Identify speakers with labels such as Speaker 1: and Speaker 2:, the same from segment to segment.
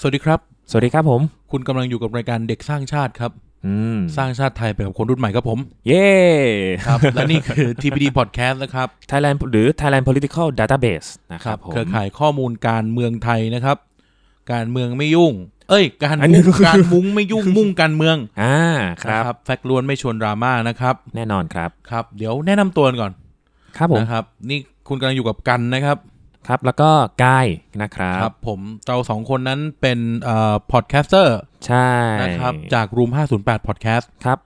Speaker 1: สวัสดีครับ
Speaker 2: สวัสดีครับผม
Speaker 1: คุณกำลังอยู่กับรายการเด็กสร้างชาติครับ
Speaker 2: อืม
Speaker 1: สร้างชาติไทยไปกับคนรุ่นใหม่ครับผม
Speaker 2: เย่
Speaker 1: ครับ และนี่คือ TPD Podcast นะครับ
Speaker 2: ไทยแลนด์หรือ Thailand Political Database นะครับผม
Speaker 1: เครือข่ายข้อมูลการเมืองไทยนะครับ การเมืองไม่ยุ่ง เอ้ย การ
Speaker 2: อันนี้
Speaker 1: มุ่ง
Speaker 2: คือ
Speaker 1: การมุ้งไม่ ยุ่งมุ่งการเมือง
Speaker 2: อ่าครับ
Speaker 1: นะแฟกต์ล้วนไม่ชวนดราม่านะครับ
Speaker 2: แน่นอนครับ
Speaker 1: ครับ เดี๋ยวแนะนำตัวกันก่อน
Speaker 2: ครับผม
Speaker 1: นะครับ นี่คุณกำลังอยู่กับกันนะครับ
Speaker 2: ครับ แล้วก็กายนะครับ
Speaker 1: ครับ ผมเราสองคนนั้นเป็นเอ่อพอดแคสเตอร์
Speaker 2: ใช่
Speaker 1: นะครับ จากรูม508 Podcast
Speaker 2: ครับ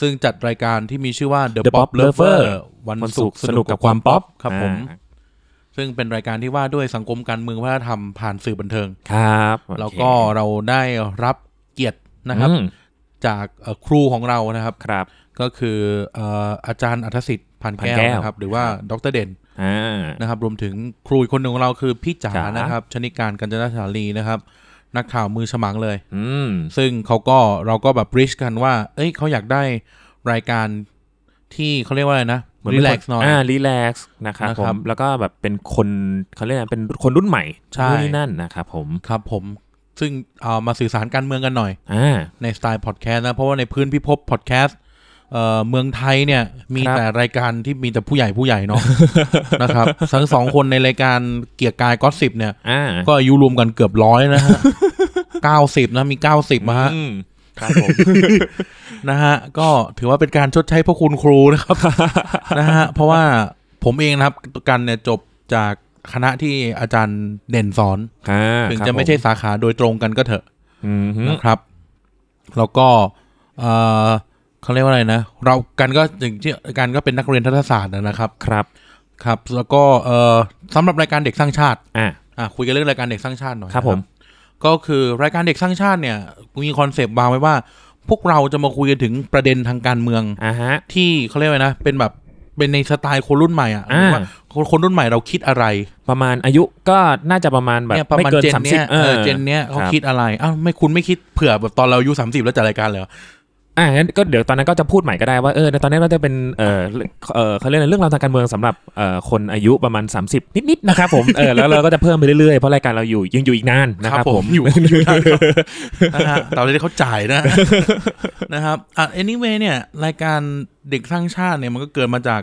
Speaker 1: ซึ่งจัดรายการที่มีชื่อว่า The,
Speaker 2: The
Speaker 1: Pop
Speaker 2: Pop
Speaker 1: Lover
Speaker 2: Lover
Speaker 1: วัน
Speaker 2: วัน
Speaker 1: ศุ
Speaker 2: ศุ
Speaker 1: ก
Speaker 2: ก
Speaker 1: ร์
Speaker 2: ร์
Speaker 1: ส
Speaker 2: ส
Speaker 1: นุ
Speaker 2: นุ
Speaker 1: ก
Speaker 2: ก
Speaker 1: กั
Speaker 2: กั
Speaker 1: บบ
Speaker 2: ค
Speaker 1: คาว
Speaker 2: วาม ม
Speaker 1: ป๊
Speaker 2: ป๊
Speaker 1: อ
Speaker 2: อ
Speaker 1: ป
Speaker 2: ป
Speaker 1: ครับผม
Speaker 2: อ่า
Speaker 1: ซึ่งเป็นรายการที่ว่าด้วยสังคมการเมืองวัฒนธรรมผ่านสื่อบันเทิง
Speaker 2: ครับโอเค
Speaker 1: แล้วก็เราได้รับเกียรตินะครับ
Speaker 2: อืม
Speaker 1: จากเอ่อครูของเรานะครับ
Speaker 2: ครับ
Speaker 1: ก็คือเอ่ออาจารย์อัธสิทธิ์พันแก้ว
Speaker 2: พันแก้ว
Speaker 1: นะครับ หรือว่าดรเด่น
Speaker 2: อ่า
Speaker 1: นะครับ รวมถึงครูอีกคนหนึ่งของเราคือพี่จ๋า
Speaker 2: จ๋าน
Speaker 1: นะครับ ชนิการกัญจนาสาลีนะครับ นักข่าวมือฉมังเลย
Speaker 2: อืม
Speaker 1: ซึ่งเขาก็เราก็แบบริชกันว่า เอ้ยเขาอยากได้รายการที่เขาเรียกว่าอะไรนะ
Speaker 2: เหมือน
Speaker 1: รี
Speaker 2: เป็น
Speaker 1: แล
Speaker 2: ค
Speaker 1: กซ์หน่อย
Speaker 2: อ่ารีแลกซ์นะครับ
Speaker 1: นะ
Speaker 2: ผ
Speaker 1: ครับ
Speaker 2: มแล้วก็แบบเป็นคนเขาเรียกอะไรเป็นคนรุ่นใหม่
Speaker 1: ใช่
Speaker 2: นู่นนี่นั่นนะครับผม
Speaker 1: ครับผม ซึ่งเอามาสื่อสารการเมืองกันหน่อย
Speaker 2: อ่า
Speaker 1: ในสไตล์พอดแคสต์นะ เพราะว่าในพื้นพิภพพอดแคสต์เอ่อเมืองไทยเนี่ย มี
Speaker 2: ครับ
Speaker 1: แต่รายการที่มีแต่ผู้ใหญ่ผู้ใหญ่ เนาะ นะครับ ทั้งสองคนในรายการเกียร์กายก็สิบเนี่ย
Speaker 2: อ่า
Speaker 1: ก็อายุรวมกันเกือบร้อยนะ ฮะ เก้าสิบนะ มีเก้าสิบมาฮะ
Speaker 2: อืม
Speaker 1: ครับผม นะฮะ ก็ถือว่าเป็นการชดใช้พระคุณครูนะครับ นะฮะ เพราะว่าผมเองนะครับกันเนี่ยจบจากคณะที่อาจารย์เด่นสอน
Speaker 2: อ่า
Speaker 1: ถึง
Speaker 2: ครับ
Speaker 1: จะไม่ใช่
Speaker 2: ผ
Speaker 1: สาขาโดยตรงกันก็เถอะ
Speaker 2: อืมฮึ
Speaker 1: นะครับ แล้วก็เอ่อเขาเรียกว่าอะไรนะ เรากันก็อย่างที่กันก็เป็นนักเรียนทัศศาสตร์นะครับ
Speaker 2: ครับ
Speaker 1: ครับ แล้วก็เอ่อสำหรับรายการเด็กสร้างชาติ
Speaker 2: อ่า
Speaker 1: อ่ะคุยกันเรื่องรายการเด็กสร้างชาติหน่อย
Speaker 2: ครับ
Speaker 1: นะ
Speaker 2: ผม
Speaker 1: ก็คือรายการเด็กสร้างชาติเนี่ยมีคอนเซปต์วางไว้ว่า พวกเราจะมาคุยกันถึงประเด็นทางการเมือง
Speaker 2: อ่าฮะ
Speaker 1: ที่เขาเรียกว่านะ เป็นแบบเป็นในสไตล์คนรุ่นใหม่อ่ะ
Speaker 2: อ่า
Speaker 1: ว่าคนคนรุ่นใหม่เราคิดอะไร
Speaker 2: ประมาณอายุก็น่าจะประมาณแบบ
Speaker 1: เนี่ยประ
Speaker 2: ไม่
Speaker 1: มาณ
Speaker 2: เกิน
Speaker 1: เจน
Speaker 2: สามสิ
Speaker 1: เนี้
Speaker 2: บ
Speaker 1: ยเออเจนเนี้ยเขาคิดอะไรอ้าวไม่คุณไม่คิดเผื่อแบบตอนเราอายุสามสิบแล้วจัดรายการเลยเหรอ
Speaker 2: อ่างั้นก็เดี๋ยวตอนนั้นก็จะพูดใหม่ก็ได้ว่าเออในตอนนี้เราจะเป็นเออเออเขาเรียกอะไรเรื่องราวทางการเมืองสำหรับเออคนอายุประมาณ 30 นิดๆนะครับผมเออแล้วเราก็จะเพิ่มไปเรื่อยๆเพราะรายการเราอยู่ยังอยู่อีกนานนะครับผม
Speaker 1: อยู่อยู่ได้ ครับนะฮะแต่เราได้เขาจ่ายนะ นะครับอ่ะ anyway เนี่ย รายการเด็กสร้างชาติเนี่ยมันก็เกิดมาจาก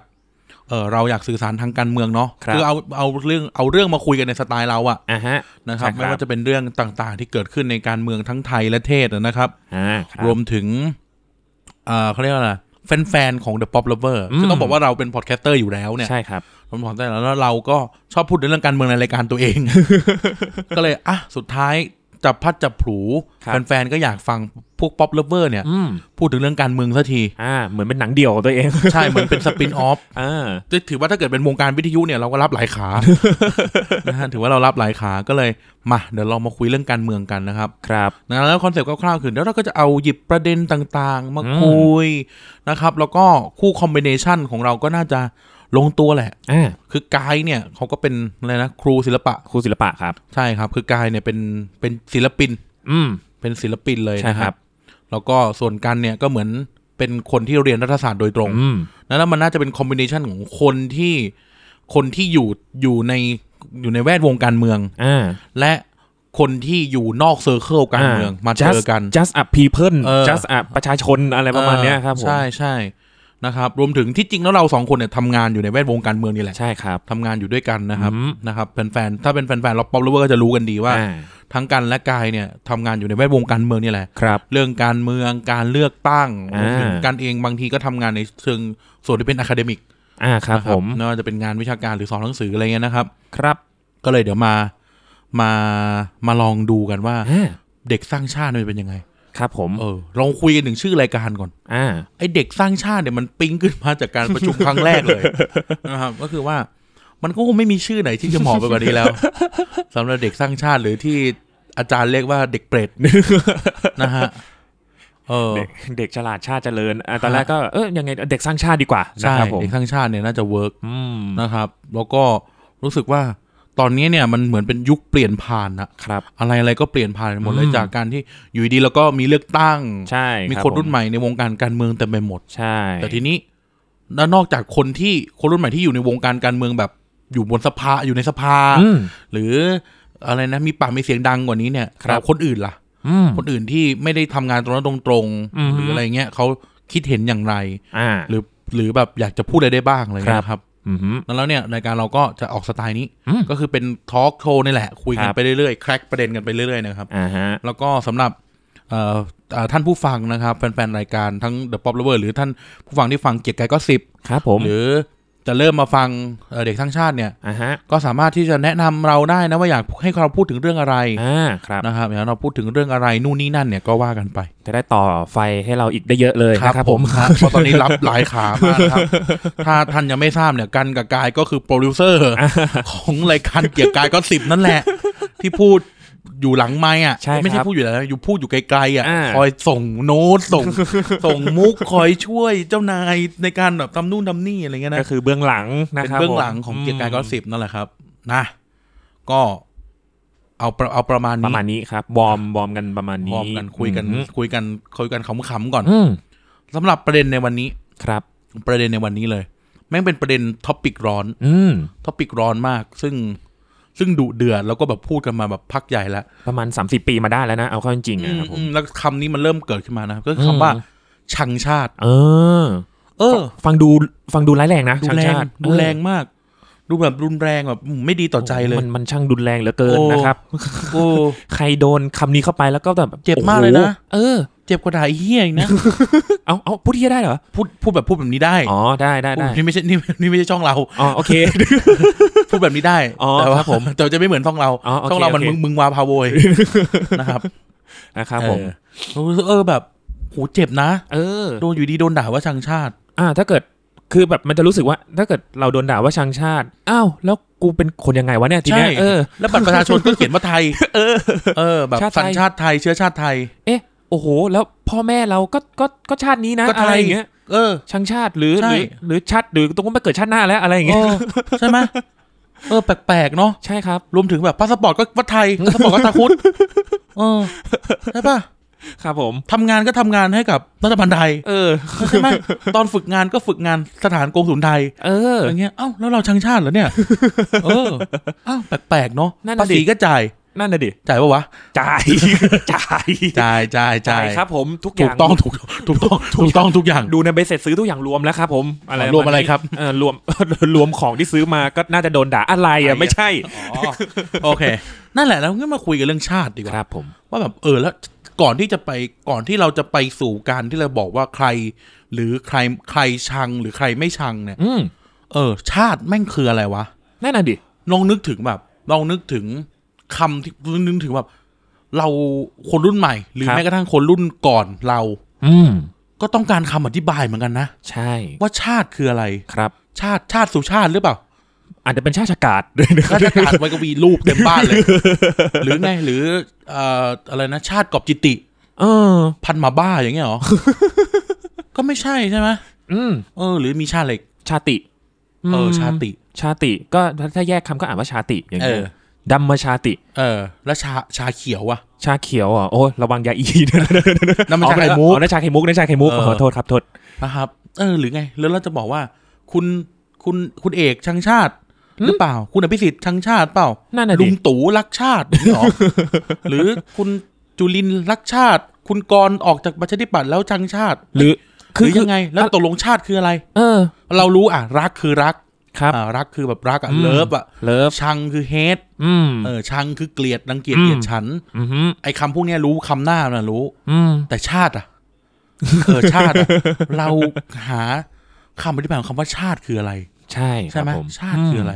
Speaker 1: เออเราอยากสื่อสารทางการเมืองเนาะ
Speaker 2: ครับ
Speaker 1: คือเอาเอาเรื่องเอาเรื่องมาคุยกันในสไตล์เราอะ
Speaker 2: อ่าฮะ
Speaker 1: นะครับ
Speaker 2: ใช่ครับ
Speaker 1: ไม่ว่าจะเป็นเรื่องต่างๆ ที่เกิดขึ้นในการเมืองทั้งไทยและเทศนะครับ
Speaker 2: อ่าคบ
Speaker 1: รวมถึงเอ่อเขาเรียกว่าอะไรแฟนๆของ The Pop Lover
Speaker 2: อืม
Speaker 1: คือต้องบอกว่าเราเป็นพอดแคสเตอร์อยู่แล้วเนี่ย
Speaker 2: ใช่ครับ
Speaker 1: ผมบอกได้แล้วแล้วเราก็ชอบพูดเรื่องการเมืองในรายการตัวเอง ก็เลยอ่ะสุดท้ายจับพัดจับผลู
Speaker 2: ครับ
Speaker 1: แฟนๆก็อยากฟังพวก Pop Lover เนี่ย
Speaker 2: อืม
Speaker 1: พูดถึงเรื่องการเมืองสักที
Speaker 2: อ่าเหมือนเป็นหนังเดี่ยวของตัวเอง
Speaker 1: ใช่เหมือนเป็นสปินอ อฟ
Speaker 2: อ่า
Speaker 1: ถือว่าถ้าเกิดเป็นวงการวิทยุเนี่ยเราก็รับหลายขา นะฮะถือว่าเรารับหลายขาก็เลยมาเดี๋ยวเรามาคุยเรื่องการเมืองกันนะครับ
Speaker 2: ครับ
Speaker 1: นะแล้วคอนเซปต์คร่าวๆคือเดี๋ยวเราก็จะเอาหยิบประเด็นต่างๆ มา
Speaker 2: อืม
Speaker 1: คุยนะครับ แล้วก็คู่คอมบิเนชันของเราก็น่าจะลงตัวแหละ
Speaker 2: อ่า
Speaker 1: คือกายเนี่ยเขาก็เป็นอะไรนะครูศิลปะ
Speaker 2: ครูศิลปะครับ
Speaker 1: ใช่ครับ คือกายเนี่ยเป็นเป็นศิลปิน
Speaker 2: อืม
Speaker 1: เป็นศิลปินเลย
Speaker 2: ใช่
Speaker 1: นะ
Speaker 2: ค
Speaker 1: ค
Speaker 2: รั
Speaker 1: รั
Speaker 2: บบ
Speaker 1: แล้วก็ส่วนกันเนี่ยก็เหมือนเป็นคนที่เรียนรัฐศาสตร์โดยตรง
Speaker 2: อืม
Speaker 1: แล้วมันน่าจะเป็นคอมบิเนชันของคนที่คนที่อยู่อยู่ในอยู่ในแวดวงการเมือง
Speaker 2: อ่า
Speaker 1: และคนที่อยู่นอกเซอร์เคิลการเมืองมาเจอกัน
Speaker 2: just just a people
Speaker 1: เออ
Speaker 2: just a ประชาชนอะไรประมาณเนี้ยครับผม
Speaker 1: ใช่ใช่นะครับ รวมถึงที่จริงแล้วเราสองคนเนี่ยทำงานอยู่ในแวดวงการเมืองนี่แหละ
Speaker 2: ใช่ครับ
Speaker 1: ทำงานอยู่ด้วยกันนะครับ
Speaker 2: อืม
Speaker 1: นะครับแฟนๆถ้าเป็นแฟนๆเราป๊อปเลเวอร์ก็จะรู้กันดีว่า
Speaker 2: อ่า
Speaker 1: ทั้งกันและกายเนี่ยทำงานอยู่ในแวดวงการเมืองนี่แหละ
Speaker 2: ครับ
Speaker 1: เรื่องการเมืองการเลือกตั้ง
Speaker 2: อ่า
Speaker 1: รวมถึงการเองบางทีก็ทำงานในเชิงส่วนที่เป็นอะคาเดมิก
Speaker 2: อ่าครับ
Speaker 1: นะ
Speaker 2: ผม
Speaker 1: ไม่ว่าจะเป็นงานวิชาการหรือสอนหนังสืออะไรเงี้ยนะครับ
Speaker 2: ครับ
Speaker 1: ก็เลยเดี๋ยวมามามาลองดูกันว่า
Speaker 2: อ่า
Speaker 1: เด็กสร้างชาติมันเป็นยังไง
Speaker 2: ครับผม
Speaker 1: เออลองคุยกันถึงชื่อรายการก่อน
Speaker 2: อ่า
Speaker 1: ไอเด็กสร้างชาติเนี่ยมันปิ๊งขึ้นมาจากการประชุมครั้งแรกเลย นะครับก็คือว่ามันก็คงไม่มีชื่อไหนที่จะเหมาะไปกว่านี้แล้ว สำหรับเด็กสร้างชาติหรือที่อาจารย์เรียกว่าเด็กเปรต นะฮะเออ
Speaker 2: เด็กเด็กฉลาดชาติเจริญอ่าตอนแรกก็เออยังไงเด็กสร้างชาติดีกว่านะ
Speaker 1: ใช่
Speaker 2: ครับผม
Speaker 1: เด็กสร้างชาติเนี่ยน่าจะเวิร์ก
Speaker 2: อืม
Speaker 1: นะครับแล้วก็รู้สึกว่าตอนนี้เนี่ยมันเหมือนเป็นยุคเปลี่ยนผ่านนะครับ อะไรอะไรๆก็เปลี่ยนผ่านหมดเลย
Speaker 2: อืม
Speaker 1: จากการที่อยู่ดีแล้วก็มีเลือกตั้ง
Speaker 2: ใช่
Speaker 1: มี
Speaker 2: รับ
Speaker 1: คนรุ่นใหม่ในวงการการเมืองเต็มไปหมด
Speaker 2: ใช่
Speaker 1: แต่ทีนี้แล้วนอกจากคนที่คนรุ่นใหม่ที่อยู่ในวงการการเมืองแบบอยู่บนสภาอยู่ในสภา
Speaker 2: อืม
Speaker 1: หรือ อะไรนะมีปากมีเสียงดังกว่านี้เนี่ย
Speaker 2: ครับ
Speaker 1: แล้วคนอื่นล่ะ
Speaker 2: อืม
Speaker 1: คนอื่นที่ไม่ได้ทำงานตรงนั้นตรง
Speaker 2: อืม
Speaker 1: ๆหรืออะไรเงี้ยเขาคิดเห็นอย่างไร
Speaker 2: อ่า
Speaker 1: หรือหรือแบบอยากจะพูดอะไรได้บ้างอะไรเงี้ยครับ
Speaker 2: อืมฮึ
Speaker 1: แล้วเนี่ยรายการเราก็จะออกสไตล์นี้
Speaker 2: อืม
Speaker 1: ก็คือเป็นทอล์กโชว์นี่แหละ คุยกั
Speaker 2: คน รับ
Speaker 1: ไปเรื่อยๆ แครกประเด็นกันไปเรื่อยๆนะครับ
Speaker 2: อ่าฮะ
Speaker 1: แล้วก็สำหรับเอ่อเอ่อท่านผู้ฟังนะครับแฟนๆ รายการทั้ง The Pop Lover หรือท่านผู้ฟังที่ฟังเกียรติกายก็สิบ
Speaker 2: ครับผม
Speaker 1: หรือจะเริ่มมาฟังเอ่อเด็กทั้างชาติเนี่ย
Speaker 2: อ่าฮะ
Speaker 1: ก็สามารถที่จะแนะนำเราได้นะว่าอยากให้เราพูดถึงเรื่องอะไร
Speaker 2: อ่า ครับ
Speaker 1: นะครับอย่างเราพูดถึงเรื่องอะไรนู่นนี่นั่นเนี่ยก็ว่ากันไป
Speaker 2: จะได้ต่อไฟให้เราอีกได้เยอะเลยนะครับผม
Speaker 1: ครับเพราะตอนนี้รับหลายขามากนะครับ ถ้าท่านยังไม่ทราบเนี่ยกันกับกายก็คือโปรดิวเซอ ร์ของรายการเกียรติกายก็สิบนั่นแหละ ที่พูดอยู่หลังไม้อ่ะ
Speaker 2: ใช่ครับ
Speaker 1: ไม่ใช่พูดอยู่แล้วอยู่พูดอยู่ไกลๆอ่ะ
Speaker 2: อ่า
Speaker 1: คอยส่งโน้ตส่ง ส่งมุกคอยช่วยเจ้านายในการแบบทำนู่นทำนี่อะไรเงี้ยนะ
Speaker 2: ก็คือเบื้องหลังนะ
Speaker 1: เป็น
Speaker 2: ครับ
Speaker 1: เบื้อง
Speaker 2: ผม
Speaker 1: หลังของเกียร์กายกอล์ฟ
Speaker 2: ม
Speaker 1: สิบนั่นแหละครับนะก็เอาประเอาประมาณ
Speaker 2: ประ
Speaker 1: นี้
Speaker 2: มาณนี้ครับ วอร์มวอร์มกันประมาณนี้
Speaker 1: พร้อมกันคุยกัน
Speaker 2: อืม
Speaker 1: คุยกันคุยกันขำๆก่อน
Speaker 2: อืม
Speaker 1: สำหรับประเด็นในวันนี้
Speaker 2: ครับ
Speaker 1: ประเด็นในวันนี้เลย แม่งเป็นประเด็นท็อปิกร้อน
Speaker 2: อืม
Speaker 1: ท็อปิกร้อนมาก ซึ่งซึ่งดุเดือดแล้วก็แบบพูดกันมาแบบพักใหญ่แล้ว
Speaker 2: ประมาณ 30 ปีมาได้แล้วนะ เอาเข้าจริงๆนะครับผม
Speaker 1: อืมแล้วคำนี้มันเริ่มเกิดขึ้นมานะครับก็คือคำว่า
Speaker 2: อืม
Speaker 1: ชังชาติ
Speaker 2: เออ
Speaker 1: เออ
Speaker 2: ฟังดู ฟังดูร้ายแรงนะ
Speaker 1: ดู
Speaker 2: ช่าง
Speaker 1: แรง
Speaker 2: ชาติ
Speaker 1: ดูแรงมาก ดูแบบรุนแรงแบบอืมไม่ดีต่อใจเลย
Speaker 2: มันมันช่างดุนแรงเหลือเกิน
Speaker 1: โอ้
Speaker 2: นะครับ
Speaker 1: โอ้
Speaker 2: ใครโดนคำนี้เข้าไปแล้วก็แบบ
Speaker 1: เจ็บมากเลยนะ
Speaker 2: โอ้โหเออ
Speaker 1: เจ็บกว่าด่าไอ้เฮียอี กนะ
Speaker 2: เอาเอาพูดที่ได้เหรอ
Speaker 1: พูดพูดแบบพูดแบบนี้ได้
Speaker 2: อ๋อ ได้ได้ได้
Speaker 1: พูดนี่ไม่ ใช่นี่นี่ไม่ใช่ช่องเรา
Speaker 2: อ๋อ โอเค
Speaker 1: พูดแบบนี้ได้
Speaker 2: อ๋อ
Speaker 1: แต่ว่า
Speaker 2: ครับผม
Speaker 1: แต่จะไม่เหมือนช่องเรา
Speaker 2: อ๋อโอเค
Speaker 1: ช่องเรามัน
Speaker 2: โอเค
Speaker 1: มึงมึงวาพาโวย นะครับ
Speaker 2: นะครับผม
Speaker 1: เออเออแบบโหเจ็บนะ
Speaker 2: เออ
Speaker 1: โดนอยู่ดีโดนด่าว่าชังชาติ
Speaker 2: อ่าถ้าเกิดคือแบบมันจะรู้สึกว่า ถ้าเกิดเราโดนด่าว่าชังชาติ อ้าวแล้วกูเป็นคนยังไงวะเนี่ยทีเนี้ย
Speaker 1: ใช่
Speaker 2: เออ
Speaker 1: แล้วบัตรประชาชนก็เขียนว่าไทย เออ เออ แบบ
Speaker 2: ชาติไทย
Speaker 1: สัญชาติไทยเชื้อชาติไทย
Speaker 2: เอ๊ะโอ้โห แล้วพ่อแม่เราก็ก็ก็ชาตินี้นะ
Speaker 1: ก็ไทย
Speaker 2: อะไรอย่างเงี้ย
Speaker 1: เออ
Speaker 2: ชังชาติหรือ
Speaker 1: ใช่
Speaker 2: หรือหรือชาติหรือตรงนู้นมาเกิดชาติหน้าแล้วอะไรอย่าง
Speaker 1: เอ
Speaker 2: เงี้ย
Speaker 1: อใช่ไหมเออ แปลกๆเนาะ
Speaker 2: ใช่ครับ
Speaker 1: รวมถึงแบบพาสปอร์ตก็ว่า ไทยพาสปอร์ตก็ตาคุดเออใช่ปะ
Speaker 2: ครับผม
Speaker 1: ทำงานก็ทำงานให้กับรัฐบาลไทย
Speaker 2: เออ
Speaker 1: ใช่ไหมตอนฝึกงานก็ฝึกงานสถานกงศูนย์ไทย
Speaker 2: เออ
Speaker 1: อย่างเงี้ยเอ้าแล้วเราชังชาติเหรอเนี่ย เอออ้าวแปลกๆเนาะ
Speaker 2: นั่น
Speaker 1: ภา
Speaker 2: น่ะดิ
Speaker 1: ษีก็จ่าย
Speaker 2: นั่นน่ะดิ
Speaker 1: จ่ายปะวะ
Speaker 2: จ่าย จ่าย
Speaker 1: จ่ายจ่ายจ่าย
Speaker 2: ครับผมทุกอ
Speaker 1: ถู
Speaker 2: ย่าก ง
Speaker 1: ต้องถูกถูกต้องถูก ต้องทุกอย่าง
Speaker 2: ดูในใบเสร็จซื้อทุกอย่างรวมแล้วครับผมอะไร
Speaker 1: รวมอะไรครับ
Speaker 2: เออรวม รวมของที่ซื้อมาก็น่าจะโดนด่าอะไรอ่ะไม่ใช่
Speaker 1: โอเค นั่นแหละแล้วงั้นมาคุยกันเรื่องชาติดีก
Speaker 2: ค
Speaker 1: ว่า
Speaker 2: รับผม
Speaker 1: ว่าแบบเออแล้วก่อนที่จะไปก่อนที่เราจะไปสู่การที่เราบอกว่าใคร หรือใครใครชังหรือใครไม่ชังเนี่ย
Speaker 2: อืม
Speaker 1: เออ ชาติแม่งคืออะไรวะ
Speaker 2: นั่นน่ะดิ
Speaker 1: ลองนึกถึงแบบลองนึกถึงคำที่นึกถึงแบบ เราคนรุ่นใหม่ หรือ
Speaker 2: ครับ
Speaker 1: แม้กระทั่งคนรุ่นก่อนเรา
Speaker 2: อืม
Speaker 1: ก็ต้องการคำอธิบายเหมือนกันนะ
Speaker 2: ใช่
Speaker 1: ว่าชาติคืออะไร
Speaker 2: ครับ
Speaker 1: ชาติชาติสุชาติหรือเปล่า
Speaker 2: อาจจะเป็นชาติก าศด้วยนะครั
Speaker 1: รา
Speaker 2: บ
Speaker 1: ชการไว้ก็มีรูปเต็มบ้านเลย หรือไงหรือเอ่ออะไรนะ ชาติกอบจิติ
Speaker 2: เออ
Speaker 1: พันหมาบ้าอย่างเงี้ยเหรอ ก็ไม่ใช่ใช่ไหม
Speaker 2: อืม
Speaker 1: เออ หรือมีชาติเหล็ก
Speaker 2: ชาติ
Speaker 1: เอออ
Speaker 2: ม
Speaker 1: ชาติ
Speaker 2: ชาติก็ถ้าแยกคำก็อ่านว่าชาติอย่างเงี้
Speaker 1: เอย อ
Speaker 2: ดัมมาชาติ
Speaker 1: เออ แล้วชาชาเขียวอะ
Speaker 2: ชาเขียวอ่ะโอ้ยระวังยาอี นะ
Speaker 1: น้ำมันชาไข่มุก
Speaker 2: อ๋อนั่นชาไข่มุกนั่นชาไข่มุก
Speaker 1: เออ
Speaker 2: ขอโทษครับโทษ
Speaker 1: นะครับเออหรือไง แล้วเราจะบอกว่า คุณคุณคุณเอกชังชาติ หรือเปล่า คุณอภิสิทธิ์ชังชาติเปล่า
Speaker 2: นั่นน่ะ
Speaker 1: ลุ
Speaker 2: ดิ
Speaker 1: งตู่รักชา ติอย่างนี้หรอ หรือคุณจุลินทร์รักชาติ คุณกรณ์ออกจากประชาธิปัตย์แล้วชังชาติ
Speaker 2: หรือ
Speaker 1: ห
Speaker 2: คือ
Speaker 1: รือ
Speaker 2: คื
Speaker 1: ยั
Speaker 2: อง
Speaker 1: ไง แล้วตกลงชาติคืออะไร
Speaker 2: เออ
Speaker 1: เรารู้อ่ะ รักคือรัก
Speaker 2: ครับ
Speaker 1: อ่ารักคือแบบรักอ่ะ
Speaker 2: อืม
Speaker 1: เลิฟอ่ะ
Speaker 2: เลิฟ
Speaker 1: ชังคือเฮด
Speaker 2: อืม
Speaker 1: เออชังคือเกลียดรังเกียจเกลียด
Speaker 2: อืม
Speaker 1: ฉัน
Speaker 2: อืมฮึ
Speaker 1: ไอ้คำพวกเนี้ยรู้คำหน้าน่ะรู้
Speaker 2: อืม
Speaker 1: แต่ชาติอ่ะ เอ อชาติอะ เราหาคำอธิบายของคำว่าชาติคืออะไร
Speaker 2: ใช่
Speaker 1: ใช่ไหม
Speaker 2: ครับผ
Speaker 1: ชาติคืออะไร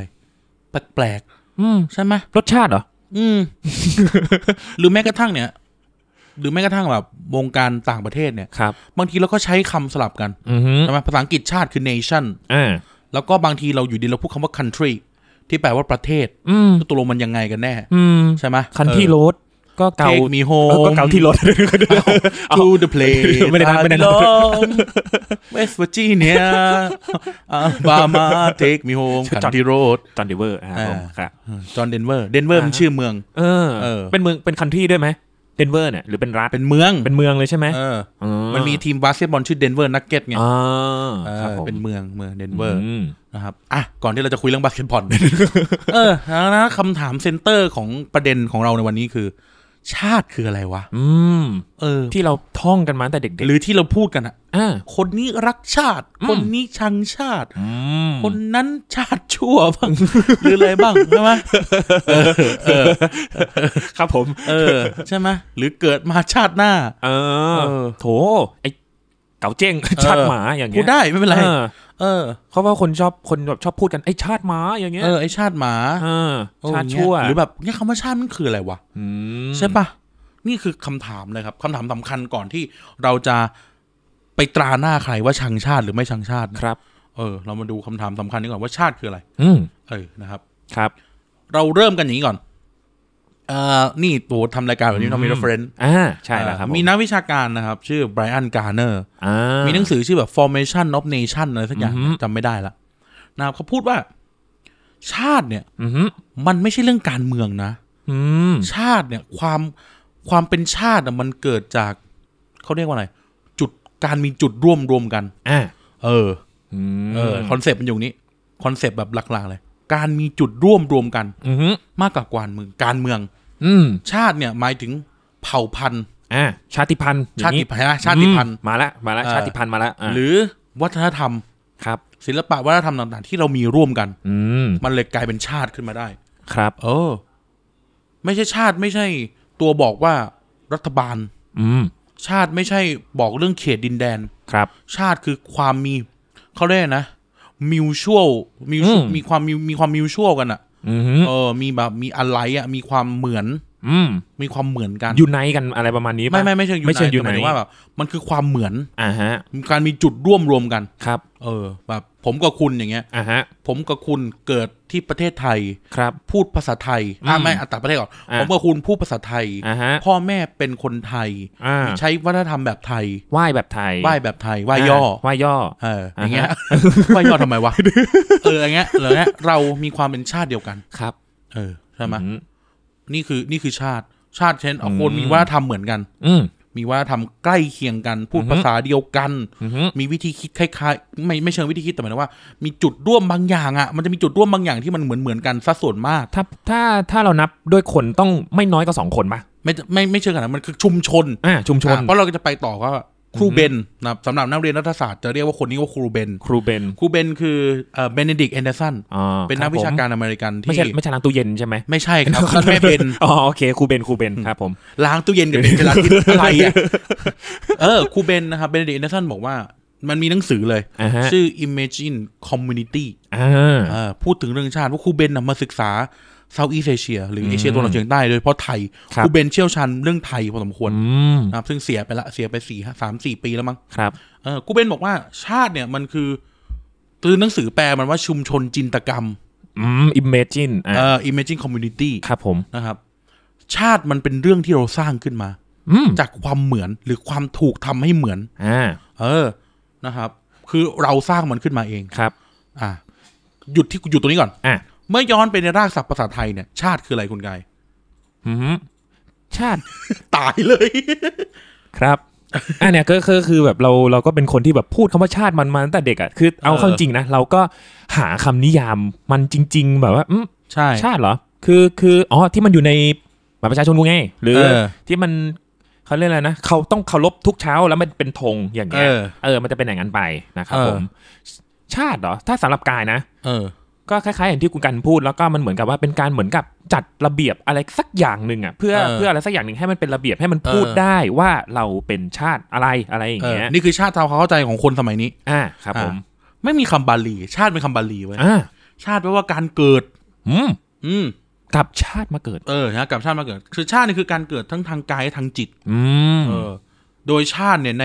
Speaker 1: แปลก
Speaker 2: อืม
Speaker 1: ๆใช่ไหม
Speaker 2: รสชาติเหรอ
Speaker 1: อืม หรือแม้กระทั่งเนี่ย หรือแม้กระทั่งแบบวงการต่างประเทศเนี่ย
Speaker 2: ครับ
Speaker 1: บางทีเราก็ใช้คำสลับกัน
Speaker 2: อืมฮึ
Speaker 1: ใช่ไหมภาษาอังกฤษชาติคือ nation
Speaker 2: อ่า
Speaker 1: แล้วก็บางทีเราอยู่ดีเราพูดคำว่า country ที่แปลว่าประเทศ
Speaker 2: อืม
Speaker 1: ตกลงมันยังไงกันแน่
Speaker 2: อืม
Speaker 1: ใช่ไหม
Speaker 2: คันที่
Speaker 1: เอ
Speaker 2: รถก็
Speaker 1: อ
Speaker 2: เกา
Speaker 1: take me
Speaker 2: เออ
Speaker 1: home
Speaker 2: ก็เกาที่รถ
Speaker 1: to the place
Speaker 2: ไม่ได้นะไม่ได้นะ
Speaker 1: เวสต์เวอร์จิเนียอาบามา take me home คันที่โรด
Speaker 2: จอห์นเดเวอร์ครับผม
Speaker 1: อ่า
Speaker 2: ครับ
Speaker 1: จอห์นเดนเวอร์ เดนเวอร์มันชื่อเมือง
Speaker 2: เออ
Speaker 1: เออ
Speaker 2: เป็นเมืองเป็นคันทรีด้วยไหมเด ดนเวอร์เนี่ยหรือเป็นรัฐ
Speaker 1: เป็นเมือง
Speaker 2: เป็นเมืองเลยใช่ไหม
Speaker 1: เออ
Speaker 2: อ๋อ
Speaker 1: มันมีทีมบาสเกตบอลชื่อเดนเวอร์นักเก็ตไง
Speaker 2: อ่า
Speaker 1: เออ
Speaker 2: ครับผม
Speaker 1: เป็นเมืองเมืองเดนเวอร์
Speaker 2: อืม
Speaker 1: นะครับ อ่ะ ก่อนที่เราจะคุยเรื่องบาสเกตบอล เออแล้วนะคำถามเซนเตอร์ของประเด็นของเราในวันนี้คือ ชาติคืออะไรวะ
Speaker 2: อืม
Speaker 1: เออ
Speaker 2: ที่เราท่องกันมาตั้งแต่เด็ก
Speaker 1: หรือที่เราพูดกันอะ
Speaker 2: ๆอ่า
Speaker 1: คนนี้รักชาติ
Speaker 2: อืม
Speaker 1: คนนี้ชังชาติ
Speaker 2: อืม
Speaker 1: คนนั้นชาติชั่วบ้าง หรืออะไรบ้างใช่ไหมเออเออ
Speaker 2: ครับผม
Speaker 1: เออ ใช่ไหมหรือเกิดมาชาติหน้า
Speaker 2: เออ
Speaker 1: เออ
Speaker 2: โถ ไอเก๋าเจ้ง ชาติหมาอย่าง
Speaker 1: พู
Speaker 2: เงี้
Speaker 1: ด
Speaker 2: ย
Speaker 1: ได้ไม่เป็นไร
Speaker 2: เออ
Speaker 1: เออ
Speaker 2: เขาว่าคนชอบคนแบบชอบพูดกันไอชาติหมาอย่างเงี้ย
Speaker 1: เออ ไอชาติหมา
Speaker 2: เออ
Speaker 1: เออ
Speaker 2: ชาติชั่ว
Speaker 1: อย่งเงี้ยหรือแบบเนี่ยคำว่าชาติมันคืออะไรวะ
Speaker 2: อืม
Speaker 1: ใช่ปะนี่คือคำถามเลยครับคำถามสำคัญก่อนที่เราจะไปตราหน้าใครว่าชังชาติหรือไม่ชังชาตินะครับ เออ เรามาดูคำถามสำคัญนี้ก่อนว่าชาติคืออะไร
Speaker 2: อืม
Speaker 1: เออนะครับ
Speaker 2: ครับ
Speaker 1: เราเริ่มกันอย่างนี้ก่อนเอ่อนี่ตัวทำรายการแบบนี้เรามี
Speaker 2: อืม
Speaker 1: reference
Speaker 2: อ่าใช่แล้วครับผ
Speaker 1: มีนักวิชาการนะครับ ชื่อไบรอันการ์เนอร์
Speaker 2: อ่า
Speaker 1: มีหนังสือชื่อแบบ formation of nation อะไรสักอย่าง
Speaker 2: อือหือ
Speaker 1: จำไม่ได้ละนะครับเขาพูดว่า ชาติเนี่ย
Speaker 2: อือหือ
Speaker 1: มันไม่ใช่เรื่องการเมืองนะ
Speaker 2: อืม
Speaker 1: ชาติเนี่ยความความเป็นชาติอะมันเกิดจากเขาเรียกว่าอะไร จุดการมีจุดร่วมรวมกัน
Speaker 2: อ่า
Speaker 1: เออ
Speaker 2: อืม
Speaker 1: เออคอนเซปต์มันอยู่นี้คอนเซปต์แบบหลักๆเลย การมีจุดร่วมรวมกัน
Speaker 2: อือหือ
Speaker 1: มากกว่าการเมืองการเมือง
Speaker 2: อืม
Speaker 1: ชาติเนี่ยหมายถึงเผ่าพันธุ์
Speaker 2: อ่าชาติพันธุ์อย่
Speaker 1: ชาง ติ
Speaker 2: งี้
Speaker 1: พันธุ์นะชาติพันธุ์
Speaker 2: อืมมาละมาละ
Speaker 1: เออ
Speaker 2: ชาติพันธุ์มาละอ่า
Speaker 1: หรือวัฒนธรรม
Speaker 2: ครับ
Speaker 1: ศิลปะวัฒนธรรมต่างๆ ที่เรามีร่วมกัน
Speaker 2: อืม
Speaker 1: มันเลยกลายเป็นชาติขึ้นมาได้
Speaker 2: ครับ
Speaker 1: เออ ไม่ใช่ชาติไม่ใช่ตัวบอกว่ารัฐบาล
Speaker 2: อืม
Speaker 1: ชาติไม่ใช่บอกเรื่องเขตดินแดน
Speaker 2: ครับ
Speaker 1: ชาติคือความมีเขาเรียกนะมิวชั่วมิว
Speaker 2: อืม
Speaker 1: มีความมีมีความมิวชั่วกันอะ
Speaker 2: อือหือ
Speaker 1: เออ มีแบบมีอะไรอะมีความเหมือน
Speaker 2: อืม
Speaker 1: มีความเหมือนกัน
Speaker 2: ยูไนกันอะไรประมาณนี้ปะ
Speaker 1: ไม่ไม่ไม่เชิงยู
Speaker 2: ไม่
Speaker 1: ไน
Speaker 2: เชิง
Speaker 1: แต่หมาย
Speaker 2: unite
Speaker 1: ถึงว่าแบบมันคือความเหมือน
Speaker 2: อ่าฮะ
Speaker 1: มีการมีจุดร่วมรวมกัน
Speaker 2: ครับ
Speaker 1: เออ แบบ ผมกับคุณอย่างเงี้ย
Speaker 2: อ่าฮะ
Speaker 1: ผมกับคุณเกิดที่ประเทศไทย
Speaker 2: ครับ
Speaker 1: พูดภาษาไทยอ่ะ
Speaker 2: อืม
Speaker 1: ไม่อ่ะตัดประเทศก่อน
Speaker 2: อ่ะ
Speaker 1: ผมกับคุณพูดภาษาไทย
Speaker 2: อ่าฮะ
Speaker 1: พ่อแม่เป็นคนไทย
Speaker 2: อ่า
Speaker 1: ใช้วัฒนธรรมแบบไทย
Speaker 2: ไหว้แบบไทย
Speaker 1: ไหว้แบบไทยไหว้ย่อ
Speaker 2: าไหว้ย่อ
Speaker 1: เอออย่างเงี้ย
Speaker 2: อ่า
Speaker 1: ว่ายอดทำไมวะ เอออย่างเงี้ยเหรอเงี้ยเรามีความเป็นชาติเดียวกัน
Speaker 2: ครับ
Speaker 1: เออใช่ไหม
Speaker 2: อืม
Speaker 1: นี่คือนี่คือชาติชาติเช่นเอา
Speaker 2: อืม
Speaker 1: คนมีวัฒนธรรมเหมือนกัน
Speaker 2: อืม
Speaker 1: มีวัฒนธรรมใกล้เคียงกัน พูด
Speaker 2: อือฮึ
Speaker 1: ภาษาเดียวกัน
Speaker 2: อืม
Speaker 1: มีวิธีคิดคล้ายๆไม่ไม่เชิงวิธีคิดแต่หมายถึงว่า มีจุดร่วมบางอย่างอ่ะมันจะมีจุดร่วมบางอย่างที่มันเหมือนเหมือนๆกันซะส่วนมาก
Speaker 2: ถ้าถ้าถ้าเรานับด้วยคนต้องไม่น้อยกว่าสองคนป่ะ
Speaker 1: ไม่ไม่ไม่เชิงขนาดนั้นมันคือชุมชน
Speaker 2: อ่าชุมชน
Speaker 1: อ่ะเพราะเราก็จะไปต่อว่าครูเบนนะครับสำหรับนักเรียนรัฐศาสตร์จะเรียกว่าคนนี้ว่าครูเบน
Speaker 2: ครูเบน
Speaker 1: ครูเบนคือเอ่อเบนเดดิกแอนเดอร์สัน
Speaker 2: อ๋อ
Speaker 1: เป็นนักวิชาการอเมริกัน
Speaker 2: ครับผมไม่
Speaker 1: ที่
Speaker 2: ใช่ไม่ใช่ล้างตู้เย็นใช่ไหม
Speaker 1: ไม่ใช่ครับท่านไม่เป็น
Speaker 2: อ๋อโอเคครูเบนครูเบนครับผม
Speaker 1: ล้างตู้เย็นกับเป็น เวลาที่อะไรอ่ะเออครูเบนนะครับเบนเด i แอนเดอร์สันบอกว่า มันมีหนังสือเลย
Speaker 2: อ่าฮะ
Speaker 1: ชื่อ Imagine Community
Speaker 2: อ่า
Speaker 1: เออพูดถึงเรื่องชาติว่าครูเบนนะมาศึกษาเซาท์อีเอเชียหรือเอเชียตะวันออกเฉียงใต้โดยเฉพาะไทย
Speaker 2: ครับ
Speaker 1: รูเบนเชี่ยวชาญเรื่องไทยพอสมควร
Speaker 2: อืม
Speaker 1: นะครับซึ่งเสียไปละเสียไปสี่สามสี่ปีแล้วมั้ง
Speaker 2: ครับ
Speaker 1: เออครูเบนบอกว่าชาติเนี่ยมันคือตือหนังสือแปลมันว่าชุมชนจินตกรรม
Speaker 2: อืม imagine อ่า
Speaker 1: เออ Imagine Community
Speaker 2: ครับผม
Speaker 1: นะครับ ชาติมันเป็นเรื่องที่เราสร้างขึ้นมา
Speaker 2: อืม
Speaker 1: จากความเหมือนหรือความถูกทำให้เหมือน
Speaker 2: อ่า
Speaker 1: เออนะครับ คือเราสร้างมันขึ้นมาเอง
Speaker 2: ครับ
Speaker 1: อ่ะหยุดที่หยุดตรงนี้ก่อน
Speaker 2: อ่ะ
Speaker 1: เมื่อย้อนไปในรากศัพท์ภาษาไทยเนี่ย ชาติคืออะไรคุณกาย
Speaker 2: อืมชาติ
Speaker 1: ตายเลย
Speaker 2: ครับ อันเนี้ยก็คือคือแบบเราเราก็เป็นคนที่แบบพูดคำว่าชาติมันมาตั้งแต่เด็กอ่ะคือเอา
Speaker 1: เออ
Speaker 2: เข้าจริงนะเราก็หาคำนิยามมันจริง ๆ แบบว่าอืม
Speaker 1: ใช่
Speaker 2: ชาติเหรอ คือคืออ๋อที่มันอยู่ในบัตรประชาชนกูไงหรือ
Speaker 1: เออ
Speaker 2: ที่มันเขาเรียกอะไรนะเขาต้องเคารพทุกเช้าแล้วมันเป็นธงอย่างเงี้ย
Speaker 1: เออ
Speaker 2: เออมันจะเป็นอย่างนั้นไปนะครับ
Speaker 1: เออ
Speaker 2: ผมชาติเหรอถ้าสำหรับกายนะ
Speaker 1: เออ
Speaker 2: ก็คล้ายๆอย่างที่คุณกันพูดแล้วก็มันเหมือนกับว่าเป็นการเหมือนกับจัดระเบียบอะไรสักอย่างหนึ่งอ่ะเพื่อ
Speaker 1: เออ
Speaker 2: เพื่ออะไรสักอย่างหนึ่งให้มันเป็นระเบียบให้มันพูด
Speaker 1: เออ
Speaker 2: ได้ว่าเราเป็นชาติอะไรอะไรอย่าง
Speaker 1: เออ
Speaker 2: เงี้ย
Speaker 1: นี่คือชาติตามความเข้าใจของคนสมัยนี้
Speaker 2: อ่าครับผม
Speaker 1: ไม่มีคำบาลี ชาติเป็นคำบาลีไว้ย
Speaker 2: อ่า
Speaker 1: ชาติแปลว่าการเกิด
Speaker 2: อืม
Speaker 1: อืม
Speaker 2: กลับชาติมาเกิด
Speaker 1: เออนะกลับชาติมาเกิด คือชาตินี่คือการเกิดทั้งทางกายและทางจิต
Speaker 2: อืม
Speaker 1: เออ โดยชาติเนี่ยใน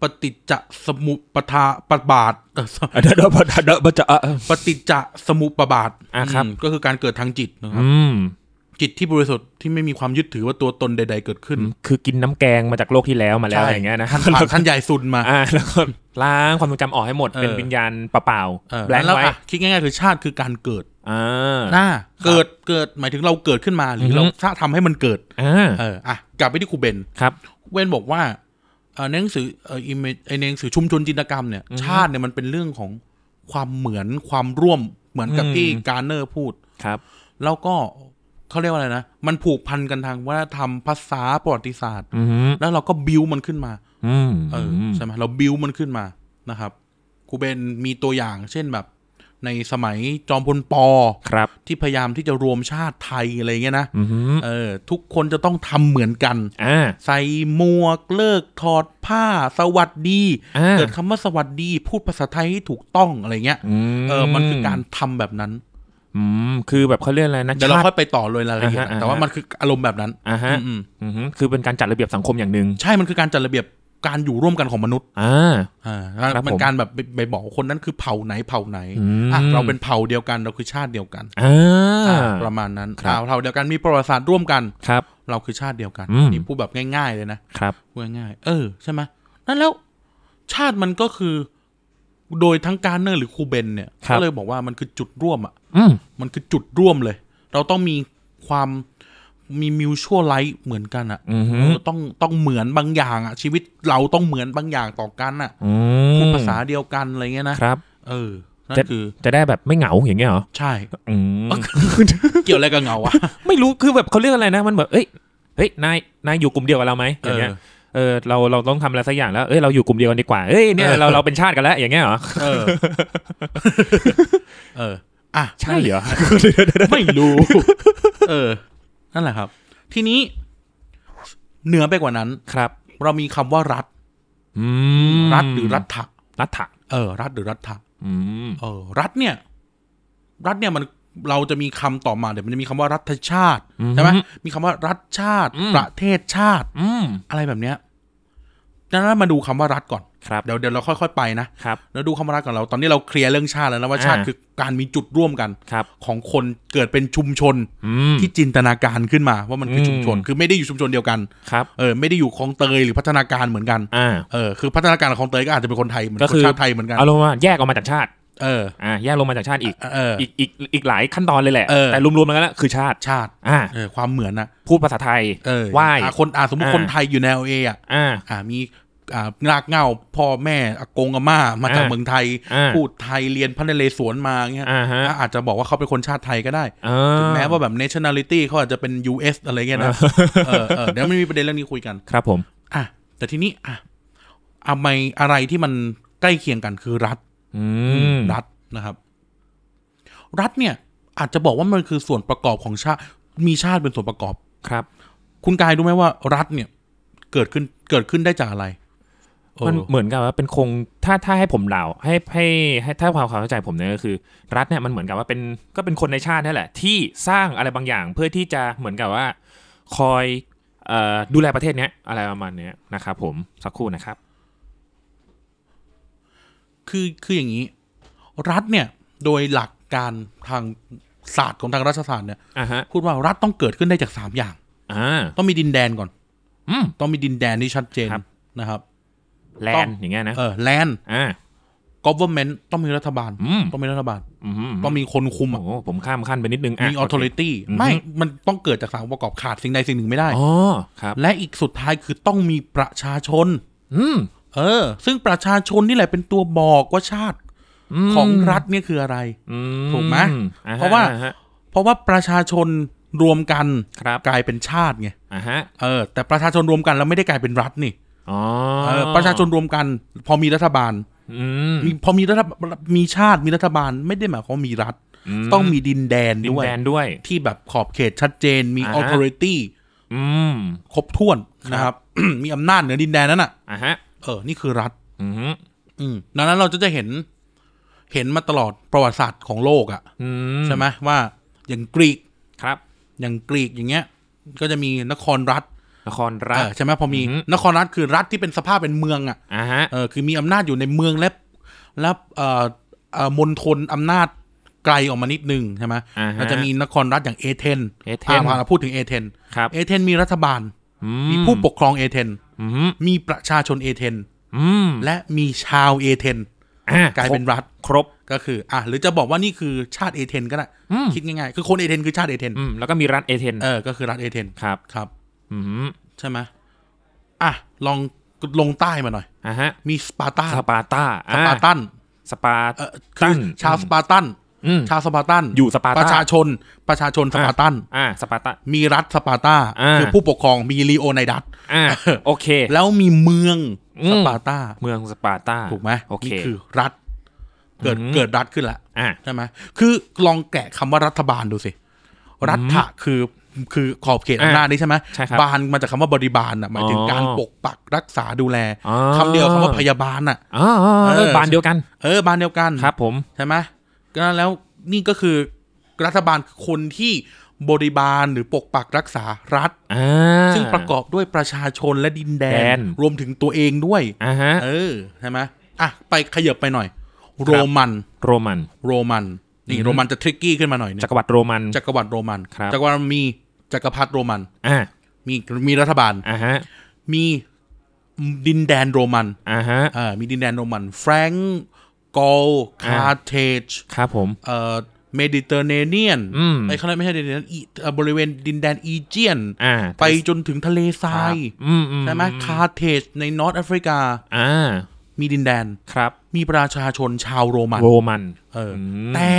Speaker 1: ปฏิจจสมุปทาปบาทเออ
Speaker 2: เดอะเดอะเดอะเดอะเดอะเดอะ
Speaker 1: ปฏิจจสมุปบาท
Speaker 2: อ่ะครับ
Speaker 1: มก็คือการเกิดทางจิตนะครับ
Speaker 2: อืม
Speaker 1: จิตที่บริสุทธิ์ที่ไม่มีความยึดถือว่าตัวตนใด ๆ เกิดขึ้น
Speaker 2: คือกินน้ำแกงมาจากโลกที่แล้วมาแล้วอะไรอย่างเงี้ยนะ
Speaker 1: ท่านผ่านท่านใหญ่สุนมา
Speaker 2: อ่าแล้วก็ล้างความทรงจำออกให้หมดเป็น
Speaker 1: เออ
Speaker 2: วิญญาณเปล่า
Speaker 1: เออ
Speaker 2: ๆแบล็ค
Speaker 1: แล้ว
Speaker 2: ไว้
Speaker 1: อ่ะคิดง่ายๆคือชาติคือการเกิด
Speaker 2: อ่า
Speaker 1: หน้าเกิดเกิดหมายถึงเราเกิดขึ้นมาหรือ
Speaker 2: อฮึ
Speaker 1: เราถ้าทำให้มันเกิด
Speaker 2: อ่า
Speaker 1: เอออ่ะกลับไปที่ครูเบน
Speaker 2: ครับ
Speaker 1: ครูเบนบอกว่าเอ่อในหนังสือเอ่อ image ไอ้ในหนังสือชุมชนจินตกรรมเนี่ย
Speaker 2: อือฮึ
Speaker 1: ชาติเนี่ยมันเป็นเรื่องของความเหมือนความร่วมเหมือนกับ
Speaker 2: อืม
Speaker 1: ที่การเนอร์พูด
Speaker 2: ครับ
Speaker 1: แล้วก็เขาเรียกว่าอะไรนะ มันผูกพันกันทางวัฒนธรรมภาษาประวัติศาสตร์
Speaker 2: อืม
Speaker 1: แล้วเราก็บิวมันขึ้นมา
Speaker 2: อืม
Speaker 1: เออใช่ไหมเราบิวมันขึ้นมานะครับครูเบนมีตัวอย่างเช่นแบบ ในสมัยจอมพลปอ
Speaker 2: ครับ
Speaker 1: ที่พยายามที่จะรวมชาติไทยอะไรเงี้ยนะ
Speaker 2: อืม
Speaker 1: เออทุกคนจะต้องทำเหมือนกัน
Speaker 2: อ่า
Speaker 1: ใส่หมวกเลิกถอดผ้าสวัสดี
Speaker 2: อ่า
Speaker 1: เกิดคำว่าสวัสดี พูดภาษาไทยให้ถูกต้องอะไรเงี้ยเออมันคือการทำแบบนั้น
Speaker 2: อืมคือแบบเขาเรียกอะไรนะ
Speaker 1: เดี๋ยวเรา
Speaker 2: ชาติ
Speaker 1: ค่อยไปต่อเลยรายละเอียด
Speaker 2: อ่าฮะ
Speaker 1: แต่ว่ามันคืออารมณ์แบบนั้น
Speaker 2: อ่าฮะ
Speaker 1: อืม
Speaker 2: อืมคือเป็นการจัดระเบียบสังคมอย่างหนึ่ง
Speaker 1: ๆใช่มันคือการจัดระเบียบการอยู่ร่วมกันของมนุษย์
Speaker 2: อ่า
Speaker 1: อ่า
Speaker 2: ครับ
Speaker 1: มัน
Speaker 2: ผม
Speaker 1: การแบบไปไปบอกว่าคนนั้นคือเผ่าไหนเผ่าไหน
Speaker 2: อืม
Speaker 1: อ่ะเราเป็นเผ่าเดียวกันเราคือชาติเดียวกัน
Speaker 2: อ่า
Speaker 1: อ่าประมาณนั้น
Speaker 2: ครับ
Speaker 1: อ่าเผ่าเดียวกันมีประวัติศาสตร์ร่วมกัน
Speaker 2: ครับ
Speaker 1: เราคือชาติเดียวกัน
Speaker 2: อืม
Speaker 1: นี่พูดแบบง่าย ๆ เลยนะครับ พูดง่ายๆเออใช่ไหมนั่นแล้วชาติมันก็คือ โดยทั้งการเนอร์หรือครูเบนเนี่ย
Speaker 2: ครับ
Speaker 1: ก็เลยบอกว่ามันคือจุดร่วมอ่ะ
Speaker 2: อืม
Speaker 1: มันคือจุดร่วมเลย เราต้องมีความมีมิวชั่วไลท์เหมือนกันอ่ะ
Speaker 2: อืม
Speaker 1: เราต้องต้องเหมือนบางอย่างอ่ะชีวิตเราต้องเหมือนบางอย่างต่อกันอ่ะ
Speaker 2: อืม
Speaker 1: พูดภาษาเดียวกันอะไรเงี้ยนะ
Speaker 2: ครับ
Speaker 1: เออ นั่
Speaker 2: จะ
Speaker 1: นคือ
Speaker 2: จะได้แบบไม่เหงาอย่างเงี้ยเหรอ
Speaker 1: ใช่
Speaker 2: อืม
Speaker 1: เกี่ยวอะไรกับเงาวะ
Speaker 2: ไม่รู้คือแบบเขาเรียกอะไรนะ มันแบบเอ้ยเฮ้ยนายนายอยู่กลุ่มเดียวกับเราไหมอย่างเงี้ย
Speaker 1: เออ
Speaker 2: เออเราเราต้องทำอะไรสักอย่างแล้วเอ้ยเราอยู่กลุ่มเดียวกันดีกว่าเอ้ยเนี่ยเราเราเป็นชาติกันแล้วอย่างเงี้ยเหรอ
Speaker 1: เออ เออ อ่ะ
Speaker 2: ใช่เหรอ
Speaker 1: ไม่รู้ เออ นั่นแหละครับ ทีนี้ เหนือไปกว่านั้น
Speaker 2: ครับ
Speaker 1: เรามีคำว่ารัฐ
Speaker 2: อืม
Speaker 1: รัฐหรือรัฐะ
Speaker 2: รัฐะ
Speaker 1: เออ รัฐหรือรัฐะ
Speaker 2: อืม
Speaker 1: เออ รัฐเนี่ย รัฐเนี่ยมัน เราจะมีคำต่อมา เดี๋ยวมันจะมีคำว่ารัฐชาติใช่ไหมมีคำว่ารัฐชาติ ประเทศชาติ
Speaker 2: อืม
Speaker 1: อะไรแบบเนี้ยดังนั้นมาดูคำว่ารัฐก่อน
Speaker 2: ครับ
Speaker 1: เดี๋ยวเดี๋ยวเราค่อยๆไปนะ
Speaker 2: ครับ
Speaker 1: แล้วดูคำว่ารัฐของเรา ตอนนี้เราเคลียร์เรื่องชาติแล้วนะว่า
Speaker 2: อ่า
Speaker 1: ชาติคือการมีจุดร่วมกัน
Speaker 2: ครับ
Speaker 1: ของคนเกิดเป็นชุมชน
Speaker 2: อืม
Speaker 1: ที่จินตนาการขึ้นมา ว่ามันคืออ
Speaker 2: ม
Speaker 1: ชุมชน คือไม่ได้อยู่ชุมชนเดียวกัน
Speaker 2: ครับ
Speaker 1: เออ ไม่ได้อยู่คลองเตยหรือพัฒนาการเหมือนกัน
Speaker 2: อ่า
Speaker 1: เออ คือพัฒนาการของคลองเตยก็อาจจะเป็นคนไทยเหมือน
Speaker 2: ก็
Speaker 1: ค
Speaker 2: คื
Speaker 1: น
Speaker 2: อ
Speaker 1: ชาติไทยเหมือนกัน
Speaker 2: เอาลงมาแยกออกมาจากชาติ
Speaker 1: เออ
Speaker 2: อ่าแยกลงมาจากชาติอีก
Speaker 1: เออ
Speaker 2: อีกอีกอีกหลายขั้นตอนเลยแหละ
Speaker 1: เออ
Speaker 2: แต่รวมๆแล้วก็คือชาติ
Speaker 1: ชาติ
Speaker 2: อ่า
Speaker 1: เออ ความเหมือนนะ
Speaker 2: พูดภาษาไทย
Speaker 1: เออ
Speaker 2: ไหว้
Speaker 1: อ่ะคนอ่ะสมมติ
Speaker 2: อ่า
Speaker 1: คนไทยอยู่ในเออ่ะ
Speaker 2: อ่า
Speaker 1: อ่ามี อ่ารากเหง้าพ่อแม่อากงอาม่ามาจาก
Speaker 2: อ่า
Speaker 1: เมืองไทย
Speaker 2: อ่า
Speaker 1: พูดไทยเรียนพระนเรศวรมาเงี้ย
Speaker 2: อ่าฮะ
Speaker 1: อ่ะอาจจะบอกว่าเขาเป็นคนชาติไทยก็ได้
Speaker 2: อ่
Speaker 1: ถึงแม้ว่าแบบ nationality เขาอาจจะเป็น US อะไรเงี้ยนะ เออเออเดี๋ยวมันมีประเด็นเรื่องนี้คุยกัน
Speaker 2: ครับผม
Speaker 1: อ่ะ แต่ทีนี้ อ่ะเอาไมอะไรที่มันใกล้เคียงกันคือรัฐ
Speaker 2: อืม
Speaker 1: รัฐนะครับ รัฐเนี่ย อาจจะบอกว่ามันคือส่วนประกอบของชาติ มีชาติเป็นส่วนประกอบ
Speaker 2: ครับ
Speaker 1: คุณกายรู้ไหมว่ารัฐเนี่ย เกิดขึ้น เกิดขึ้นได้จากอะไรเออ
Speaker 2: มันเหมือนกับว่าเป็นโครงถ้าถ้าให้ผมเล่าให้ให้ให้ถ้าความเข้าใจผมเนี่ยก็คือ รัฐเนี่ยมันเหมือนกับว่าเป็นก็เป็นคนในชาตินี่แหละ ที่สร้างอะไรบางอย่างเพื่อที่จะเหมือนกับว่า คอยเอ่อดูแลประเทศเนี้ยอะไรประมาณเนี้ยนะครับผมสักครู่นะครับ
Speaker 1: คือ คืออย่างนี้ รัฐเนี่ย โดยหลักการทางศาสตร์ของทางรัฐศาสตร์เนี่ย
Speaker 2: อ่าฮะ
Speaker 1: พูดว่ารัฐต้องเกิดขึ้นได้จากสามอย่าง
Speaker 2: อ่า
Speaker 1: ต้องมีดินแดนก่อน
Speaker 2: อืม
Speaker 1: ต้องมีดินแดนที่ชัดเจน
Speaker 2: ครับ
Speaker 1: นะครับ
Speaker 2: แลนด์อย่างเงี้ยนะ
Speaker 1: เออแลนด์
Speaker 2: อ่า
Speaker 1: กอบเวอร์เมนต์ต้องมีรัฐบาล
Speaker 2: อืม
Speaker 1: ต้องมีรัฐบาล
Speaker 2: อืม
Speaker 1: ต้องมีคนคุม
Speaker 2: โอ้
Speaker 1: อะ
Speaker 2: โหผมข้ามขั้นไปนิดนึงะ
Speaker 1: มีออโตเรตี้
Speaker 2: อือฮึ
Speaker 1: ไม่ มันต้องเกิดจากสามองค์ประกอบขาดสิ่งใดสิ่งหนึ่งไม่ได้
Speaker 2: อ๋อครับ
Speaker 1: และอีกสุดท้ายคือต้องมีประชาชน
Speaker 2: อืม
Speaker 1: เออ ซึ่งประชาชนนี่แหละเป็นตัวบอกว่าชาติ
Speaker 2: ม
Speaker 1: ของรัฐเนี่ยคืออะไร
Speaker 2: อื
Speaker 1: ถูกไหม
Speaker 2: อ่ฮ
Speaker 1: เพราะว่า
Speaker 2: อ่ฮ
Speaker 1: เพราะว่าประชาชนรวมกัน
Speaker 2: ครับ
Speaker 1: กลายเป็นชาติไง
Speaker 2: อ่าฮะ
Speaker 1: เออ แต่ประชาชนรวมกันแล้วไม่ได้กลายเป็นรัฐนี่
Speaker 2: อ๋อ
Speaker 1: เออ ประชาชนรวมกัน พอมีรัฐบาล
Speaker 2: อืม
Speaker 1: มีพอมีรัฐบาลมีชาติมีรัฐบาลไม่ได้หมายความว่ามีรัฐ
Speaker 2: ม
Speaker 1: ต้องมีดินแดน
Speaker 2: ดิน
Speaker 1: ด้วย
Speaker 2: แดนด้วย
Speaker 1: ที่แบบขอบเขตชัดเจนมี
Speaker 2: อ่าฮะ
Speaker 1: authority
Speaker 2: อืม
Speaker 1: ครบถ้วน
Speaker 2: ครับ
Speaker 1: นะครับ มีอำนาจเหนือดินแดนนั้นอ่ะ
Speaker 2: อ่ะฮะ
Speaker 1: เออ นี่คือรัฐ
Speaker 2: อืม
Speaker 1: อืมดังนั้นเราจะจะเห็น เห็นมาตลอดประวัติศาสตร์ของโลกอ่ะ
Speaker 2: อื
Speaker 1: ใช่ไหมว่าอย่างกรีก
Speaker 2: ครับ
Speaker 1: อย่างกรีกอย่างเงี้ย ก็จะมีนครรัฐ
Speaker 2: นครรั
Speaker 1: เอ
Speaker 2: ฐ
Speaker 1: อใช่ไหมพอมี
Speaker 2: อือฮึ
Speaker 1: นครรัฐคือรัฐที่เป็นสภาพเป็นเมืองอ่ะ
Speaker 2: อ่ะฮะ
Speaker 1: เออคือมีอำนาจอยู่ในเมืองและและเอ่อเอ่อมณฑลอำนาจไกลออกมานิดนึงใช่ไหม
Speaker 2: อ่าฮะ
Speaker 1: เราจะมีนครรัฐอย่างเอเธน
Speaker 2: เอเธน
Speaker 1: พาเราพูดถึงเอเธน
Speaker 2: ครับ
Speaker 1: เอเธนมีรัฐบาล
Speaker 2: อื
Speaker 1: มีผู้ปกครองเอเธน
Speaker 2: อืม
Speaker 1: มีประชาชนเอเธน
Speaker 2: อืม
Speaker 1: และมีชาวเอเธน
Speaker 2: อ่ะ
Speaker 1: กลายเป็นรัฐ
Speaker 2: ครบ
Speaker 1: ก็คือ อ่ะหรือจะบอกว่านี่คือชาติเอเธนก็ได้
Speaker 2: อืม
Speaker 1: คิดง่ายๆคือคนเอเธนคือชาติเอเธน
Speaker 2: อืมแล้วก็มีรัฐเอเธน
Speaker 1: เออก็คือรัฐเอเธน
Speaker 2: ครับ
Speaker 1: ครับ
Speaker 2: อืม
Speaker 1: ใช่ไหมอ่ะลองลงใต้มาหน่อย
Speaker 2: อ่ะฮะ
Speaker 1: มีสปาร์ตา
Speaker 2: สปาร์ตา
Speaker 1: ส
Speaker 2: อ่ะ
Speaker 1: ปาร์ตัน
Speaker 2: สปาร์
Speaker 1: เออคื
Speaker 2: ตั
Speaker 1: อน ชาวสปาร์ตัน
Speaker 2: อืม
Speaker 1: ชาวสปาร์ตัน
Speaker 2: อยู่สปาร์ตา
Speaker 1: ประชาชน ประชาชนสปาร์ตัน
Speaker 2: อ่ะสปาร์ตา
Speaker 1: มีรัฐสปาร์ตา
Speaker 2: อ่า
Speaker 1: คือผู้ปกครองมีลีโอไนดัส
Speaker 2: อ่ะ
Speaker 1: เออ
Speaker 2: โอเค
Speaker 1: แล้วมีเมือง
Speaker 2: อืม
Speaker 1: สปาร์ตา
Speaker 2: เมืองสปาร์ตา
Speaker 1: ถูกไหม
Speaker 2: โอเค
Speaker 1: นี่คือรัฐ เกิด
Speaker 2: อืม
Speaker 1: เกิดรัฐขึ้นละ
Speaker 2: อ่ะ
Speaker 1: ใช่ไหมคือลองแกะคำว่ารัฐบาลดูสิ รัฐะคือคือขอบเขต
Speaker 2: อ่า
Speaker 1: อำนาจนี่ใช่ไหม
Speaker 2: ใช่ครับ
Speaker 1: บานมาจากคำว่าบริบาลอ่ะหมายถึง
Speaker 2: อ๋อ
Speaker 1: การปกปักรักษาดูแล
Speaker 2: อ๋อ
Speaker 1: คำเดียวคำว่าพยาบาลอ่ะ
Speaker 2: อ๋ออ๋ออ๋อ
Speaker 1: เออ
Speaker 2: บานเดียวกัน
Speaker 1: เออบานเดียวกัน
Speaker 2: ครับผม
Speaker 1: ใช่ไหมก็แล้วนี่ก็คือรัฐบาลคือคนที่บริบาลหรือปกปักรักษารัฐ
Speaker 2: อ่า
Speaker 1: ซึ่งประกอบด้วยประชาชนและดินแด
Speaker 2: แด
Speaker 1: น
Speaker 2: น
Speaker 1: รวมถึงตัวเองด้วย
Speaker 2: อ่าฮะ
Speaker 1: เออ ใช่ไหมอ่ะ ไปขยับไปหน่อย โรมัน
Speaker 2: โรมัน
Speaker 1: โรมัน นี่โรมันจะทริกกี้ขึ้นมาหน่อยหนึง
Speaker 2: จักรวรรดิโรมัน
Speaker 1: จักรวรรดิโรมัน
Speaker 2: ครับ
Speaker 1: จักรวรรดิมีจักรพรรดิโรมัน
Speaker 2: อ่า
Speaker 1: มีมีรัฐบาล
Speaker 2: อ่าฮะ
Speaker 1: มีดินแดนโรมัน
Speaker 2: อ่าฮะ
Speaker 1: เออมีดินแดนโรมัน แฟรงก์กอล
Speaker 2: อ่า
Speaker 1: คาร์เทจ
Speaker 2: ครับผม
Speaker 1: เอ่อเมดิเตอร์เนเนียน
Speaker 2: อืม
Speaker 1: ไอ้เขาเรียกไม่ใช่เมดิเตอร์เนเนียนอีเอ่อบริเวณดินแดนอีเจียน
Speaker 2: อ่า
Speaker 1: ไปจนถึงทะเลท
Speaker 2: ค
Speaker 1: รา
Speaker 2: รับ
Speaker 1: ย
Speaker 2: อืมอืม
Speaker 1: ใช่ไหมคาร์เทจในนอร์ทแอฟริกา
Speaker 2: อ่า
Speaker 1: มีดินแดน
Speaker 2: ครับ
Speaker 1: มีประชาชนชาวโรมัน
Speaker 2: โรมัน
Speaker 1: เอออ
Speaker 2: ม
Speaker 1: แต่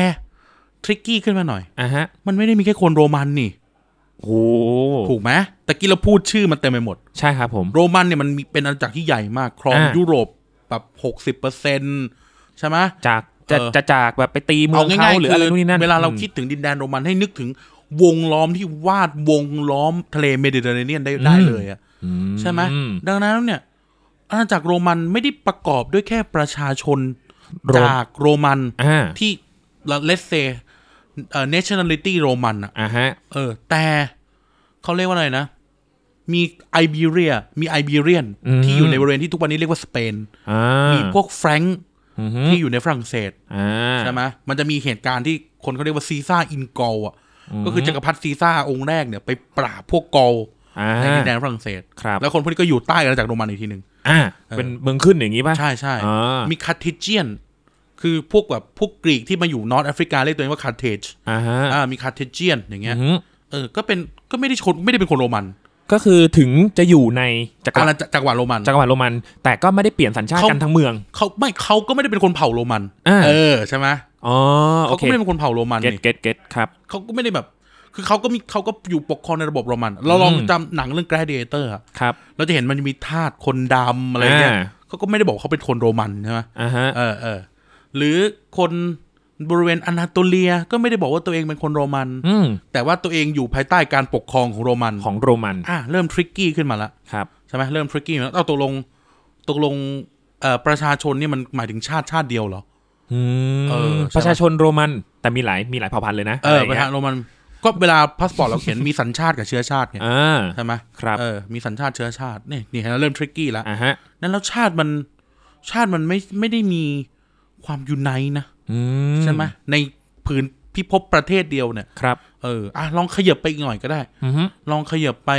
Speaker 1: ทริกกี้ขึ้นมาหน่อย
Speaker 2: อ่าฮะ
Speaker 1: มันไม่ได้มีแค่คนโรมันนี่
Speaker 2: โห
Speaker 1: ถูกไหมแต่กี้เราพูดชื่อมันเต็มไปหมด
Speaker 2: ใช่ครับผม
Speaker 1: โรมันเนี่ยมันมีเป็นอาณาจักรที่ใหญ่มาก ครอง
Speaker 2: อ่ายุ
Speaker 1: ยุโรปแบบหกสิบเปอร์เซ็นใช่ไหม
Speaker 2: จากจะ
Speaker 1: เออ
Speaker 2: จะจากแบบไปตีเมื
Speaker 1: เอา
Speaker 2: อง
Speaker 1: ง่าย
Speaker 2: เขาห
Speaker 1: ๆ
Speaker 2: รือ
Speaker 1: คือ
Speaker 2: อะไรนู่นนี่นั่น
Speaker 1: เวลาเรา
Speaker 2: อืม
Speaker 1: คิดถึงดินแดนโรมันให้นึกถึงวงล้อมที่วาดวงล้อมทะเลเมดิเตอร์เรเนียนได้ได้เลยอะ
Speaker 2: อื
Speaker 1: ใช่ไหมดังนั้นเนี่ยอาณาจักรโรมันไม่ได้ประกอบด้วยแค่ประชาชน
Speaker 2: โรม
Speaker 1: จากโรมัน
Speaker 2: อ่า
Speaker 1: ที่เลสเซเอ่อ nationality โรมันอะ
Speaker 2: อ่าฮะ
Speaker 1: เออ แต่เขาเรียกว่าอะไรนะ มีไอเบเรีย มีไอเบเรียน
Speaker 2: อืม
Speaker 1: ที่อยู่ในบริเวณที่ทุกวันนี้เรียกว่าสเปน
Speaker 2: อ่า
Speaker 1: มี
Speaker 2: มี
Speaker 1: พวกแฟรงค์ที่อยู่ในฝรั่งเศส
Speaker 2: อ่า
Speaker 1: ใช่ไหมมันจะมีเหตุการณ์ที่คนเขาเรียกว่าซีซ่าอินกอลอ่ะ ก็คือจักรพรรดิซีซ่าองค์แรกเนี่ยไปปราบพวกกอล
Speaker 2: อ่า
Speaker 1: ในดินแดนฝรั่งเศส
Speaker 2: ครับ
Speaker 1: แล้วคนพวกนี้ก็อยู่ใต้อาณาจักรโรมันอีกทีหนึ่ง
Speaker 2: อ่า
Speaker 1: เออ
Speaker 2: เป็นเมืองขึ้นอย่างงี้ป่ะ
Speaker 1: ใช่ใช่
Speaker 2: อ่ามี
Speaker 1: มีคาร์เทเจียน คือพวกแบบพวกกรีกที่มาอยู่นอร์ทแอฟริกาเรียกตัวเองว่าคาร์เทจ
Speaker 2: อ่าฮะ
Speaker 1: อ่ามีคาร์เทเจียนอย่างเงี้ย
Speaker 2: อือฮึ
Speaker 1: เออ ก็เป็นก็ไม่ได้ชนไม่ได้เป็นคนโรมัน
Speaker 2: ก็คือถึงจะอยู่ในจักรวร
Speaker 1: อาร
Speaker 2: ดิ
Speaker 1: ณาจักรวรรดิโรมัน
Speaker 2: จักรวรรดิโรมัน แต่ก็ไม่ได้เปลี่ยนสัญชาติ
Speaker 1: เขากั
Speaker 2: กันทั้งเมือง
Speaker 1: เขาไม่เขาก็ไม่ได้เป็นคนเผ่าโรมัน
Speaker 2: อ่า
Speaker 1: เออใช่ไหม
Speaker 2: อ๋อโอ
Speaker 1: เขา
Speaker 2: เค
Speaker 1: ก็ไม่ได้เป็นคนเผ่าโรมัน
Speaker 2: เก็ต
Speaker 1: นี่
Speaker 2: เก็ตเก็ตครับ
Speaker 1: เขาก็ไม่ได้แบบ คือเขาก็มีเขาก็อยู่ปกครองในระบบโรมัน เราลอง
Speaker 2: อืม
Speaker 1: จำหนังเรื่อง Gladiator อะ
Speaker 2: ครับ
Speaker 1: เราจะเห็นมันมีทาสคนดำอะไรเงี้ย
Speaker 2: อ่า
Speaker 1: เขาก็ไม่ได้บอกเขาเป็นคนโรมันใช่ไหม
Speaker 2: อ่าฮะ
Speaker 1: เออเออ หรือคนบริเวณอนาโตเลียก็ไม่ได้บอกว่าตัวเองเป็นคนโรมัน
Speaker 2: อืม
Speaker 1: แต่ว่าตัวเองอยู่ภายใต้การปกครองของโรมัน
Speaker 2: ของโรมัน
Speaker 1: อ่ะเริ่มทริกกี้ขึ้นมาละ
Speaker 2: ครับ
Speaker 1: ใช่ไหมเริ่มทริกกี้แล้วเอาตกลงตกลงเอ่อประชาชนเนี่ยมันหมายถึงชาติชาติเดียวเหรอ
Speaker 2: อืม
Speaker 1: เออใช่
Speaker 2: ประชาชนโรมันแต่มีหลายมีหลายเผ่าพันธุ์เลยนะ
Speaker 1: เออ
Speaker 2: ไร
Speaker 1: ประ
Speaker 2: ย่างงี้
Speaker 1: ชายโรมันก็เวลาพาสปอร์ตเราเขียนมี สัญชาติกับเชื้อชาติไง
Speaker 2: อ่า
Speaker 1: ใช่ไหม
Speaker 2: ครับ
Speaker 1: เออ มีสัญชาติเชื้อชาติ นี่นี่เห็นแล้วเริ่มทริกกี้แล้ว
Speaker 2: อ่าฮะ
Speaker 1: นั่นแล้วชาติมัน ชาติมันไม่ไม่ได้มีความยูไนต์นะ
Speaker 2: อืม
Speaker 1: ใช่ไหมในผืนพิภพประเทศเดียวเนี่ย
Speaker 2: ครับ
Speaker 1: เออ อ่ะ ลองขยับไปอีกหน่อยก็ได้
Speaker 2: อือฮึ
Speaker 1: ลองขยับไป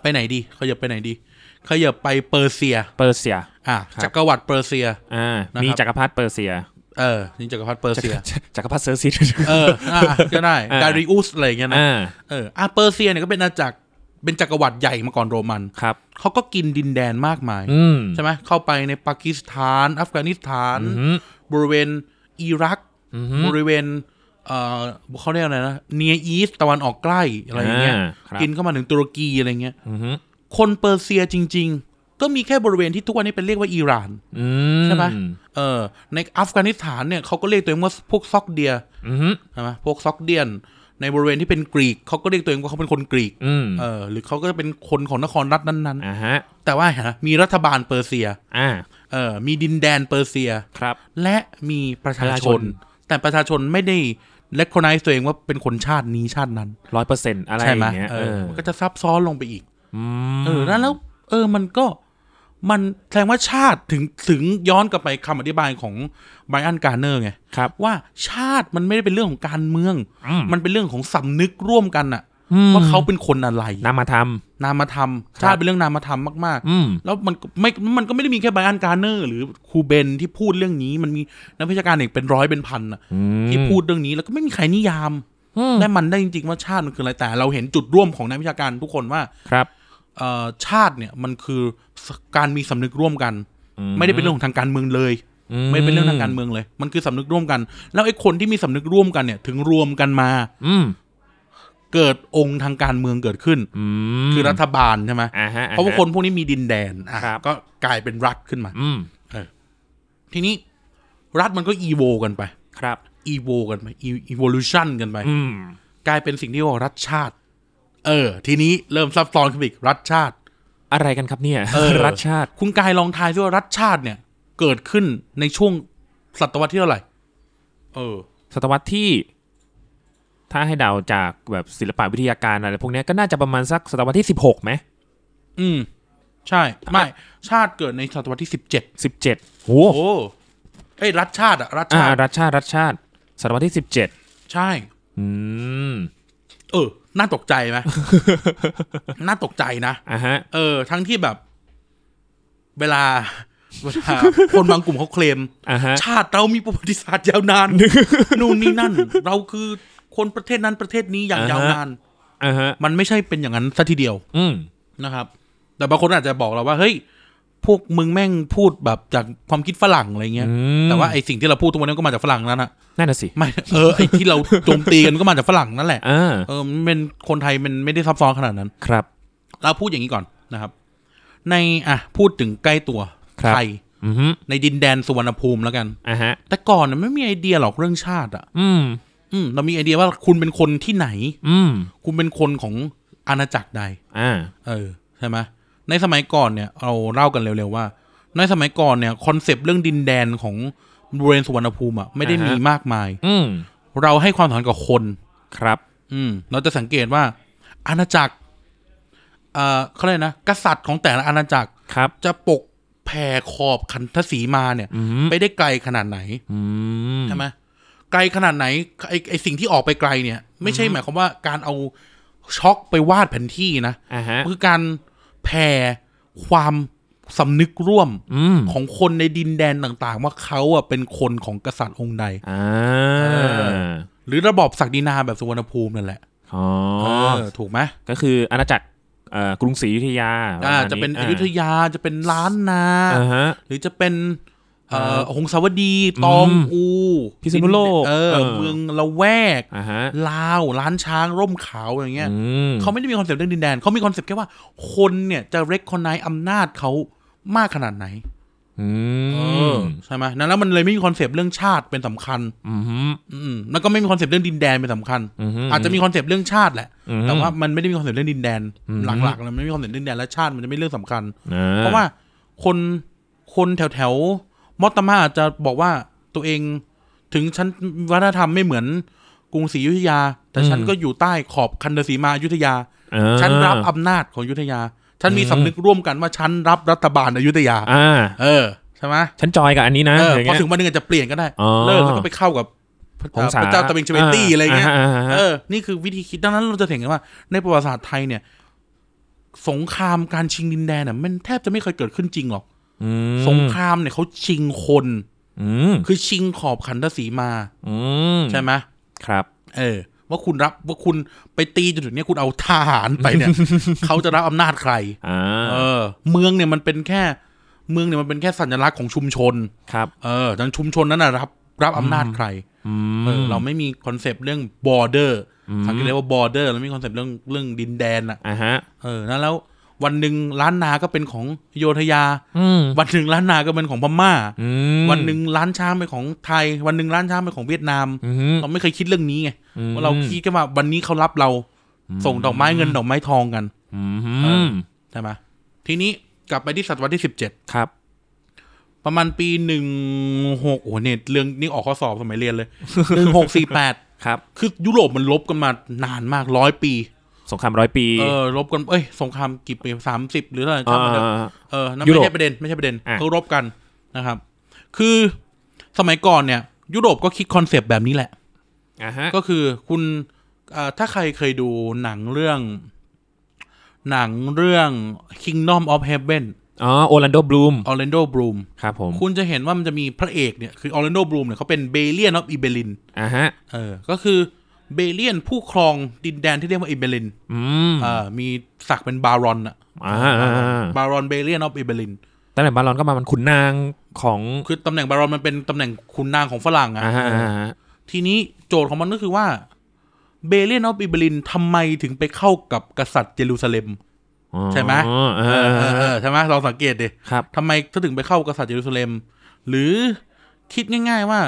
Speaker 1: ไปไหนดี ขยับไปไหนดี ขยับไปเปอร์เซีย
Speaker 2: เปอร์เซีย
Speaker 1: อ่ะ
Speaker 2: ครับ
Speaker 1: จักรวรรดิเปอร์เซีย
Speaker 2: อ่า
Speaker 1: นะครับ
Speaker 2: มีจักรพรรดิเปอร์เซีย
Speaker 1: เออ นี่จักรพรรดิเปอร์เซีย
Speaker 2: จักรพรรดิเซอร์ซิส
Speaker 1: เออ อ่ะ ก็ได้
Speaker 2: อ่า
Speaker 1: ดาริอุสอะไรอย่างเงี้ยนะ
Speaker 2: อ่า
Speaker 1: เออ อ่ะ เปอร์เซียเนี่ยก็เป็นอาณาจักร เป็นจักรวรรดิใหญ่มาก่อนโรมัน
Speaker 2: ครับ
Speaker 1: เขาก็กินดินแดนมากมาย
Speaker 2: อืม
Speaker 1: ใช่ไหมเข้าไปในปากีสถาน อัฟกานิสถาน
Speaker 2: อืม
Speaker 1: บริเวณอิรัก
Speaker 2: อืม
Speaker 1: บริเวณเอ่อเขาเรียกอะไรนะเนียอีสตะวันออกใกล้อะไรอย่างเงี้ย
Speaker 2: ครับ
Speaker 1: กินเข้ามาถึงตุรกีอะไรเงี้ย
Speaker 2: อือฮึ
Speaker 1: คนเปอร์เซียจริง ๆ ก็มีแค่บริเวณที่ทุกวันนี้เป็นเรียกว่าอิหร่าน
Speaker 2: อืม
Speaker 1: ใช่ปะ เออในอัฟกานิสถานเนี่ยเขาก็เรียกตัวเองว่าพวกซอกเดีย
Speaker 2: อือฮึ
Speaker 1: ใช่ไหมพวกซอกเดียน ในบริเวณที่เป็นกรีกเขาก็เรียกตัวเองว่าเขาเป็นคนกรีก
Speaker 2: อืม
Speaker 1: เออหรือเขาก็เป็นคนของนครรัฐนั้น
Speaker 2: อ่าฮะ
Speaker 1: ๆ แต่ว่าเห็นไหมมีรัฐบาลเปอร์เซีย
Speaker 2: อ่า
Speaker 1: เออมีดินแดนเปอร์เซีย
Speaker 2: ครับ
Speaker 1: และมีประชา
Speaker 2: ประชา
Speaker 1: ช
Speaker 2: ช
Speaker 1: น
Speaker 2: น
Speaker 1: แต่ประชาชนไม่ได้เลคคนไนตัวเองว่าเป็นคนชาตินี้ชาตินั้น
Speaker 2: ร้อยเปอร์เซ็นต์อะไรอ
Speaker 1: ใช่ไหม
Speaker 2: ย่างเงี้ย
Speaker 1: เอ
Speaker 2: เอ
Speaker 1: อ
Speaker 2: อ
Speaker 1: มันก็จะซับซ้อนลงไปอีก
Speaker 2: อืม
Speaker 1: เออแล้วแล้วเออมันก็มันแสดงว่าชาติถึงถึงย้อนกลับไปคำอธิบายของไบรอันการเนอร์ไง
Speaker 2: ครับ
Speaker 1: ว่าชาติมันไม่ได้เป็นเรื่องของการเมือง
Speaker 2: อืม
Speaker 1: มันเป็นเรื่องของสำนึกร่วมกันอะ
Speaker 2: อืม
Speaker 1: ว่าเขาเป็นคนอะไร
Speaker 2: นำมาท
Speaker 1: นามธรรม
Speaker 2: ครับ
Speaker 1: ชาติเป็นเรื่องนามธรรมมาก
Speaker 2: ำอืม
Speaker 1: ๆ แล้วมันก็ไม่มันก็ไม่ได้มีแค่ไบรอันการ์เนอร์ หรือครูเบนที่พูดเรื่องนี้มันมีนักวิชาการอีกเป็นร้อยเป็นพันน่ะที่พูดเรื่องนี้แล้วก็ไม่มีใครนิยาม
Speaker 2: อืม
Speaker 1: ได้มันได้จริงๆว่าชาติมันคืออะไรแต่เราเห็นจุดร่วมของนักวิชาการทุกคนว่า
Speaker 2: ครับ
Speaker 1: เอ่อชาติเนี่ยมันคือการมีสำนึกร่วมกัน ไม่ได้เป็นเรื่องของทางการเมืองเลย ไม่ได้เป็นเรื่องทางการเมืองเลย มันคือสำนึกร่วมกัน แล้วไอ้คนที่มีสำนึกร่วมกันเนี่ยถึงรวมกันมา
Speaker 2: อืม
Speaker 1: เกิดองค์ทางการเมืองเกิดขึ้น
Speaker 2: อืม
Speaker 1: คือรัฐบาลใช่ไหม
Speaker 2: อ่าฮะอ่ฮ
Speaker 1: เพราะว่าคนพวกนี้มีดินแดนอ่ะ
Speaker 2: ครับ
Speaker 1: ก็กลายเป็นรัฐขึ้นมา
Speaker 2: อืม
Speaker 1: ทีนี้รัฐมันก็อีโวกันไป
Speaker 2: ครับ
Speaker 1: อีโวกันไปอีโวลูชันกันไป
Speaker 2: อืม
Speaker 1: กลายเป็นสิ่งที่เรียกว่ารัฐชาติ เออ ทีนี้เริ่มซับซ้อนขึ้นไปอีกรัฐชาติ
Speaker 2: อะไรกันครับเนี่ย
Speaker 1: เออ
Speaker 2: รัฐชาติ
Speaker 1: คุณกายลองทายซิว่ารัฐชาติเนี่ย เกิดขึ้นในช่วงศตวรรษที่เท่าไหร่ เออ
Speaker 2: ศตวรรษที่ ถ้าให้เดาจากแบบศิลปะวิทยาการอะไรพวกเนี้ยก็น่าจะประมาณสักศตวรรษที่สิบหกไหม
Speaker 1: อืม ใช่ ไม่ ชาติเกิดในศตวรรษที่สิบเจ็ด
Speaker 2: สิบเจ็ดโห
Speaker 1: โอ้เอ้ยรัฐชาติอะรัฐ
Speaker 2: อ่า
Speaker 1: ชาติ
Speaker 2: รัฐชาติรัฐชาติศตวรรษที่สิบเจ็ด
Speaker 1: ใช่
Speaker 2: อืม
Speaker 1: เออ น่าตกใจ ไหม น่าตกใจนะ
Speaker 2: อ่าฮะ
Speaker 1: เออ ทั้งที่แบบ เวลาเวลา คนบางกลุ่มเขาเคล ม
Speaker 2: อ่าฮะ
Speaker 1: ชาติเรามีประวัติศาสตร์ยาว นาน นู่นนี่นั่น เราคือคนประเทศนั้นประเทศนี้อย่าง
Speaker 2: อ่าฮะ
Speaker 1: ยาวนาน
Speaker 2: อ่าฮะ
Speaker 1: มันไม่ใช่เป็นอย่างนั้นซะทีเดียว
Speaker 2: อืม
Speaker 1: นะครับ แต่บางคนอาจจะบอกเราว่า เฮ้ย พวกมึงแม่งพูดแบบจากความคิดฝรั่งอะไรเงี้ย
Speaker 2: อืม
Speaker 1: แต่ว่าไอสิ่งที่เราพูดทุกวันนี้ก็มาจากฝรั่งนั่นนะ
Speaker 2: นั่นน่ะสิ
Speaker 1: ไม่ เออ ไอที่เราโจมตีกันก็มาจากฝรั่งนั่น แหละ
Speaker 2: อ่า
Speaker 1: เออมันเป็นคนไทยมันไม่ได้ซับซ้อนขนาดนั้น
Speaker 2: ครับ
Speaker 1: เราพูดอย่างนี้ก่อนนะครับ ในอ่ะพูดถึงใกล้ตัว
Speaker 2: ครับ
Speaker 1: ไทย
Speaker 2: อือฮึ
Speaker 1: ในดินแดนสุวรรณภูมิแล้วกัน
Speaker 2: อ่าฮะ
Speaker 1: แต่ก่อนน่ะไม่มีไอเดียหรอกเรื่องชาติอ่ะ
Speaker 2: อืม
Speaker 1: อืมเรามีไอเดียว่าคุณเป็นคนที่ไหน
Speaker 2: อืม
Speaker 1: คุณเป็นคนของอาณาจักรใด
Speaker 2: อ่า
Speaker 1: เออใช่ไหมในสมัยก่อนเนี่ยเราเล่ากันเร็วๆว่า ในสมัยก่อนเนี่ยคอนเซปต์เรื่องดินแดนของบริเวณสุวรรณภูมิอ่ะไม่ได้มี
Speaker 2: อ่าฮะ
Speaker 1: มากมาย
Speaker 2: อืม
Speaker 1: เราให้ความสำคัญกับคน
Speaker 2: ครับ
Speaker 1: อืม เราจะสังเกตว่า อาณาจักรเอ่อเขาเรียกนะกษัตริย์ของแต่ละอาณาจักร
Speaker 2: ครับ
Speaker 1: จะปกแผ่ขอบขันทศีมาเนี่ย
Speaker 2: อืม
Speaker 1: ไปได้ไกลขนาดไหน
Speaker 2: อืม
Speaker 1: ใช่ไหมไกลขนาดไหนไอไอสิ่งที่ออกไปไกลเนี่ย ไม่ใช่หมายความว่าการเอาช็อกไปวาดแผนที่นะ
Speaker 2: อ่าฮะ
Speaker 1: มันคือการแผ่ความสำนึกร่วม
Speaker 2: อืม
Speaker 1: ของคนในดินแดนต่างๆ ว่าเขาอ่ะเป็นคนของกษัตริย์องค์ใด
Speaker 2: อ่า
Speaker 1: หรือระบอบศักดินาแบบสุวรรณภูมินั่นแหละ
Speaker 2: อ๋อ
Speaker 1: เออถูกไหม
Speaker 2: ก็คืออาณาจักรเอ่อกรุงศรีอยุธยา
Speaker 1: อ่า จะเป็นอยุธ
Speaker 2: าย
Speaker 1: าจะเป็นล้านนา
Speaker 2: อ่าฮะ
Speaker 1: หรือจะเป็นเอ่อ
Speaker 2: ครับ
Speaker 1: หงสาวดี ตอง
Speaker 2: อืม
Speaker 1: อู
Speaker 2: พิษณุโลก
Speaker 1: เออ
Speaker 2: เออ
Speaker 1: เมืองละแวก
Speaker 2: อ่าฮะ
Speaker 1: ลาวล้านช้างร่มขาวอย่างเงี้ย
Speaker 2: อืม
Speaker 1: เขาไม่ได้มีคอนเซปต์เรื่องดินแดนเขามีคอนเซปต์แค่ว่าคนเนี่ยจะเร c คอนไนอำนาจเขามากขนาดไหน
Speaker 2: อืม
Speaker 1: ใช่ไหมนั่นแล้วมันเลยไม่มีคอนเซปต์เรื่องชาติเป็นสำคัญ
Speaker 2: อืม
Speaker 1: อืมแล้วก็ไม่มีคอนเซปต์เรื่องดินแดนเป็นสำคัญ
Speaker 2: อืม
Speaker 1: อาจจะมีคอนเซปต์เรื่องชาติแหละ
Speaker 2: อืม
Speaker 1: แต่ว่ามันไม่ได้มีคอนเซปต์เรื่องดินแดน
Speaker 2: อืม
Speaker 1: หลักๆเลยไม่มีคอนเซปต์เรื่องดินแดนและชาติมันจะไม่เรื่องสำคัญ
Speaker 2: อ่
Speaker 1: เพราะว่าคนคนแถวแถวๆมอตตามาอาจจะบอกว่าตัวเองถึงฉันวัฒนธรรมไม่เหมือนกรุงศรีอยุธยา แต่ฉันก็อยู่ใต้ขอบคันธสีมาอยุธยา
Speaker 2: อ่า
Speaker 1: ฉันรับอำนาจของอยุธยา ฉันมีสำนึกร่วมกันว่าฉันรับรัฐบาลอยุธยา
Speaker 2: อ่า
Speaker 1: เออใช่ไหม
Speaker 2: ฉันจอยกับอันนี้นะ
Speaker 1: เออ
Speaker 2: อย่าง
Speaker 1: พอ
Speaker 2: เงี้ย
Speaker 1: ถึงวันหนึงอาจจะเปลี่ยนก็ได้
Speaker 2: อ๋อ
Speaker 1: เลิกแล้วก็ไปเข้ากับพระ
Speaker 2: ของสา
Speaker 1: พระเจ้าตะเบงเชเวตี้อะไรเงี้ย
Speaker 2: าฮะ
Speaker 1: เออ นี่คือวิธีคิด ดังนั้นเราจะเห็นกันว่า ในประวัติศาสตร์ไทยเนี่ย สงครามการชิงดินแดนน่ะมันแทบจะไม่เคยเกิดขึ้นจริงหรอก
Speaker 2: อืม
Speaker 1: สงครามเนี่ยเขาชิงคน
Speaker 2: อืม
Speaker 1: คือชิงขอบขันทศีมา
Speaker 2: อืม
Speaker 1: ใช่ไหม
Speaker 2: ครับ
Speaker 1: เออ ว่าคุณรับว่าคุณไปตีจนถึงเนี้ยคุณเอาทหารไป เนี่ย เขาจะรับอำนาจใคร
Speaker 2: อ่า
Speaker 1: เออ เมืองเนี่ยมันเป็นแค่ เมืองเนี่ยมันเป็นแค่สัญลักษณ์ของชุมชน
Speaker 2: ครับ
Speaker 1: เออดังชุมชนนั้นนะรับ รับอำนาจใคร
Speaker 2: อืม
Speaker 1: เออเราไม่มีคอนเซปต์เรื่อง border
Speaker 2: อืม
Speaker 1: สังเกตได้ว่า border เราไม่มีคอนเซปต์เรื่องเรื่องดินแดนอะ
Speaker 2: อ่าฮะ
Speaker 1: เออนะแล้ววันหนึ่งล้านนาก็เป็นของโยธยา
Speaker 2: อืม
Speaker 1: วันหนึ่งล้านนาก็เป็นของพม่า
Speaker 2: อืม
Speaker 1: วันหนึ่งล้านช้างเป็นของไทย วันหนึ่งล้านช้างเป็นของเวียดนาม
Speaker 2: อืม
Speaker 1: เราไม่เคยคิดเรื่องนี้ไง
Speaker 2: อืม
Speaker 1: ว่าเราคิดกันว่าวันนี้เขารับเราส่งดอกไม้เงินดอกไม้ทองกัน
Speaker 2: อืม
Speaker 1: ใช่ไหมทีนี้กลับไปที่ศตวรรษที่สิบเจ็ด
Speaker 2: ครับ
Speaker 1: ประมาณปีหนึ่งหกโอ้โหเนี่ยเรื่องนี่ออกข้อสอบสมัยเรียนเลยหนึ่งหกสี่แปด
Speaker 2: ครับ
Speaker 1: คือยุโรปมันลบกันมานานมากร้อยปี
Speaker 2: สงครามร้อยปี
Speaker 1: เออลบกันเอ้ยสงครามกี่ปีสามสิบหรืออะไรจำไม่ได้
Speaker 2: อ่า
Speaker 1: เออนั่น
Speaker 2: ยุโร
Speaker 1: ไม่
Speaker 2: ป
Speaker 1: ใช่ประเด็นไม่ใช่ประเด็น
Speaker 2: อ่ะ
Speaker 1: เขารบกันนะครับ คือ สมัยก่อนเนี่ย ยุโรปก็คิดคอนเซปต์แบบนี้แหละ
Speaker 2: อ่าฮะ
Speaker 1: ก็คือคุณ อ่าถ้าใครเคยดูหนังเรื่อง หนังเรื่อง Kingdom of Heaven
Speaker 2: อ๋อโอรันโดบลูม
Speaker 1: Orlando Bloom
Speaker 2: ครับผม
Speaker 1: คุณจะเห็นว่ามันจะมีพระเอกเนี่ย คือ Orlando Bloom เนี่ยเขาเป็นเบเลียน of i b e r i n
Speaker 2: อ่าฮะ
Speaker 1: เออก็คือเบเลียนผู้ครองดินแดนที่เรียกว่าอิเบลิน
Speaker 2: อืม
Speaker 1: เออมีศักดิ์เป็นบารอนอะ
Speaker 2: อ่าอ่าอ่า
Speaker 1: บารอนเบเลียนออฟอิเบลิน
Speaker 2: ตำแหน่งบารอนก็มามันขุนนางของ
Speaker 1: คือตำแหน่งบารอนมันเป็นตำแหน่งคุณนางของฝรั่งอะ
Speaker 2: อ่าฮะอ่าฮะ
Speaker 1: ทีนี้โจทย์ของมันก็คือว่าเบเลียนออฟอิเบลินทำไมถึงไปเข้ากับกษัตริย์เยรูซาเล็ม
Speaker 2: อ๋อ
Speaker 1: ใช่ไหม
Speaker 2: อ๋อเออ
Speaker 1: เออเออใช่ไหมเราสังเกตดิ
Speaker 2: ครับ
Speaker 1: ทำไมเขาถึงไปเข้ากษัตริย์เยรูซาเล็ม หรือคิดง่าย ๆ ว่า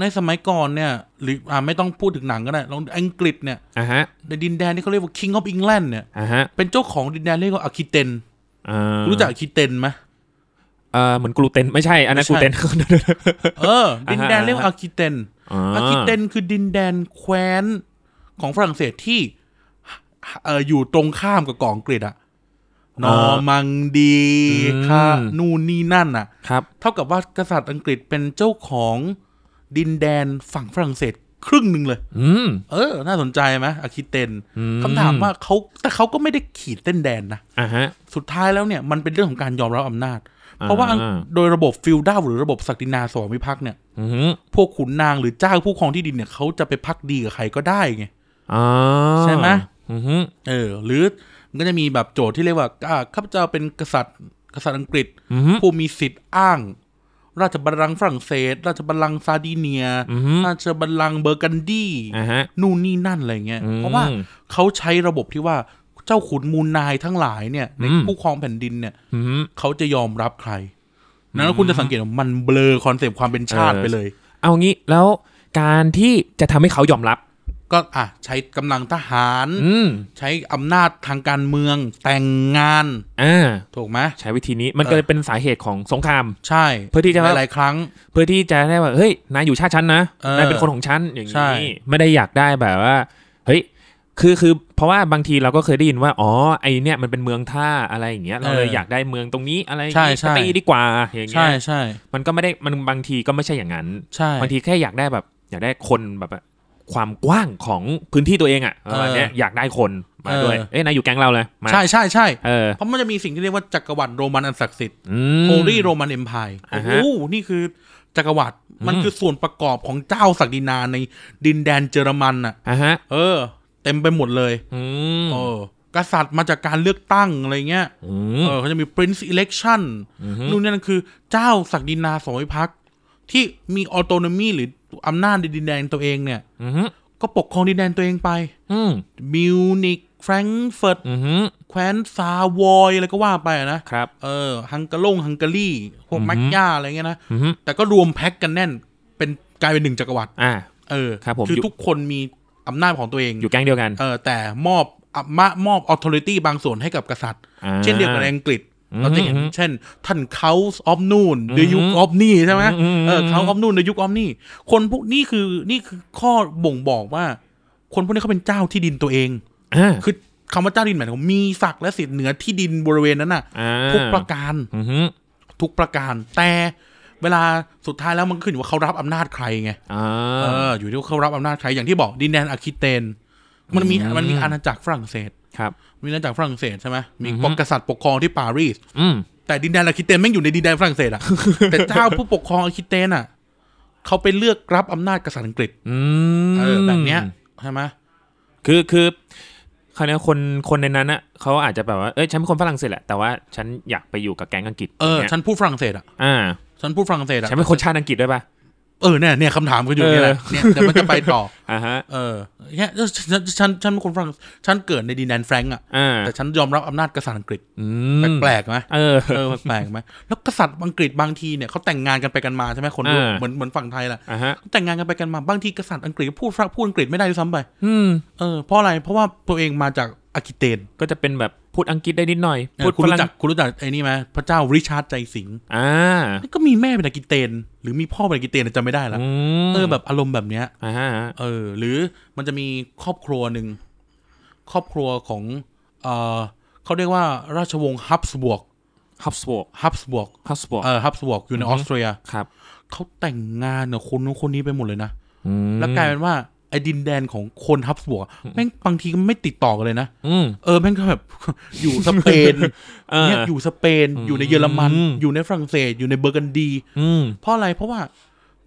Speaker 1: ในสมัยก่อนเนี่ย หรืออ่าไม่ต้องพูดถึงหนังก็ได้ลองอังกฤษเนี่ย
Speaker 2: อ่าฮะ
Speaker 1: ในดินแดนที่เขาเรียกว่า King of England เนี่ย
Speaker 2: อ่าฮะ
Speaker 1: เป็นเจ้าของดินแดนเรียกว่าอาคิเตน
Speaker 2: อ่า
Speaker 1: รู้จักอาคิเตนไหม
Speaker 2: เออเหมือนกลูเตนไม่ใช่ อันนั้น
Speaker 1: ไม่
Speaker 2: กลู
Speaker 1: ใช่
Speaker 2: เตน
Speaker 1: เออ ดินแดนเรียกว่าอาคิเตน อาคิเตนคือดินแดนแคว้นของฝรั่งเศสที่เอ่ออยู่ตรงข้ามกับเกาะอังกฤษอะนอร์มังดี
Speaker 2: อืม
Speaker 1: ค่ะนู่นนี่นั่นอะ
Speaker 2: ครับ
Speaker 1: เท่ากับว่ากษัตริย์อังกฤษเป็นเจ้าของดินแดนฝั่งฝรั่งเศสครึ่งหนึ่งเลย
Speaker 2: อืม
Speaker 1: เออ น่าสนใจไหมอาคิเตน
Speaker 2: อืม
Speaker 1: คำถามว่าเขาแต่เขาก็ไม่ได้ขีดเส้นแดนนะ
Speaker 2: อ่าฮะ
Speaker 1: สุดท้ายแล้วเนี่ยมันเป็นเรื่องของการยอมรับอำนาจ เพราะว่า
Speaker 2: อ่า
Speaker 1: โดยระบบฟิลด้าหรือระบบศักดินาสวามิภักดิ์เนี่ย
Speaker 2: อือหือ
Speaker 1: พวกขุนนางหรือเจ้าผู้ครองที่ดินเนี่ยเขาจะไปพักดีกับใครก็ได้ไง
Speaker 2: อ๋อ
Speaker 1: ใช่ไหม
Speaker 2: อือหือ
Speaker 1: เออ หรือมันก็จะมีแบบโจทย์ที่เรียกว่าอ่าข้าพเจ้าเป็นกษัตริย์ กษัตริย์อังกฤษ
Speaker 2: อือหือ
Speaker 1: ผู้มีสิทธิ์อ้าง ราชบัลลังก์ฝรั่งเศส ราชบัลลังก์ซาร์ดีเนีย
Speaker 2: อือฮึ
Speaker 1: ราชบัลลังก์เบอร์กันดี
Speaker 2: อ่าฮะ
Speaker 1: นู่นนี่นั่นอะไรเงี้ย
Speaker 2: อืม
Speaker 1: เพราะว่าเขาใช้ระบบที่ว่าเจ้าขุนมูลนายทั้งหลายเนี่ยใน
Speaker 2: อืม
Speaker 1: ผู้ครองแผ่นดินเนี่ย
Speaker 2: อือหือ
Speaker 1: เขาจะยอมรับใคร นั้นคุณจะสังเกตว่ามันเบลอคอนเซปต์ความเป็นชาติ
Speaker 2: เออ
Speaker 1: ไปเลย
Speaker 2: เอางี้แล้วการที่จะทำให้เขายอมรับ
Speaker 1: ก็อ่ะใช้กำลังทหาร
Speaker 2: อืม
Speaker 1: ใช้อำนาจทางการเมืองแต่งงาน
Speaker 2: อ่า
Speaker 1: ถูกไหม
Speaker 2: ใช้วิธีนี้มันก็
Speaker 1: เออ
Speaker 2: เลยเป็นสาเหตุของสงคราม
Speaker 1: ใช่
Speaker 2: เพื่อที่จะว่า
Speaker 1: หลายๆครั้ง
Speaker 2: เพื่อที่จะได้ว่าเฮ้ยนายอยู่ชาติฉันนะ
Speaker 1: เออน
Speaker 2: ายเป็นคนของฉันอย่าง
Speaker 1: ใช่
Speaker 2: นี้ไม่ได้อยากได้แบบว่าเฮ้ยคือคือเพราะว่าบางทีเราก็เคยได้ยินว่าอ๋อไอเนี่ยมันเป็นเมืองท่าอะไรอย่างเงี้ยเราเลยอยากได้เมืองตรงนี้อะไรอย่างงี้
Speaker 1: ใช่ใช่
Speaker 2: ไปตีดีกว่าอย่างเงี้
Speaker 1: ใช่
Speaker 2: ย
Speaker 1: ใช่
Speaker 2: มันก็ไม่ได้มันบางทีก็ไม่ใช่อย่างนั้น
Speaker 1: ใช่
Speaker 2: บางทีแค่อยากได้แบบ อยากได้คนแบบว่าความกว้างของพื้นที่ตัวเองอะประมาณเนี้ยอยากได้คนมาด้วยเอ้ยนายอยู่แก๊งเราเลยมา
Speaker 1: ใช่ใช่ใช่
Speaker 2: เออ
Speaker 1: เพราะมันจะมีสิ่งที่เรียกว่าจักรวรรดิโรมันอันศักดิ์สิทธิ์
Speaker 2: อืม
Speaker 1: โฮลี่โรมันเอ็มพาย
Speaker 2: อ่า
Speaker 1: โอ้โห
Speaker 2: ฮะ
Speaker 1: นี่คือจักรวรรดิมันคือส่วนประกอบของเจ้าศักดินาในดินแดนเยอรมันน่ะ
Speaker 2: อ่ะฮะ
Speaker 1: เออ เต็มไปหมดเลย
Speaker 2: อืม
Speaker 1: เออ กษัตริย์มาจากการเลือกตั้งอะไรเงี้ย
Speaker 2: อืม
Speaker 1: เออเขาจะมี Prince Election นู่นนี่นั่นคือเจ้าศักดินาสมิพักดิ์ที่มีออโต n o มีหรืออำนาจในดินแดนตัวเองเนี่ย
Speaker 2: อือหือ
Speaker 1: ก็ปกครองดินแดนตัวเองไป
Speaker 2: อืม
Speaker 1: มิวนิกแฟรงก์เฟิร์ต
Speaker 2: อือหือ
Speaker 1: แคว้นซาวอยอะไรก็ว่าไปอะนะ
Speaker 2: ครับ
Speaker 1: เออ ฮังการงฮังการีพวกแมกยาอะไรเงี้ยนะ
Speaker 2: อือหือ
Speaker 1: แต่ก็รวมแพ็กกันแน่น เป็นกลายเป็นหนึ่งจักรวรรดิ
Speaker 2: อ่า
Speaker 1: เออ
Speaker 2: ครับผม
Speaker 1: คือทุกคนมีอำนาจของตัวเอง
Speaker 2: อยู่แก๊งเดียวกัน
Speaker 1: เออแต่มอบอะมะมอบออโตเรตี้บางส่วนให้กับกษัตริย์
Speaker 2: อ่า
Speaker 1: เช่นเดียวกับในอังกฤษ
Speaker 2: อืม
Speaker 1: เราจะเห็น เช่น ท่านเขา of Noon
Speaker 2: อืม
Speaker 1: the Duke of นี่ใช่ไหม
Speaker 2: อืม
Speaker 1: เออเขา of Noon the Duke of นี่คนพวกนี่คือนี่คือข้อบ่งบอกว่า คนพวกนี้เขาเป็นเจ้าที่ดินตัวเอง
Speaker 2: อ่า
Speaker 1: คือคำว่าเจ้าดินหมายถึงว่ามีศักดิ์และสิทธิ์เหนือที่ดินบริเวณนั้นน่ะ
Speaker 2: อ่า
Speaker 1: ทุกประการ
Speaker 2: อือหือ
Speaker 1: ทุกประการ แต่เวลาสุดท้ายแล้วมันก็ขึ้นอยู่ว่าเขารับอำนาจใครไง
Speaker 2: อ่า
Speaker 1: เอออยู่ที่ว่าเขารับอำนาจใครอย่างที่บอกดินแดนอาคิเตน มันมีมันมีอาณาจักรฝรั่งเศส
Speaker 2: ครับ
Speaker 1: มีอาณาจักรฝรั่งเศสใช่ไหมมี
Speaker 2: อือฮึ
Speaker 1: ปกษัตริย์ปกครองที่ปารีส
Speaker 2: อืม
Speaker 1: แต่ดินแดนอาคิเตนแม่งอยู่ในดินแดนฝรั่งเศสอะ แต่เจ้าผู้ปกครองอาคิเตนอะเขาไปเลือกรับอำนาจกษัตริย์อังกฤษ
Speaker 2: อืม
Speaker 1: เออแบบเนี้ยใช่ไหม
Speaker 2: คือคือคราวเนี้ยคนคนในนั้นอ่ะเขาอาจจะแบบว่าเอ้ยฉันเป็นคนฝรั่งเศสแหละแต่ว่าฉันอยากไปอยู่กับแก๊งอังกฤษ
Speaker 1: เออ
Speaker 2: ย่างงี้ย
Speaker 1: ฉันพูดฝรั่งเศสอะ
Speaker 2: อ่า
Speaker 1: ฉันพูดฝรั่งเศสอะ
Speaker 2: ฉันเป็นคนชาติอังกฤษด้วยป่ะ
Speaker 1: เออเนี่ยเนี่ยคำถามก็อยู่เนี่ยแหละเนี่ยเดี๋ยวมันจะไปต่อ
Speaker 2: อ่าฮะ
Speaker 1: เออเนี่ยฉันฉันฉันเป็นคนฝรั่งฉันเกิดในดินแดนแฟรงก์อะ
Speaker 2: อ่า
Speaker 1: แต่ฉันยอมรับอำนาจกษัตริย์อังกฤษ
Speaker 2: อืม
Speaker 1: แปลกๆไหม
Speaker 2: เออ
Speaker 1: เออแปลกๆไหม แล้วกษัตริย์อังกฤษบางทีเนี่ยเขาแต่งงานกันไปกันมาใช่ไหมคน
Speaker 2: อ่า
Speaker 1: เหมือนเหมือนฝั่งไทยแหละ
Speaker 2: อ่าฮะ
Speaker 1: แต่งงานกันไปกันมาบางทีกษัตริย์อังกฤษก็พูดฝรั่งพูดอังกฤษไม่ได้ด้วยซ้ำไป
Speaker 2: อืม
Speaker 1: เออเพราะอะไรเพราะว่าตัวเองมาจากอากิเตน
Speaker 2: ก็จะเป็นแบบพูดอังกฤษได้นิดหน่อย
Speaker 1: เออ
Speaker 2: พูด
Speaker 1: คุณ
Speaker 2: ฝรั่
Speaker 1: รู้
Speaker 2: ง
Speaker 1: จักคุณรู้จักไอ้นี่ไหมพระเจ้าริชาร์ดใจสิงห์
Speaker 2: อ่า
Speaker 1: ก็มีแม่เป็นอากิเตน หรือมีพ่อเป็นอากิเตนแต่จำไม่ได้ละ
Speaker 2: อืม
Speaker 1: เออแบบอารมณ์แบบเนี้ย
Speaker 2: อ่าฮะ
Speaker 1: เออ หรือมันจะมีครอบครัวหนึ่งครอบครัวของเออเขาเรียกว่าราชวงศ์ฮับสบวก
Speaker 2: ฮับสวอก
Speaker 1: ฮับสบวก
Speaker 2: ฮับสวอก
Speaker 1: เออฮับสบวกอยู่ในออสเตรีย
Speaker 2: ครับ
Speaker 1: เขาแต่งงานกับคนนู้นคนนี้ไปหมดเลยนะ
Speaker 2: อืม
Speaker 1: แล้วกลายเป็นว่า ไอ้ดินแดนของคนฮับสบวกอะแม่งบางทีก็ไม่ติดต่อกันเลยนะ
Speaker 2: อืม
Speaker 1: เออแม่งก็แบบ อยู่สเปน
Speaker 2: เออ
Speaker 1: เนี่ยอยู่สเปน อยู่ในเยอรมัน
Speaker 2: อืม
Speaker 1: อยู่ในฝรั่งเศส อยู่ในเบอร์กันดี
Speaker 2: อืม
Speaker 1: เพราะอะไรเพราะว่า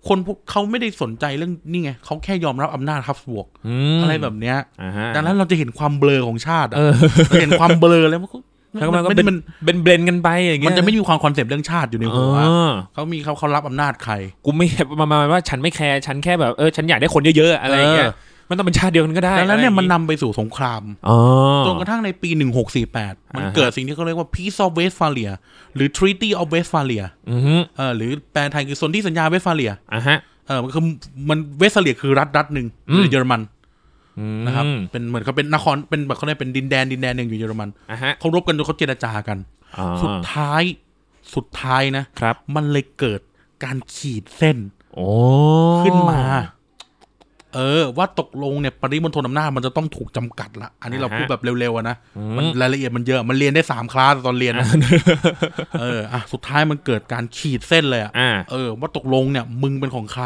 Speaker 1: คนพวกเขาไม่ได้สนใจเรื่องนี่ไงเขาแค่ยอมรับอำนาจฮับสบวก
Speaker 2: ม
Speaker 1: อะไรแบบเนี้ย
Speaker 2: อ่าฮะ
Speaker 1: ดังนั้นเราจะเห็นความเบลอของชาติอะ
Speaker 2: เออ
Speaker 1: เราเห็นความเบลอแล้วมันก็
Speaker 2: แล้วก็มันก็
Speaker 1: มัน
Speaker 2: เป็น
Speaker 1: มัน
Speaker 2: เป็นเบลนกันไปอย่า
Speaker 1: มั
Speaker 2: งเงี้
Speaker 1: น
Speaker 2: ย
Speaker 1: จะไม่มีความคอนเซปต์เรื่องชาติอยู่ใน
Speaker 2: เอ
Speaker 1: หัว
Speaker 2: อ
Speaker 1: เขามีเขาเขารับอำนาจใคร
Speaker 2: กูไม่ประมาณว่าฉันไม่แคร์ฉันแค่แบบเออฉันอยากได้คนเยอะๆอะไรอย่างเงี้ย
Speaker 1: เอ
Speaker 2: มันต้องเป็นชาติเดียวกันก็ได้
Speaker 1: ดังนั้นเนี่ยมัน
Speaker 2: อะไรอาง
Speaker 1: นำ
Speaker 2: งี้
Speaker 1: ไปสู่สงคราม
Speaker 2: อ๋อ
Speaker 1: จนกระทั่งในปี 1648 มัน
Speaker 2: อ่าฮะ
Speaker 1: เกิดสิ่งที่เขาเรียกว่า Peace of Westphalia หรือ Treaty of Westphalia
Speaker 2: อือฮึ
Speaker 1: เออหรือแปลไทยคือสนธิสัญญาเวสฟาเลีย
Speaker 2: อ่ะฮะ
Speaker 1: เออมันคือมันเวสฟาเลียคือรัฐรัฐหนึ่ง
Speaker 2: อืม
Speaker 1: อยู่เยอรมัน
Speaker 2: อืม
Speaker 1: นะครับเป็นเหมือนเขาเป็นนครเป็นแบบเขาเรียกเป็นดินแดนดินแดนหนึ่งอยู่เยอรมัน
Speaker 2: อ่ะฮะ
Speaker 1: เขารบกันจนเขาเจรจากัน
Speaker 2: อ๋อ
Speaker 1: สุดท้ายสุดท้ายนะ
Speaker 2: ครับ
Speaker 1: มันเลยเกิดการขีดเส้น
Speaker 2: โอ้
Speaker 1: ขึ้นมา เออ ว่าตกลงเนี่ยปริมณฑลอำนาจมันจะต้องถูกจำกัดละอันนี้เราพูดแบบเร็วๆอะนะมันรายละเอียดมันเยอะมันเรียนได้สามคลาสตอนเรียนนะ เอออ่ะสุดท้ายมันเกิดการขีดเส้นเลยอะ
Speaker 2: อ่า
Speaker 1: เออว่าตกลงเนี่ยมึงเป็นของใคร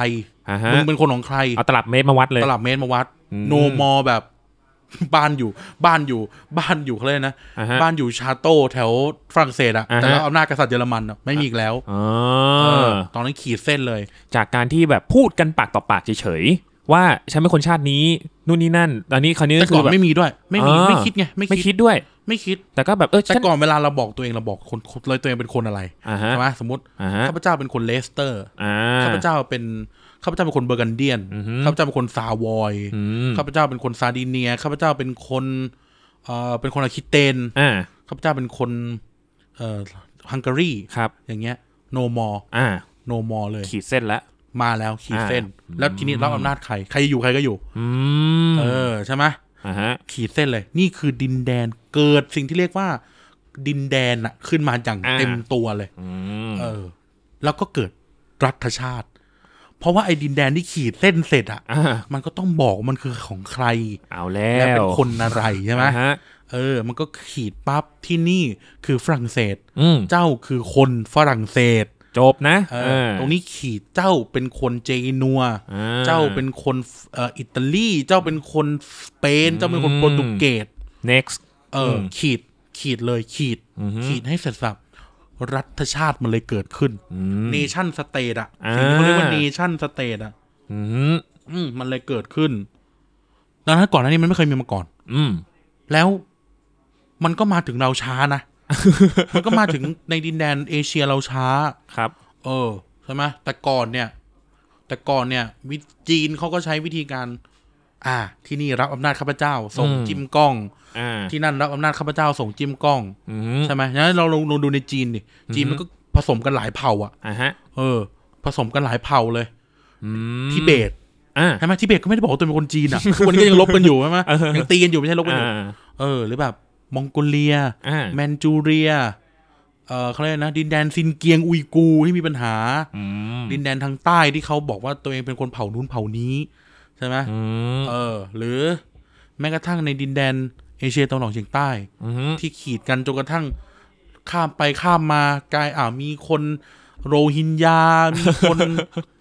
Speaker 2: อ่ะฮะ
Speaker 1: มึงเป็นคนของใคร
Speaker 2: เอาตลับเมตรมาวัดเลย
Speaker 1: ตลับเมตรมาวัด
Speaker 2: อืม
Speaker 1: โนมอแบบ บ้านอยู่ บ้านอยู่ บ้านอยู่เขาเลยกนะ
Speaker 2: อ่าฮะ
Speaker 1: บ้านอยู่ชาโต้แถวฝรั่งเศสอะ
Speaker 2: อ่าฮะ
Speaker 1: แต่เราอำนาจกษัตริย์เยอรมันอะไม่มีอีกแล้ว
Speaker 2: อ๋อ
Speaker 1: เออตอนนั้นขีดเส้นเลย
Speaker 2: จากการที่แบบพูดกันปากต่อปากเฉยๆ ว่าฉันเป็นคนชาตินี้นู่นนี่นั่น ตอนนี้คราวนี้
Speaker 1: แต่
Speaker 2: ก็คื
Speaker 1: ก่อ
Speaker 2: อน แบบ
Speaker 1: ไม่มีด้วย ไม่มี
Speaker 2: อ่า
Speaker 1: ไม่คิดไงไม่
Speaker 2: ไม่
Speaker 1: คิ
Speaker 2: คิ
Speaker 1: ด
Speaker 2: ดด้วย
Speaker 1: ไม่คิด
Speaker 2: แต่ก็แบบเออ
Speaker 1: แต่
Speaker 2: ฉัน
Speaker 1: ก่อนเวลาเราบอกตัวเองเราบอกคนคนเลยตัวเองเป็นคนอะไร
Speaker 2: อ่าฮะ
Speaker 1: ใช่ไหมสมมติ
Speaker 2: อ่าฮะ
Speaker 1: ข้าพเจ้าเป็นคนเลสเตอร์
Speaker 2: อ่า
Speaker 1: ข้าพเจ้าเป็นข้าพเจ้าเป็นคนเบอร์กันเดียน
Speaker 2: อือฮึ
Speaker 1: ข้าพเจ้าเป็นคนซาวอย
Speaker 2: อืม
Speaker 1: ข้าพเจ้าเป็นคนซาร์ดิเนีย ข้าพเจ้าเป็นคนเอ่อเป็นคนอาคิเตน
Speaker 2: อ่า
Speaker 1: ข้าพเจ้าเป็นคนเอ่อฮังการี
Speaker 2: ครับ
Speaker 1: อย่างเงี้ย โนมอ
Speaker 2: อ่า
Speaker 1: โนมอเลย
Speaker 2: ขีดเส้นแล้ว
Speaker 1: มาแล้วขีดเส้น
Speaker 2: อ่า
Speaker 1: แล้วทีนี้รับอำนาจใคร ใครอยู่ใครก็อยู่
Speaker 2: อืม
Speaker 1: เออใช่ไหม
Speaker 2: อ่าฮะ
Speaker 1: ขีดเส้นเลย นี่คือดินแดน เกิดสิ่งที่เรียกว่า ดินแดนอะขึ้นมาอย่างเต็มตัวเลย
Speaker 2: อืม
Speaker 1: เออ แล้วก็เกิดรัฐชาติ เพราะว่าไอ้ดินแดนที่ขีดเส้นเสร็จอะ
Speaker 2: อ่า
Speaker 1: มันก็ต้องบอกว่ามันคือของใคร
Speaker 2: เอาแล้
Speaker 1: และ
Speaker 2: ว
Speaker 1: เป็นคนอะไรใช่ไหม
Speaker 2: อ่าฮะ
Speaker 1: เออ มันก็ขีดปั๊บที่นี่คือฝรั่งเศส
Speaker 2: อืม
Speaker 1: เจ้าคือคนฝรั่งเศส
Speaker 2: จบนะ
Speaker 1: เออตรงนี้ขีดเจ้าเป็นคนเจนัว
Speaker 2: อ่
Speaker 1: เจ้าเป็นคนเอ่ออิตาลี เจ้าเป็นคนสเปน เจ้าเป็นคนโปรตุเกส
Speaker 2: next
Speaker 1: เอออ ขีด ขีดเลย ขีด
Speaker 2: อือฮึ
Speaker 1: ขีดให้เสร็จสับ รัฐชาติมันเลยเกิดขึ้น
Speaker 2: อืม
Speaker 1: เนชั่นสเตทอะ
Speaker 2: อ่า
Speaker 1: สิ่งที่เขาเรียกว่าเนชั่นสเตทอะ
Speaker 2: อืม
Speaker 1: อืมมันเลยเกิดขึ้น ดังนั้นก่อนหน้านี้มันไม่เคยมีมาก่อน
Speaker 2: อืม
Speaker 1: แล้วมันก็มาถึงเราช้า นะ มันก็มาถึงในดินแดนเอเชียเราช้า
Speaker 2: ครับ
Speaker 1: เออใช่ไหมแต่ก่อนเนี่ย แต่ก่อนเนี่ยวิจีนเขาก็ใช้วิธีการ อ่า ที่นี่รับอำนาจข้าพเจ้า ส่ง
Speaker 2: อืม
Speaker 1: จิ้มกล้อง
Speaker 2: อ่า
Speaker 1: ที่นั่นรับอำนาจข้าพเจ้า ส่งจิ้มกล้อง
Speaker 2: อืม
Speaker 1: ใช่ไหมงั้นเราลองลองดูในจีนดิจีนมันก็ผสมกันหลายเผ่าอ่ะ
Speaker 2: อ่าฮะ
Speaker 1: เออ ผสมกันหลายเผ่าเลย
Speaker 2: อืม
Speaker 1: ทิเบต
Speaker 2: อ่า
Speaker 1: ใช่ไหมทิเบตก็ไม่ได้บอกว่าตัวเองเป็นคนจี นอ่ะทุกวันนี้ก็ยังลบกันอยู่ใช่ไหม
Speaker 2: เออ
Speaker 1: ยังตีกันอยู่ไม่ใช่ลบกันอ
Speaker 2: อ่า
Speaker 1: ยู่ เออ หรือแบบมองโกเลีย
Speaker 2: อ่า
Speaker 1: แมนจูเรีย เออเขาเรียกนะ ดินแดนซินเกียงอุยกูร์ที่มีปัญหา
Speaker 2: อืม
Speaker 1: ดินแดนทางใต้ที่เขาบอกว่าตัวเองเป็นคนเผ่านู้นเผ่านี้ ใช่ไหม
Speaker 2: อืม
Speaker 1: เออ หรือแม้กระทั่งในดินแดนเอเชียตะวันออกเฉียงใต้
Speaker 2: อืม
Speaker 1: ที่ขีดกันจนกระทั่งข้ามไปข้ามมากลายอ่ามีคนโรฮิงญา มีคน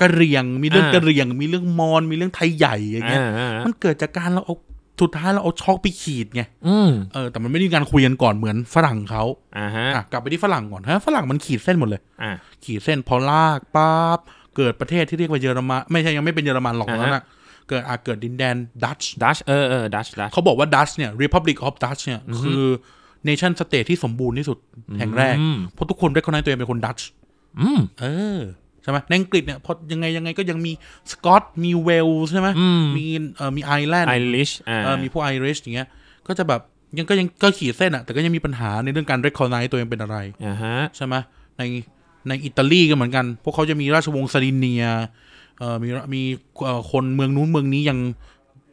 Speaker 1: กะเหรี่ยง มีเรื่องกะเหรี่ยง มีเรื่องมอญมีเรื่องไทยใหญ่อย่างเงี้ย
Speaker 2: อ่า
Speaker 1: มันเกิดจากการเราเอาสุดท้ายเราเอาช็อกไปขีดไง
Speaker 2: อืม
Speaker 1: เออแต่มันไม่ได้มีการคุยกันก่อนเหมือนฝรั่งเขา
Speaker 2: อ่าฮะ
Speaker 1: อ่ะกลับไปที่ฝรั่งก่อนฮะฝรั่งมันขีดเส้นหมดเลย
Speaker 2: อ่า
Speaker 1: ขีดเส้นพอลากปั๊บเกิดประเทศที่เรียกว่าเยอรมันไม่ใช่ยังไม่เป็นเยอรมันหรอก
Speaker 2: อ่า
Speaker 1: ตอน
Speaker 2: ฮะ
Speaker 1: นั้นอ่ะเกิดอาเกิดดินแดนดัตช์
Speaker 2: ดัชเออเออดัชดัช
Speaker 1: เขาบอกว่าดัตช์เนี่ย Republic of Dutch เนี่ย คือเนชั่นสเตทที่สมบูรณ์ที่สุดแห่งแรก
Speaker 2: อืม
Speaker 1: เพราะทุกคนเรียกคนนั้นตัวเองเป็นคนดัตช์
Speaker 2: อืม
Speaker 1: เออใช่ไหมในอังกฤษเนี่ยพอยังไงยังไงก็ยังมีสกอตมีเวลส์ใช่ไหม
Speaker 2: อืม
Speaker 1: มีเอ่อมีไอร์แลนด์
Speaker 2: ไอริชอ่า
Speaker 1: เออมีพวกไอริชอย่างเงี้ย ก็จะแบบยังก็ยังก็ขีดเส้นอะแต่ก็ยังมีปัญหาในเรื่องการเรคคอร์ไนตัวเองเป็นอะไร
Speaker 2: อ่าฮะ
Speaker 1: ใช่ไหมในในอิตาลีก็เหมือนกัน พวกเขาจะมีราชวงศ์ซาดิเนียเอ่อมีมีเอ่อคนเมืองนู้นเมืองนี้ยัง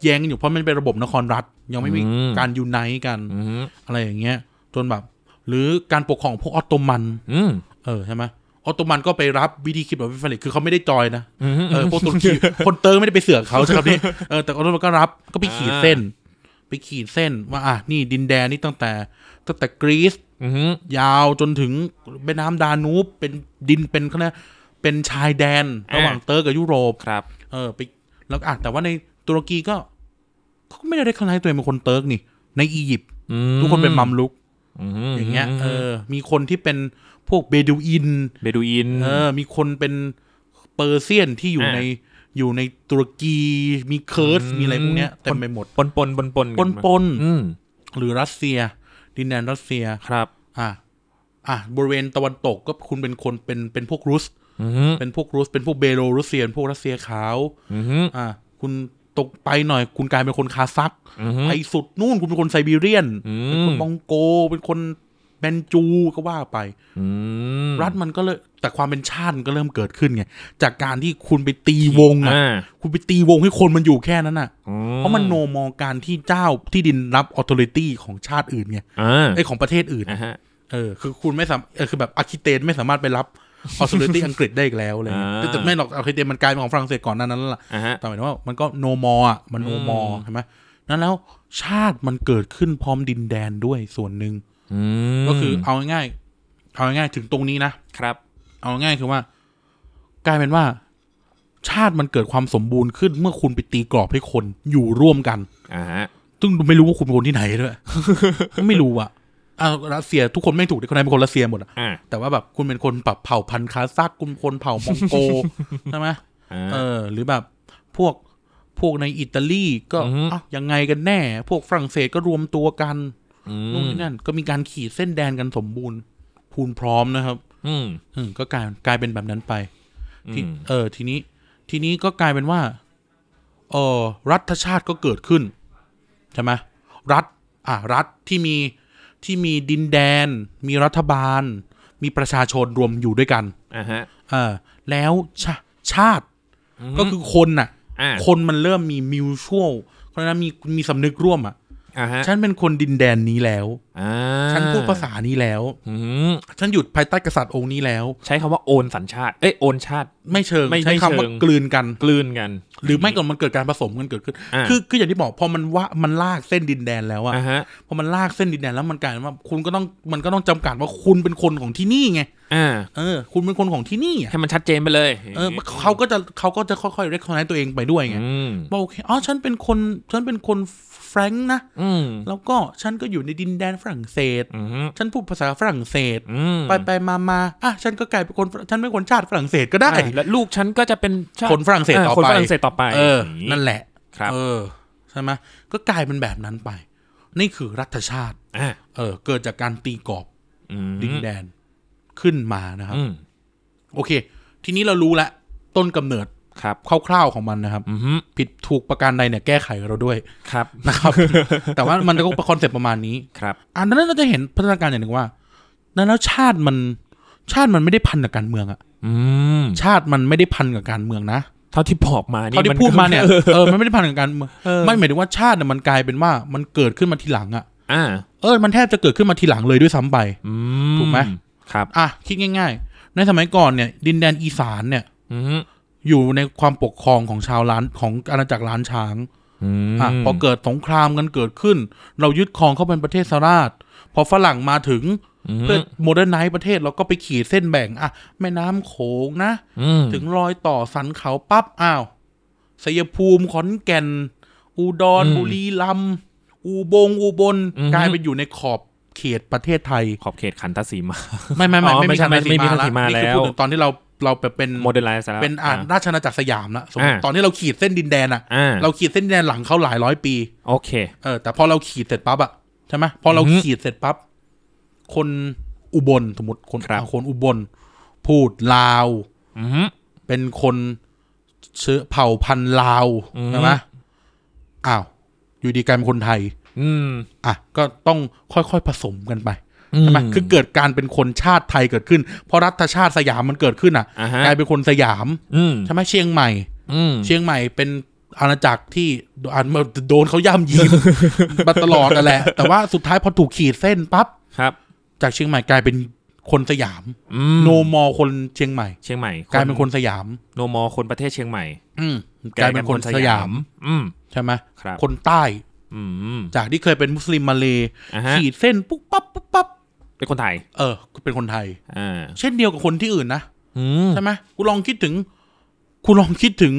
Speaker 1: แย้งอยู่เพราะมันเป็นระบบนครรัฐ ยังไม่มีการยูไนต์กัน
Speaker 2: อืม
Speaker 1: อะไรอย่างเงี้ยจนแบบ หรือการปกครองของพวกออตโตมัน
Speaker 2: อืม
Speaker 1: เออใช่ไหมออตโตมันก็ไปรับวิธีคิดแบบวิฟลิกคือเขาไม่ได้จอยนะ
Speaker 2: อืม
Speaker 1: เออพวกตุรกีคนเติร์กไม่ได้ไปเสือกเขาใช่ครับนี่เออแต่ออตโตมันก็รับก็ไปขีดเส้น ไปขีดเส้นว่าอ่ะนี่ดินแดนนี่ตั้งแต่ตั้งแต่กรีซ
Speaker 2: อืม
Speaker 1: ยาวจนถึงแม่น้ำดานูบเป็นดินเป็นเขาเรียกเป็นชายแดน ระหว่างเติร์กกับยุโรป
Speaker 2: ครับ
Speaker 1: เออไปแล้วอ่ะแต่ว่าใน ตุรกีก็เขาก็ไม่ได้ได้คนาตัวเองเป็นคนเติร์กนี่ ในอียิปต์
Speaker 2: อื
Speaker 1: ทุกคนเป็นมัมลุก
Speaker 2: ม
Speaker 1: อย่างเงี้ยเออ มีคนที่เป็นพวกเบดูอิน
Speaker 2: เบดูอิน
Speaker 1: เออ มีคนเป็นเปอร์เซียนที่อยู่
Speaker 2: อ่า
Speaker 1: ในอยู่ในตุรกี มีเคิร์ด
Speaker 2: อืม
Speaker 1: มีอะไรพวกเนี้ยเต็มไปหมด
Speaker 2: ปนปนปนปน
Speaker 1: ปนปน
Speaker 2: อืม
Speaker 1: หรือรัสเซีย ดินแดนรัสเซีย
Speaker 2: ครับ
Speaker 1: อ่ะอ่ะบริเวณตะวันตกก็คุณเป็นคนเป็นเป็นพวกรุส
Speaker 2: อืม
Speaker 1: เป็นพวกรุส เป็นพวกเบโลรุสเซียเป็นพวกรัสเซียขาว
Speaker 2: อืม
Speaker 1: อ่ะคุณตกไปหน่อย คุณกลายเป็นคนคาซัค
Speaker 2: อืม
Speaker 1: ไปสุดนู่นคุณเป็นคนไซบีเรียน
Speaker 2: อืม
Speaker 1: เป็นคนมองโก เป็นคนแบนจูก็ว่าไป
Speaker 2: อืม
Speaker 1: รัฐมันก็เลยแต่ความเป็นชาติมันก็เริ่มเกิดขึ้นไง จากการที่คุณไปตีวงอ่ะ
Speaker 2: อ่า
Speaker 1: คุณไปตีวงให้คนมันอยู่แค่นั้นอ่ะ
Speaker 2: อื
Speaker 1: เพราะมันโนมองการที่เจ้าที่ดินรับออโตเรตี้ของชาติอื่นไง
Speaker 2: อ่า
Speaker 1: ไอยของประเทศอื่น
Speaker 2: อ่าฮะ
Speaker 1: เออคือคุณไม่สามเออคือแบบอาร์คิเตนไม่สามารถไปรับออสเตรเลี ยอังกฤษได้อีกแล้วอะไรเลย
Speaker 2: อ่า
Speaker 1: แต่แต่ไม่หรอกอาร์คิเตนมันกลายเป็นของฝรั่งเศสก่อนหน้านั้นแล้วล่ะ
Speaker 2: อ่าฮะ
Speaker 1: แต่หมายถึงว่ามันก็โนมออ่ะมันโนมอ
Speaker 2: อืม
Speaker 1: ใช่ไหมนั้นแล้วชาติมันเกิดขึ้นพร้อมดินแดนด้วยส่วนหนึ่ง
Speaker 2: อืม
Speaker 1: ก็คือเอาง่ายๆเอาง่ายๆถึงตรงนี้นะ
Speaker 2: ครับ
Speaker 1: เอาง่ายๆคือว่า กลายเป็นว่า ชาติมันเกิดความสมบูรณ์ขึ้นเมื่อคุณไปตีกรอบให้คนอยู่ร่วมกัน
Speaker 2: อ่าฮะ
Speaker 1: ซึ่งไม่รู้ว่าคุณเป็นคนที่ไหนด้วย ไม่รู้อ่ะอ่ารัสเซียทุกคนไม่งถูกแต่คนไหนเป็นคนรัสเซียหมดอะ
Speaker 2: อ่า
Speaker 1: แต่ว่าแบบคุณเป็นคนแบบเผ่าพันธุ์คาซักคุณเป็นคนเผ่ามอง โก ใช่ไหม
Speaker 2: อ่า
Speaker 1: เออ หรือแบบพวกพวกในอิตาลีก็
Speaker 2: อือฮึ
Speaker 1: เอ้ายังไงกันแน่ พวกฝรั่งเศสก็รวมตัวกันนู่นนี่นั่น ก็มีการขีดเส้นแดนกันสมบูรณ์พูนพร้อมนะครับ
Speaker 2: อืม
Speaker 1: อืมก็กลายกลายเป็นแบบนั้นไปที
Speaker 2: อืม
Speaker 1: เออ ทีนี้ ทีนี้ก็กลายเป็นว่าเออรัฐชาติก็เกิดขึ้นใช่ไหมรัฐ อ่ะรัฐที่มีที่มีดินแดน มีรัฐบาล มีประชาชนรวมอยู่ด้วยกัน
Speaker 2: อ่าฮะ
Speaker 1: เออแล้วชาชาติ
Speaker 2: อืม
Speaker 1: ก็คือคนน่ะ
Speaker 2: อ่า
Speaker 1: คนมันเริ่มมีมิวชวลเพราะฉะนั้นมีมีสำนึกร่วมอ่ะ
Speaker 2: อ่าฮะ
Speaker 1: ฉันเป็นคนดินแดนนี้แล้ว
Speaker 2: อ่า
Speaker 1: ฉันพูดภาษานี้แล้ว
Speaker 2: อืม
Speaker 1: ฉันอยู่ภายใต้กษัตริย์องค์นี้แล้ว
Speaker 2: ใช้คำว่าโอนสัญชาติ เอ้ยโอนชาติ
Speaker 1: ไม่เชิง
Speaker 2: ไม่
Speaker 1: ใช้คำ
Speaker 2: ไม่
Speaker 1: ว่า
Speaker 2: เชิง
Speaker 1: กลืนกัน
Speaker 2: กลืนกัน
Speaker 1: หรือไม่ก็มันเกิดการผสมกันเกิดขึ้น
Speaker 2: อ่า
Speaker 1: คือคืออย่างที่บอกพอมันว่ามันลากเส้นดินแดนแล้วอะ
Speaker 2: อ่าฮะ
Speaker 1: พอมันลากเส้นดินแดนแล้วมันกลายเป็นว่าคุณก็ต้องมันก็ต้องจำกัดว่าคุณเป็นคนของที่นี่ไง
Speaker 2: อ่า
Speaker 1: เออ คุณเป็นคนของที่นี่อะ
Speaker 2: ให้มันชัดเจนไปเลย
Speaker 1: เออเขาก็จะเขาก็จะค่อยๆเรียกคนให้ตัวเองไปด้วยไง
Speaker 2: อืม
Speaker 1: ว่าโอเคอ๋อฉันเป็นคนฉันเป็นคนแฟรงค์นะ
Speaker 2: อืม
Speaker 1: แล้วก็ฉันก็อยู่ในดินแดนฝรั่งเศส
Speaker 2: อืม
Speaker 1: ฉันพูดภาษาฝรั่งเศส
Speaker 2: อืม
Speaker 1: ไปไปมามาอ่ะฉันก็กลายเป็นคนฉันเป็นคนชาติฝรั่งเศสก็ได้
Speaker 2: อ่าและลูกฉันก็จะเป็นชาติ
Speaker 1: คนฝรั่งเศส
Speaker 2: อ่า
Speaker 1: ต่อ
Speaker 2: คน
Speaker 1: ไป
Speaker 2: ฝรั่งเศสต่อไป
Speaker 1: เออ
Speaker 2: ย่างงี้
Speaker 1: นั่นแหละ
Speaker 2: ครับ
Speaker 1: เออ ใช่ไหมก็กลายเป็นแบบนั้นไป นี่คือรัฐชาติ
Speaker 2: อ่า
Speaker 1: เออ เกิดจากการตีกรอบ
Speaker 2: อืม
Speaker 1: ดินแดนขึ้นมานะครับ
Speaker 2: อืม
Speaker 1: โอเค ทีนี้เรารู้ละต้นกำเนิด
Speaker 2: ครับ
Speaker 1: คร่าวๆของมันนะครับ
Speaker 2: อืม
Speaker 1: ผิดถูกประการใดเนี่ยแก้ไขเรา ด้วย
Speaker 2: ครับ
Speaker 1: นะครับ แต่ว่ามันก็เป็นคอนเซ็ปต์ประมาณนี้
Speaker 2: ครับ
Speaker 1: อันนั้นเราจะเห็นพัฒนาการอย่างหนึ่งว่านั้นแล้วชาติมันชาติมันไม่ได้พันกับการเมืองอะ
Speaker 2: อืม
Speaker 1: ชาติมันไม่ได้พันกับการเมืองนะ
Speaker 2: เท่าที่บอกมานี่
Speaker 1: เท่าที่
Speaker 2: นก็
Speaker 1: พูดมาเนี่ย เออ มันไม่ได้ผ่านการเมือง
Speaker 2: เออ
Speaker 1: ไม่หมายถึงว่าชาติเนี่ยมันกลายเป็นว่ามันเกิดขึ้นมาทีหลังอ่ะ
Speaker 2: อ่า
Speaker 1: เออ มันแทบจะเกิดขึ้นมาทีหลังเลยด้วยซ้ำไป
Speaker 2: อื
Speaker 1: ถูกไหม
Speaker 2: ครับ
Speaker 1: อ่ะ คิดง่าย ๆ ในสมัยก่อนเนี่ย ดินแดนอีสานเนี่ย
Speaker 2: อืม
Speaker 1: อยู่ในความปกครองของชาวล้านของอาณาจักรล้านช้าง
Speaker 2: อืม
Speaker 1: อ่ะ พอเกิดสงครามกันเกิดขึ้น เรายึดครองเข้าเป็นประเทศสหราช พอฝรั่งมาถึงเพื่อโมเดิร์นไนซ์ประเทศเราก็ไปขีดเส้นแบ่ง อ่ะ แม่น้ำโขงนะ
Speaker 2: อืม
Speaker 1: ถึงรอยต่อสันเขาปั๊บอ้าวสยภูมิขอนแก่น อุดร
Speaker 2: อืม
Speaker 1: บุรีลำอูบงอุบล
Speaker 2: อือฮึ
Speaker 1: กลายเป็นอยู่ในขอบเขตประเทศไทย
Speaker 2: ขอบเขตขันตสีมา
Speaker 1: ไม่ไม่
Speaker 2: อ๋
Speaker 1: ไม่
Speaker 2: อ
Speaker 1: ไม่มีทาง
Speaker 2: ไม่ใช่ไม่ไม่
Speaker 1: สี
Speaker 2: มีทางสีมา
Speaker 1: นี่คือ
Speaker 2: แล้ว
Speaker 1: พูดถึงตอนที่เราเราเป็น
Speaker 2: โมเดลไลซ์แล้ว
Speaker 1: เป็นอา
Speaker 2: อ่า
Speaker 1: ราชอาณาจักรสยามละสมมติ
Speaker 2: อ่า
Speaker 1: ตอนที่เราขีดเส้นดินแดนอะ
Speaker 2: อ่า
Speaker 1: เราขีดเส้นดินแดนหลังเขาหลายร้อยปี
Speaker 2: โอเค
Speaker 1: เออแต่พอเราขีดเสร็จปั๊บอะใช่ไหมพอเรา
Speaker 2: อือฮึ
Speaker 1: ขีดเสร็จปั๊บคนอุบลสมมติคน
Speaker 2: ครับ
Speaker 1: อ่าคนอุบล พูดลาว
Speaker 2: อืม
Speaker 1: เป็นคนเชื้อเผ่าพันธุ์ลาว
Speaker 2: อืม
Speaker 1: ใช่ไหมอ้าว อยู่ดีกลายเป็นคนไทย
Speaker 2: อืม
Speaker 1: อ่ะ ก็ต้องค่อยๆผสมกันไปใช่ไหมคือเกิดการเป็นคนชาติไทยเกิดขึ้น เพราะรัฐชาติสยามมันเกิดขึ้นอ่ะ
Speaker 2: อ่าฮะ
Speaker 1: กลายเป็นคนสยาม
Speaker 2: อืม
Speaker 1: ใช่ไหมเชียงใหม่
Speaker 2: อืม
Speaker 1: เชียงใหม่เป็นอาณาจักรที่โดนโดน เขาย่ำยีมาตลอดนั่นแหละ แต่ว่าสุดท้ายพอถูกขีดเส้นปั๊บ
Speaker 2: ครับ
Speaker 1: จากเชียงใหม่กลายเป็นคนสยาม
Speaker 2: อืม
Speaker 1: โนมอคนเชียงใหม่
Speaker 2: เชียงใหม่
Speaker 1: กลายเป็นคนสยาม
Speaker 2: โนมอคนประเทศเชียงใหม่
Speaker 1: อืมกลายเป็นคนสยาม
Speaker 2: อืม
Speaker 1: ใช่ไหม
Speaker 2: ครับ
Speaker 1: คนใต้
Speaker 2: อืม
Speaker 1: จากที่เคยเป็นมุสลิมมาเลย
Speaker 2: อ่าฮะ
Speaker 1: ขีดเส้นปุ๊บปั๊บปุ๊บปั๊บ
Speaker 2: เป็นคนไทย
Speaker 1: เออก็เป็นคนไทย
Speaker 2: อ่า
Speaker 1: เช่นเดียวกับคนที่อื่นนะ
Speaker 2: อืม
Speaker 1: ใช่ไหมกูลองคิดถึงกูลองคิดถึง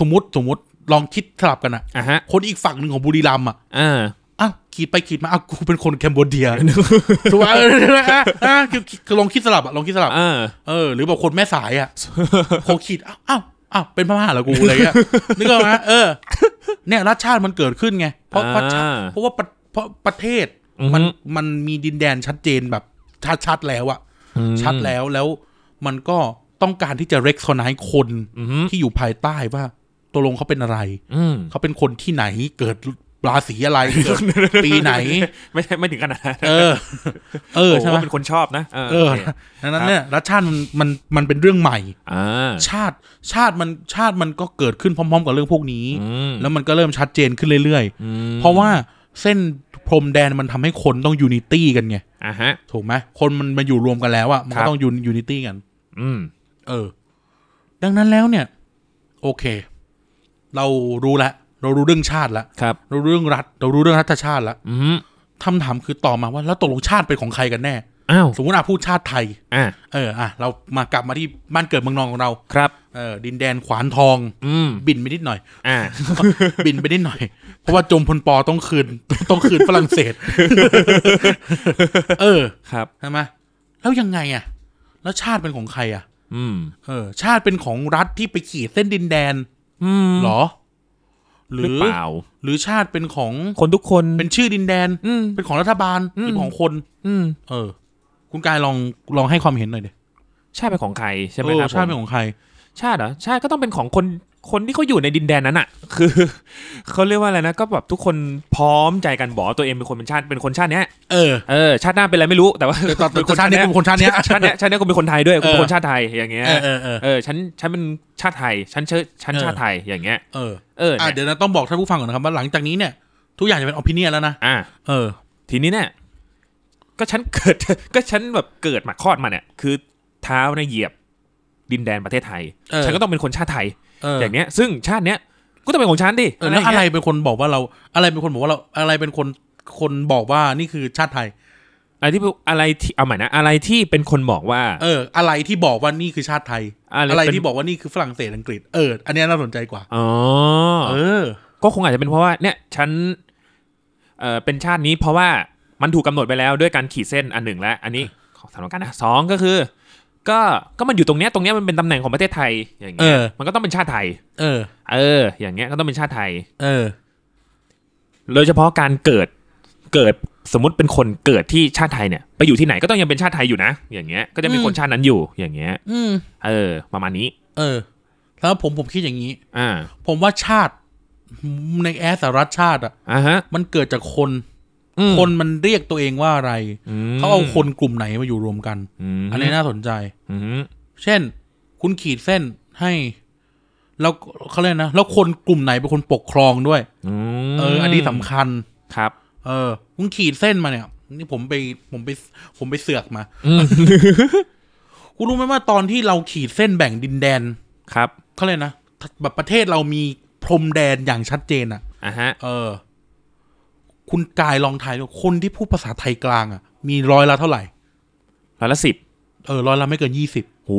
Speaker 1: สมมติสมมติ ลองคิดสลับกันอะ
Speaker 2: อ่ะฮะ
Speaker 1: คนอีกฝั่งหนึ่งของบุรีรัมย์อะ
Speaker 2: อ่า
Speaker 1: อ้าวขีดไปขีดมาอ้าวกูเป็นคนแคมโบเดี ยถูกไหมเอออ่ะอ่ะคือคือลองคิดสลับอะลองคิดสลับ
Speaker 2: อ่า
Speaker 1: เออหรือแบบคนแม่สายอ่ะ โคขีดอ้าวอ้าวอ้าวเป็นพม่าเหรอกูอะไรเงี้ยนึกออกไหมเออ เนี่ยรัฐชาติมันเกิดขึ้นไง เพราะเพราะชา
Speaker 2: อ่า
Speaker 1: เพราะว่าประเพราะประเทศ
Speaker 2: อือฮึ
Speaker 1: มันมันมีดินแดนชัดเจนแบบชัดชัดแล้วอะ
Speaker 2: อืม
Speaker 1: ชัดแล้วแล้วมันก็ต้องการที่จะเร็กซ์นายคน
Speaker 2: อืม
Speaker 1: ที่อยู่ภายใต้ว่าตกลงเขาเป็นอะไร
Speaker 2: อืม
Speaker 1: เขาเป็นคนที่ไหนเกิดราศี อะไรเกิด ปีไหน
Speaker 2: ไม่ใช่ไม่ถึงขนาดนั้น
Speaker 1: เออ เออใช่ไหม
Speaker 2: ผมว่าเป็นคนชอบนะเออ
Speaker 1: เออ
Speaker 2: โอเค
Speaker 1: ดังนั้นเนี่ยรัฐชาติมันมันมันเป็นเรื่องใหม่
Speaker 2: อ่า
Speaker 1: ชาติชาติมันชาติมันก็เกิดขึ้นพร้อม ๆ กับเรื่องพวกนี้
Speaker 2: อืม
Speaker 1: แล้วมันก็เริ่มชัดเจนขึ้นเรื่อย
Speaker 2: อืม
Speaker 1: ๆ เพราะว่าเส้นพรมแดนมันทำให้คนต้องยูนิตี้กันไง
Speaker 2: อ่ะฮะ
Speaker 1: ถูกไหมคนมันมาอยู่รวมกันแล้วอะมัน
Speaker 2: ครั
Speaker 1: ก็
Speaker 2: บ
Speaker 1: ต้องยูนยูนิตี้กัน
Speaker 2: อืม
Speaker 1: เออ ดังนั้นแล้วเนี่ย โอเค เรารู้ละเรารู้เรื่องชาติละ
Speaker 2: ครับ
Speaker 1: เรารู้เรื่องรัฐ เรารู้เรื่องรัฐชาติละ
Speaker 2: อืม
Speaker 1: คำถามคือต่อมาว่า แล้วตกลงชาติเป็นของใครกันแน่
Speaker 2: อ้าว
Speaker 1: สมมติอ่ะพูดชาติไทย
Speaker 2: อ่ะ
Speaker 1: เอออ่ะเรามากลับมาที่บ้านเกิดเมืองนอนของเรา
Speaker 2: ครับ
Speaker 1: เออดินแดนขวานทอง
Speaker 2: อืม
Speaker 1: บินไปนิดหน่อย
Speaker 2: อ่า
Speaker 1: บินไปนิดหน่อย เพราะว่าจมพลปอต้องคืน ต้องคืนฝรั่งเศส เออ
Speaker 2: ครับ
Speaker 1: ใช่ไหมแล้วยังไงอ่ะ แล้วชาติเป็นของใครอ่ะ
Speaker 2: อืม
Speaker 1: เออ ชาติเป็นของรัฐที่ไปขีดเส้นดินแดน
Speaker 2: อืม
Speaker 1: เหรอ ห
Speaker 2: ห
Speaker 1: รื
Speaker 2: รือ
Speaker 1: อ
Speaker 2: เปล่า
Speaker 1: หรือชาติเป็นของ
Speaker 2: คนทุกคน
Speaker 1: เป็นชื่อดินแดน
Speaker 2: อืม
Speaker 1: เป็นของรัฐบาล
Speaker 2: อืม
Speaker 1: หรือของคน
Speaker 2: อืม
Speaker 1: เออ คุณกายลองลองให้ความเห็นหน่อยดิ
Speaker 2: ชาติเป็นของใครใช่ไหม
Speaker 1: เออ
Speaker 2: ครับผม
Speaker 1: ชาติเป็นของใคร
Speaker 2: ชาติเหรอชาติก็ต้องเป็นของคนคนที่เขาอยู่ในดินแดนนั้นอ่ะ คือ เขาเรียกว่าอะไรนะก็แบบทุกคนพร้อมใจกันบอกว่าตัวเองเป็นคนเป็นชาติเป็นคนชาติเนี้ย
Speaker 1: เออ
Speaker 2: เออชาติหน้าเป็นอะไรไม่รู้แต่ว่า
Speaker 1: แต่ตอน
Speaker 2: เป็น
Speaker 1: แต่ชาตินี้
Speaker 2: เย
Speaker 1: คุณคนชาติเนี้ย
Speaker 2: ชาติเนี้ยชาติเนี้ยกูเป็นคนไทยด้วยกู
Speaker 1: เอน
Speaker 2: เป็
Speaker 1: อ
Speaker 2: คนชาติไทยอย่างเงี้ย
Speaker 1: เออเออเออ
Speaker 2: เออฉันฉันเป็นชาติไทยฉันเชื้อฉัน
Speaker 1: เออ
Speaker 2: ชาติไทยอย่างเงี้ย
Speaker 1: เออ
Speaker 2: เออ
Speaker 1: อ่ะ
Speaker 2: เนี่ย
Speaker 1: เดี๋ยวนะต้องบอกท่านผู้ฟังก่อนนะครับว่าหลังจากนี้เนี่ย ทุกอย่างจะเป็นอภินิยแล้วนะ
Speaker 2: อ่ะ
Speaker 1: เออ
Speaker 2: ทีนี้เนี่ยก็ฉันเกิด ก็ฉันแบบเกิดมาคลอดมาเนี่ย คือเท้าเนี่ยเหยียบดินแดนประเทศไทย
Speaker 1: เออ
Speaker 2: ฉันก็ต้องเป็นคนชาติไทย
Speaker 1: เออ
Speaker 2: อย่างเงี้ย ซึ่งชาติเนี้ยก็ต้องเป็นของฉันดิ
Speaker 1: เออแล้ว
Speaker 2: ย่าง
Speaker 1: อะ
Speaker 2: เงี้ย
Speaker 1: ไรเป็นคนบอกว่าเราอะไรเป็นคนบอกว่าเราอะไรเป็นคนคนบอกว่านี่คือชาติไทย
Speaker 2: อะไรที่อะไรที่เอาใหม่นะอะไรที่เป็นคนบอกว่า
Speaker 1: เออ อะไรที่บอกว่านี่คือชาติไทย
Speaker 2: อะไรเป็น
Speaker 1: อะไรที่บอกว่านี่คือฝรั่งเศสอังกฤษเอออันเนี้ยน่าสนใจกว่า
Speaker 2: อ๋อ
Speaker 1: เออ
Speaker 2: ก็คงอาจจะเป็นเพราะว่าเนี่ยฉันเออเป็นชาตินี้เพราะว่ามันถูกกำหนดไปแล้วด้วยการขีดเส้นอันหนึ่งแล้ว อันนี้ขอสำหรับการนะสองก็คือ ก็ก็มันอยู่ตรงเนี้ยตรงเนี้ยมันเป็นตำแหน่งของประเทศไทยอย่าง
Speaker 1: เอ
Speaker 2: เงี้ย
Speaker 1: อ
Speaker 2: มันก็ต้องเป็นชาติไทย
Speaker 1: เออ
Speaker 2: เออ อย่างเงี้ยก็ต้องเป็นชาติไทย
Speaker 1: เออ
Speaker 2: โดยเฉพาะการเกิดเกิดสมมติเป็นคนเกิดที่ชาติไทยเนี่ยไปอยู่ที่ไหนก็ต้องยังเป็นชาติไทยอยู่นะ อย่างเงี้ยก็จะเป็น
Speaker 1: อืม
Speaker 2: คนชาตินั้นอยู่อย่างเงี้ย
Speaker 1: อืม
Speaker 2: เออ ประมาณนี้
Speaker 1: เออแล้วผมผมคิดอย่างนี้
Speaker 2: อ่า
Speaker 1: ผมว่าชาติในแอสรัฐชาติอ่ะ
Speaker 2: อ่าฮะ
Speaker 1: มันเกิดจากคน
Speaker 2: อืม
Speaker 1: คนมันเรียกตัวเองว่าอะไร
Speaker 2: ม
Speaker 1: เขาเอาคนกลุ่มไหนมาอยู่รวมกัน
Speaker 2: ม
Speaker 1: อันนี้น่าสนใจ
Speaker 2: อืม
Speaker 1: เช่น คุณขีดเส้นให้แล้วเขาเรียกนะแล้วคนกลุ่มไหนเป็นคนปกครองด้วย
Speaker 2: ม
Speaker 1: เออ อันนี้สำคัญ
Speaker 2: ครับ
Speaker 1: เออ คุณขีดเส้นมาเนี่ย นี่ผมไปผมไปผมไปเสือกมา
Speaker 2: อืม
Speaker 1: คุณรู้ไหมว่าตอนที่เราขีดเส้นแบ่งดินแดน
Speaker 2: ครับ
Speaker 1: เขาเรียกนะแบบประเทศเรามีพรมแดนอย่างชัดเจนอะ่ะ
Speaker 2: อ่ะฮะ
Speaker 1: เออ คุณกายลองทายดูคนที่พูดภาษาไทยกลางอะ่ะ มีร้อยละเท่าไหร่
Speaker 2: ร้อยละสิบ
Speaker 1: เออร้อยละไม่เกินยี่สิบ
Speaker 2: โหู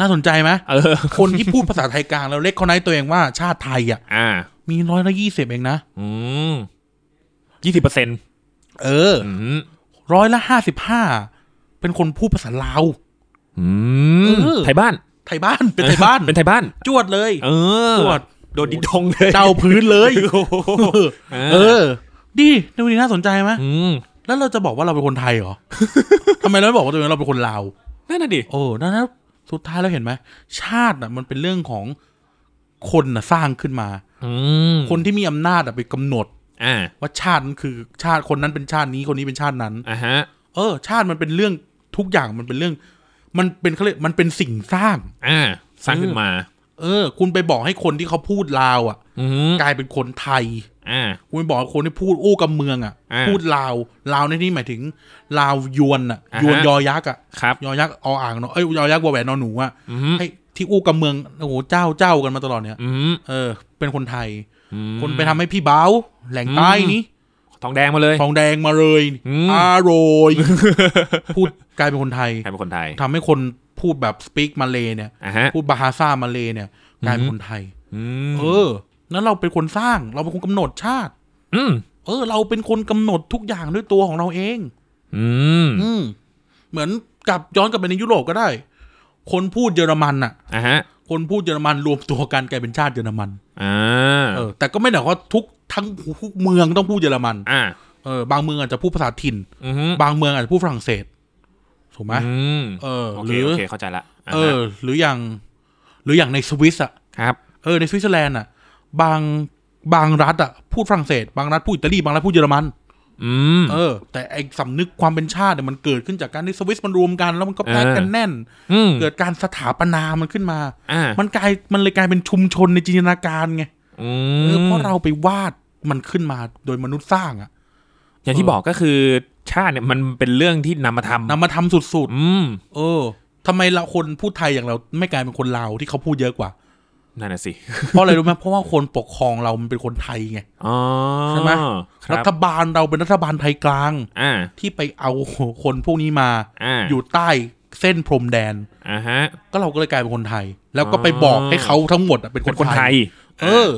Speaker 1: น่าสนใจไหม
Speaker 2: เออ
Speaker 1: คนที่พูดภาษาไทยกลางแล้วเล็กเขาไนตัวเองว่าชาติไทยอ่ะ
Speaker 2: อ่า
Speaker 1: มีร้อยละยี่สิบเองนะ
Speaker 2: อืมยี่สิบเปอร์เซ็นต์
Speaker 1: เออ
Speaker 2: อืม
Speaker 1: ร้อยละห้าสิบห้าเป็นคนพูดภาษาลาว
Speaker 2: อืม
Speaker 1: เออ
Speaker 2: ไทยบ้าน
Speaker 1: ไทยบ้านเป็นไทยบ้าน
Speaker 2: เป็นไทยบ้าน
Speaker 1: จวดเลย
Speaker 2: เออ
Speaker 1: จวด
Speaker 2: โดนดินทงเลย
Speaker 1: เจ้าพื้นเลยเออ ดีดูดีน่าสนใจไหม
Speaker 2: อืม
Speaker 1: แล้วเราจะบอกว่าเราเป็นคนไทยเห รอ ทำไมเราไม่บอกว่าตัวเองเราเป็นคนลาว
Speaker 2: นั่นน่ะดิ
Speaker 1: โอ้นั่นนะสุดท้ายเราเห็นไหมชาติน่ะ มันเป็นเรื่องของคนน่ะสร้างขึ้นมา
Speaker 2: อืม
Speaker 1: คนที่มีอำนาจอ่ะไปกำหนด
Speaker 2: อ่า
Speaker 1: ว่าชาตินั้นคือชาติคนนั้นเป็นชาตินี้คนนี้เป็นชาตินั้น
Speaker 2: อ่ะฮะ
Speaker 1: เออ ชาติมันเป็นเรื่องทุกอย่างมันเป็นเรื่อง มันเป็นเขาเรียกมันเป็นสิ่งสร้าง
Speaker 2: อ่าสร้างขึ้นมา
Speaker 1: เออ คุณไปบอกให้คนที่เขาพูดลาวอ่ะ
Speaker 2: อืม
Speaker 1: กลายเป็นคนไทย
Speaker 2: อ่า
Speaker 1: คุณไปบอกให้คนที่พูดอู้กับเมืองอ่ะ
Speaker 2: อ่า
Speaker 1: พูดลาวลาวในที่นี้หมายถึงลาวยวนอ่ะ
Speaker 2: อ่าฮะ
Speaker 1: ยวนยอยักษ์อ่ะ
Speaker 2: ครับ
Speaker 1: ยอยักษ์ออ่างเนาะเอ้ยยอยักษ์วอแหวนนอนหนูอ่ะ
Speaker 2: อืม
Speaker 1: ให้ที่อู้กับเมืองโอ้โหเจ้าเจ้ากันมาตลอดเนี่ย
Speaker 2: อืม
Speaker 1: เออ เป็นคนไทย
Speaker 2: อืม
Speaker 1: คนไปทำให้พี่เบ้าแหล่งใต้นี้
Speaker 2: ทองแดงมาเลย
Speaker 1: ทองแดงมาเลย
Speaker 2: อืม
Speaker 1: อาโร ยพูดกลายเป็นคนไทย
Speaker 2: ใครเป็นคนไทย
Speaker 1: ทำให้คนพูดแบบสปีกมาเลเนี่ย
Speaker 2: อ่ะฮะ
Speaker 1: พูดบาฮาซ่ามาเลเนี่ยกลายเป็นคนไทย
Speaker 2: อืม
Speaker 1: เออ นั้นเราเป็นคนสร้างเราเป็นคนกำหนดชาติ
Speaker 2: อืม
Speaker 1: เออ เราเป็นคนกำหนดทุกอย่างด้วยตัวของเราเอง
Speaker 2: อืม
Speaker 1: อืม เหมือนกลับย้อนกลับไปในยุโรปก็ได้ คนพูดเยอรมันน่ะ
Speaker 2: อ่ะฮะ
Speaker 1: คนพูดเยอรมันรวมตัวกันกลายเป็นชาติเยอรมัน
Speaker 2: อ่า
Speaker 1: เออแต่ก็ไม่ได้หมายความว่าทุกทั้งทุกเมืองต้องพูดเยอรมัน
Speaker 2: อ่า
Speaker 1: เออบางเมืองอาจจะพูดภาษาถิ่น
Speaker 2: อืม
Speaker 1: บางเมืองอาจจะพูดฝรั่งเศสถูกไหม
Speaker 2: อืม
Speaker 1: เออ
Speaker 2: โอ
Speaker 1: ห
Speaker 2: เค
Speaker 1: รือ
Speaker 2: โอเคเข้าใจละาฮะ
Speaker 1: เออ หรืออย่าง หรืออย่างในสวิสอะ
Speaker 2: ครับ
Speaker 1: เออในสวิตเซอร์แลนด์อะบางบางรัฐอะพูดฝรั่งเศส บางรัฐพูดอิตาลีบางรัฐพูดเยอรมัน
Speaker 2: อืม
Speaker 1: เออ แต่ไอสำนึกความเป็นชาติเนี่ยมันเกิดขึ้นจากการที่สวิสมันรวมกัน แล้วมันก็แพ็กกันแน่น
Speaker 2: อืม
Speaker 1: เกิดการสถาปนามันขึ้นมา
Speaker 2: อ่า
Speaker 1: มันกลายมันเลยกลายเป็นชุมชนในจินตนาการไง
Speaker 2: อื
Speaker 1: เอ
Speaker 2: ม
Speaker 1: อเพราะเราไปวาดมันขึ้นมาโดยมนุษย์สร้างอะ
Speaker 2: อย่างที่บอกก็คือชาติเนี่ยมันเป็นเรื่องที่นำมาทำ
Speaker 1: นำมาทำสุด
Speaker 2: อืม
Speaker 1: ๆเออทำไมเราคนพูดไทยอย่างเราไม่กลายเป็นคนลาวที่เขาพูดเยอะกว่า
Speaker 2: นั่นน่ะสิ
Speaker 1: เพราะอะไรรู้ไหมเพราะว่าคนปกครองเรามันเป็นคนไทยไง
Speaker 2: อ๋อ
Speaker 1: ใช่ไหม
Speaker 2: ครั
Speaker 1: รับ ฐบาลเราเป็นรัฐบาลไทยกลาง
Speaker 2: อ่า
Speaker 1: ที่ไปเอาคนพวกนี้มา
Speaker 2: อ่า
Speaker 1: อยู่ใต้เส้นพรมแดน
Speaker 2: อ่าฮะ
Speaker 1: ก็เราก็เลยกลายเป็นคนไทย แล้วก็
Speaker 2: อ๋อ
Speaker 1: ไปบอกให้เขาทั้งหมดอะเป็น
Speaker 2: เป็นคน
Speaker 1: คน
Speaker 2: ไท
Speaker 1: ไทย
Speaker 2: ย
Speaker 1: เออ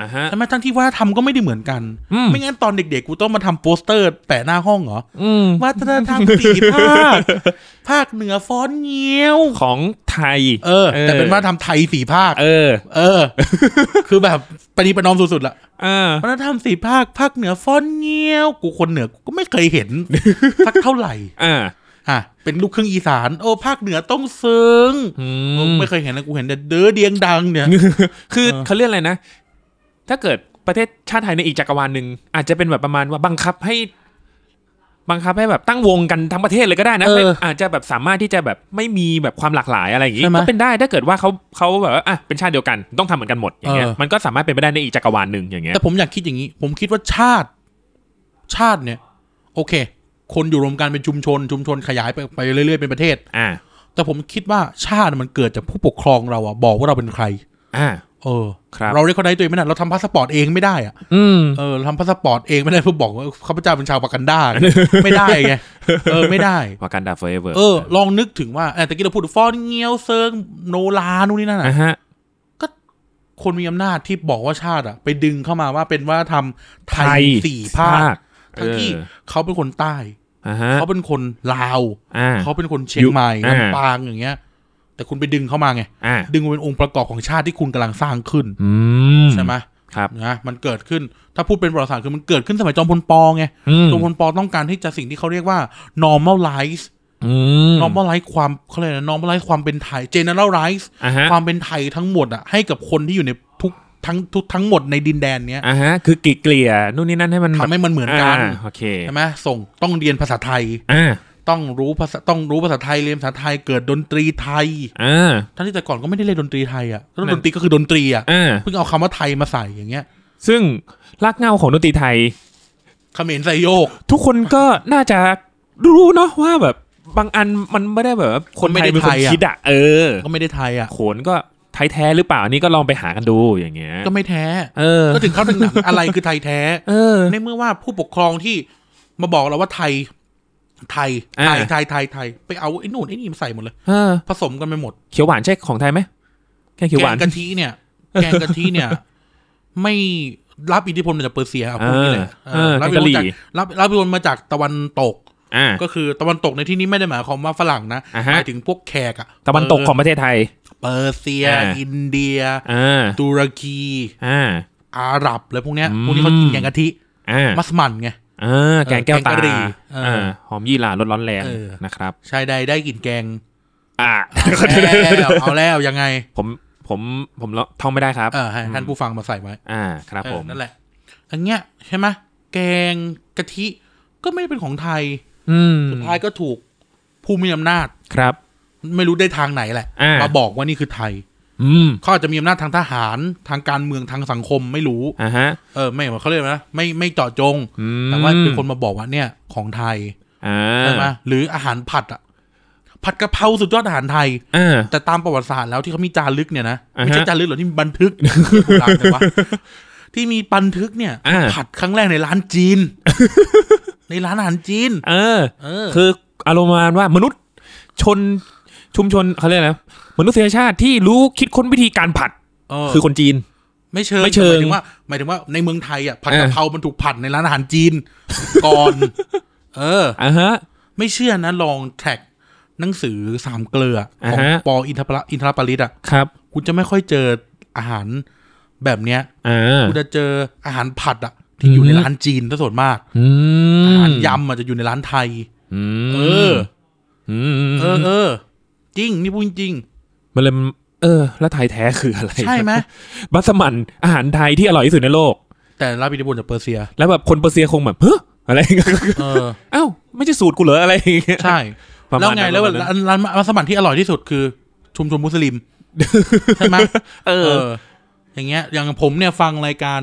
Speaker 2: อ่าฮะ
Speaker 1: ใช่ไหมทั้งที่ว่าทำก็ไม่ได้เหมือนกัน
Speaker 2: อืม
Speaker 1: ไม่งั้นตอนเด็กๆกูต้องมาทำโปสเตอร์แปะหน้าห้องเหรอ
Speaker 2: อืม
Speaker 1: วัฒนธรรมสี่ภาค ภาคเหนือฟ้อนเงี้ยว
Speaker 2: ของไทย
Speaker 1: เออ แต่เป็นว่าทำไทยสี่ภาค
Speaker 2: เออ
Speaker 1: เออ คือแบบปณีประนอมสุดๆละ
Speaker 2: เออ
Speaker 1: วัฒนธรรมสี่ภาค ภาคเหนือฟ้อนเงี้ยว กูคนเหนือกูก็ไม่เคยเห็น สักเท่าไหร่
Speaker 2: อ่า
Speaker 1: อ่ะเป็นลูกครึ่งอีสานโอ้ภาคเหนือต้องซึ้ง
Speaker 2: อื
Speaker 1: เออ
Speaker 2: ม
Speaker 1: ไม่เคยเห็นนะกูเห็นแต่เด้อเดียงดังเนี่ย
Speaker 2: คือ
Speaker 1: เออ
Speaker 2: เขาเรียกอะไรนะ ถ้าเกิดประเทศชาติไทยในอีกจักรวาลหนึ่งอาจจะเป็นแบบประมาณว่าบังคับให้ บังคับให้แบบตั้งวงกันทั้งประเทศเลยก็ได้นะ
Speaker 1: เออ
Speaker 2: ไม่อาจจะแบบสามารถที่จะแบบไม่มีแบบความหลากหลายอะไรอย่างงี้
Speaker 1: ใช่ไหม
Speaker 2: ก็เป็นได้ถ้าเกิดว่าเขาเขาแบบว่าอ่ะเป็นชาติเดียวกันต้องทำเหมือนกันหมดอย่างเงี้ย
Speaker 1: เออ
Speaker 2: มันก็สามารถเป็นไปได้ในอีกจักรวาลหนึ่งอย่างเงี้ย
Speaker 1: แต่ผมอยากคิดอย่างนี้ ผมคิดว่าชาติ ชาติเนี่ย โอเค คนอยู่รวมกันเป็นชุมชน ชุมชนขยายไปไปเรื่อยๆเป็นประเทศ
Speaker 2: อ่า
Speaker 1: แต่ผมคิดว่าชาติมันเกิดจากผู้ปกครองเราอะบอกว่าเราเป็นใคร
Speaker 2: อ่า
Speaker 1: เออ
Speaker 2: ครับ
Speaker 1: เราเรียกเขาได้ตัวเองไม่ได้เราทำพาสปอร์ตเองไม่ได้อะ
Speaker 2: อืม
Speaker 1: เออเราทำพาสปอร์ตเองไม่ได้เพื่อบอกว่าข้าพเจ้าเป็นชาวปากันดา ไม่ได้ไงเออไม่ได้
Speaker 2: วากันดาเฟเวอร์
Speaker 1: เออ ลองนึกถึงว่าเออแต่กี้เราพูดถึงฟอนเงียวเซิงโนลานู่นนี่นั่นอะ
Speaker 2: อ่ะฮะ
Speaker 1: คนมีอำนาจที่บอกว่าชาติอะไปดึงเข้ามาว่าเป็นว่าทำไท
Speaker 2: ไทย
Speaker 1: ยสี่ภาค ทั้งที่
Speaker 2: เออ
Speaker 1: เขาเป็นคนใต้
Speaker 2: อ่าฮะ
Speaker 1: เขาเป็นคนลาว
Speaker 2: อ่า
Speaker 1: เขาเป็นคนเชียงใหม่
Speaker 2: อ่า
Speaker 1: ลำปางอย่างเงี้ย แต่คุณไปดึงเขามาไง
Speaker 2: อ่า
Speaker 1: ดึงมาเป็นองค์ประกอบของชาติที่คุณกำลังสร้างขึ้น
Speaker 2: อืม
Speaker 1: ใช่ไหม
Speaker 2: ครับ
Speaker 1: นะมันเกิดขึ้นถ้าพูดเป็นประวัติศาสตร์คือมันเกิดขึ้นสมัยจอมพลปอไง
Speaker 2: อืม
Speaker 1: จอมพลปอต้องการที่จะสิ่งที่เขาเรียกว่า normalize
Speaker 2: อืม
Speaker 1: normalize ความเขาเรียกนะ normalize ความเป็นไทย generalize
Speaker 2: อ่าฮะ
Speaker 1: ความเป็นไทยทั้งหมดอ่ะให้กับคนที่อยู่ในทุกทั้งทุกทั้งหมดในดินแดนเนี้ย
Speaker 2: อ่าฮะ คือเกลี่ยๆนู่นนี่นั่นให้มัน
Speaker 1: ทำให้มันเหมือนกัน
Speaker 2: อ่าโอเค
Speaker 1: ใช่ไหมส่งต้องเรียนภาษาไทย
Speaker 2: อ่า
Speaker 1: ต้องรู้ภาษาต้องรู้ภาษาไทยเรียนภาษาไทยเกิดดนตรีไทย
Speaker 2: อ่า
Speaker 1: ทั้งที่แต่ก่อนก็ไม่ได้เล่นดนตรีไทยอ่ะแล้ว
Speaker 2: นั่น
Speaker 1: ดนตรีก็คือดนตรีอ่ะ
Speaker 2: อ่า
Speaker 1: เพิ่งเอาคำว่าไทยมาใส่อย่างเงี้ย
Speaker 2: ซึ่งรากเหง้าของดนตรีไทย
Speaker 1: เขมรไซโยก
Speaker 2: ทุกคนก็น่าจะรู้เนาะว่าแบบบางอันมันไม่ได้แบบว่าคน
Speaker 1: ไม่
Speaker 2: ไท
Speaker 1: ได้
Speaker 2: ยเป็นคน
Speaker 1: ไทยอะ
Speaker 2: คิดอ่ะเออ
Speaker 1: ก็ไม่ได้ไทยอ่ะ
Speaker 2: โขนก็ไทยแท้หรือเปล่าอันนี่ก็ลองไปหากันดูอย่างเงี้ย
Speaker 1: ก็ไม่แท้
Speaker 2: เออ
Speaker 1: ก็ถึงเข้าถึงหนัง อะไรคือไทยแท้
Speaker 2: เออ
Speaker 1: ในเมื่อว่าผู้ปกครองที่มาบอกเราว่าไทย ไทย
Speaker 2: อ่า
Speaker 1: ไทยไทยไทยไทยไปเอาไอ้นู่นไอ้นี่มาใส่หมดเลย
Speaker 2: เออ
Speaker 1: ผสมกันไปหมด
Speaker 2: เขียวหวานใช่ของไทยไหมแค่เขียว
Speaker 1: แก
Speaker 2: หวาน
Speaker 1: งกะทิเนี่ย แกงกะทิเนี่ย ไม่รับอิทธิพลมาจากเปอร์เซียอ่ะพูดอย่างนี้เลย
Speaker 2: เออ
Speaker 1: เออรับอิทธิพลจาก
Speaker 2: เกาหลี
Speaker 1: รับรับอิทธิพลมาจากตะวันตก
Speaker 2: อ่า
Speaker 1: ก็คือตะวันตกในที่นี้ไม่ได้หมายความว่าฝรั่งนะ
Speaker 2: อ่า
Speaker 1: ห
Speaker 2: ฮะ
Speaker 1: มายถึงพวกแขกอะ
Speaker 2: ตะวันตกของประเทศไทย
Speaker 1: เปอร์เซีย
Speaker 2: อ่า
Speaker 1: อินเดีย
Speaker 2: อ่า
Speaker 1: ตุรกี
Speaker 2: อ่า
Speaker 1: อาหรับอะไรพวกเนี้ย
Speaker 2: อืม
Speaker 1: พวกนี้เขากินแกงกะทิ
Speaker 2: อ่า
Speaker 1: มัสมั่นไง
Speaker 2: อ่าแกงแก้วตา
Speaker 1: แกงกะหรี่เอออ่
Speaker 2: อ่าหอมยี่หร่าลดร้อนแรง
Speaker 1: เออ
Speaker 2: นะครับ
Speaker 1: ชายใดได้กลินแกง
Speaker 2: อ่า
Speaker 1: เอาแล้วเอาแล้วยังไง
Speaker 2: ผมผมผมเลาะท่องไม่ได้ครับ
Speaker 1: เออให้ท่านผู้ฟังมาใส่ไว้
Speaker 2: อ่าครับ
Speaker 1: เอ
Speaker 2: ผ
Speaker 1: อ
Speaker 2: ม
Speaker 1: นั่นแหละอันเนี้ยใช่ไหมแกงกะทิก็ไม่ได้เป็นของไทย
Speaker 2: อืม
Speaker 1: สุดท้ายก็ถูกผู้มีอำนาจ
Speaker 2: ครับ
Speaker 1: ไม่รู้ได้ทางไหนแหละ
Speaker 2: อ่าม
Speaker 1: มาบอกว่านี่คือไทย
Speaker 2: อืม
Speaker 1: เขาอาจจะมีอำนาจทางทหารทางการเมืองทางสังคมไม่รู้
Speaker 2: อ่าฮะ
Speaker 1: เออไม่เขาเรียกว่านะไม่ไม่เจาะจง
Speaker 2: อืม
Speaker 1: แต่ว่าเป็นคนมาบอกว่าเนี่ยของไทย
Speaker 2: อ่า
Speaker 1: ใช่ไหมหรืออาหารผัดอ่ะผัดกะเพราสุดยอดอาหารไทย
Speaker 2: อ่า
Speaker 1: แต่ตามประวัติศาสตร์แล้วที่เขามีจารึกเนี่ยนะ
Speaker 2: อ่าฮะ
Speaker 1: ไม่ใช่จารึกหรอกที่มีบันทึก โบราณจัง วะที่มีบันทึกเนี่ย
Speaker 2: อ่า
Speaker 1: ผัดครั้งแรกในร้านจีน ในร้านอาหารจีน
Speaker 2: เออ
Speaker 1: เออ
Speaker 2: คืออารมณ์ประมาณว่ามนุษย์ชนชุมชนเขาเรียกอะไรนะมนุษยชาติที่รู้คิดค้นวิธีการผัด
Speaker 1: เออ
Speaker 2: คือคนจีน
Speaker 1: ไม่เชิง
Speaker 2: ไม่เชิง
Speaker 1: หมายถึงว่าหมายถึงว่าในเมืองไทยอ่ะผัดกะ
Speaker 2: อ่า
Speaker 1: เพรามันถูกผัดในร้านอาหารจีน ก่อน เออ
Speaker 2: อ่าฮะ
Speaker 1: ไม่เชื่อนะลองแท็กหนังสือสามเกลืออะ
Speaker 2: อ่า
Speaker 1: ของ
Speaker 2: ฮะ
Speaker 1: ปออินทรปะอินทรปริตอ่ะ
Speaker 2: ครับ
Speaker 1: คุณจะไม่ค่อยเจออาหารแบบเนี้ย
Speaker 2: อ่า
Speaker 1: คุณจะเจออาหารผัดอ่ะ ที่อยู่
Speaker 2: อือ
Speaker 1: ใน
Speaker 2: ฮึ
Speaker 1: ร้านจีนซะส่วนมาก
Speaker 2: อืม
Speaker 1: อาหารยำอาจจะอยู่ในร้านไทย
Speaker 2: อืม
Speaker 1: เออ
Speaker 2: อืม
Speaker 1: เออเออจริงนี่พูดจริง
Speaker 2: มันเลยเออ แล้วไทยแท้คืออะไร
Speaker 1: ใช่ไหม
Speaker 2: บัสมั่นอาหารไทยที่อร่อยที่สุดในโลก
Speaker 1: แต่รับอิทธิพลจากเปอร์เซีย
Speaker 2: แล้วแบบคนเปอร์เซียคงแบบเฮ้ออะไร อย่างเงี้ย
Speaker 1: เออ
Speaker 2: เอ้าไม่ใช่สูตรกูเหรออะไรอย่างเงี้ย
Speaker 1: ใช่
Speaker 2: ประ
Speaker 1: แล้ว
Speaker 2: มาณ
Speaker 1: ไง
Speaker 2: นั้น
Speaker 1: แล้ว
Speaker 2: ประมาณนั้น
Speaker 1: ร้านร้านมัสมั่นที่อร่อยที่สุดคือชุมชนมุส ลิม ใช่ไหม
Speaker 2: เอ
Speaker 1: เอ
Speaker 2: อ
Speaker 1: อ อย่างเงี้ย อย่างผมเนี่ยฟังรายการ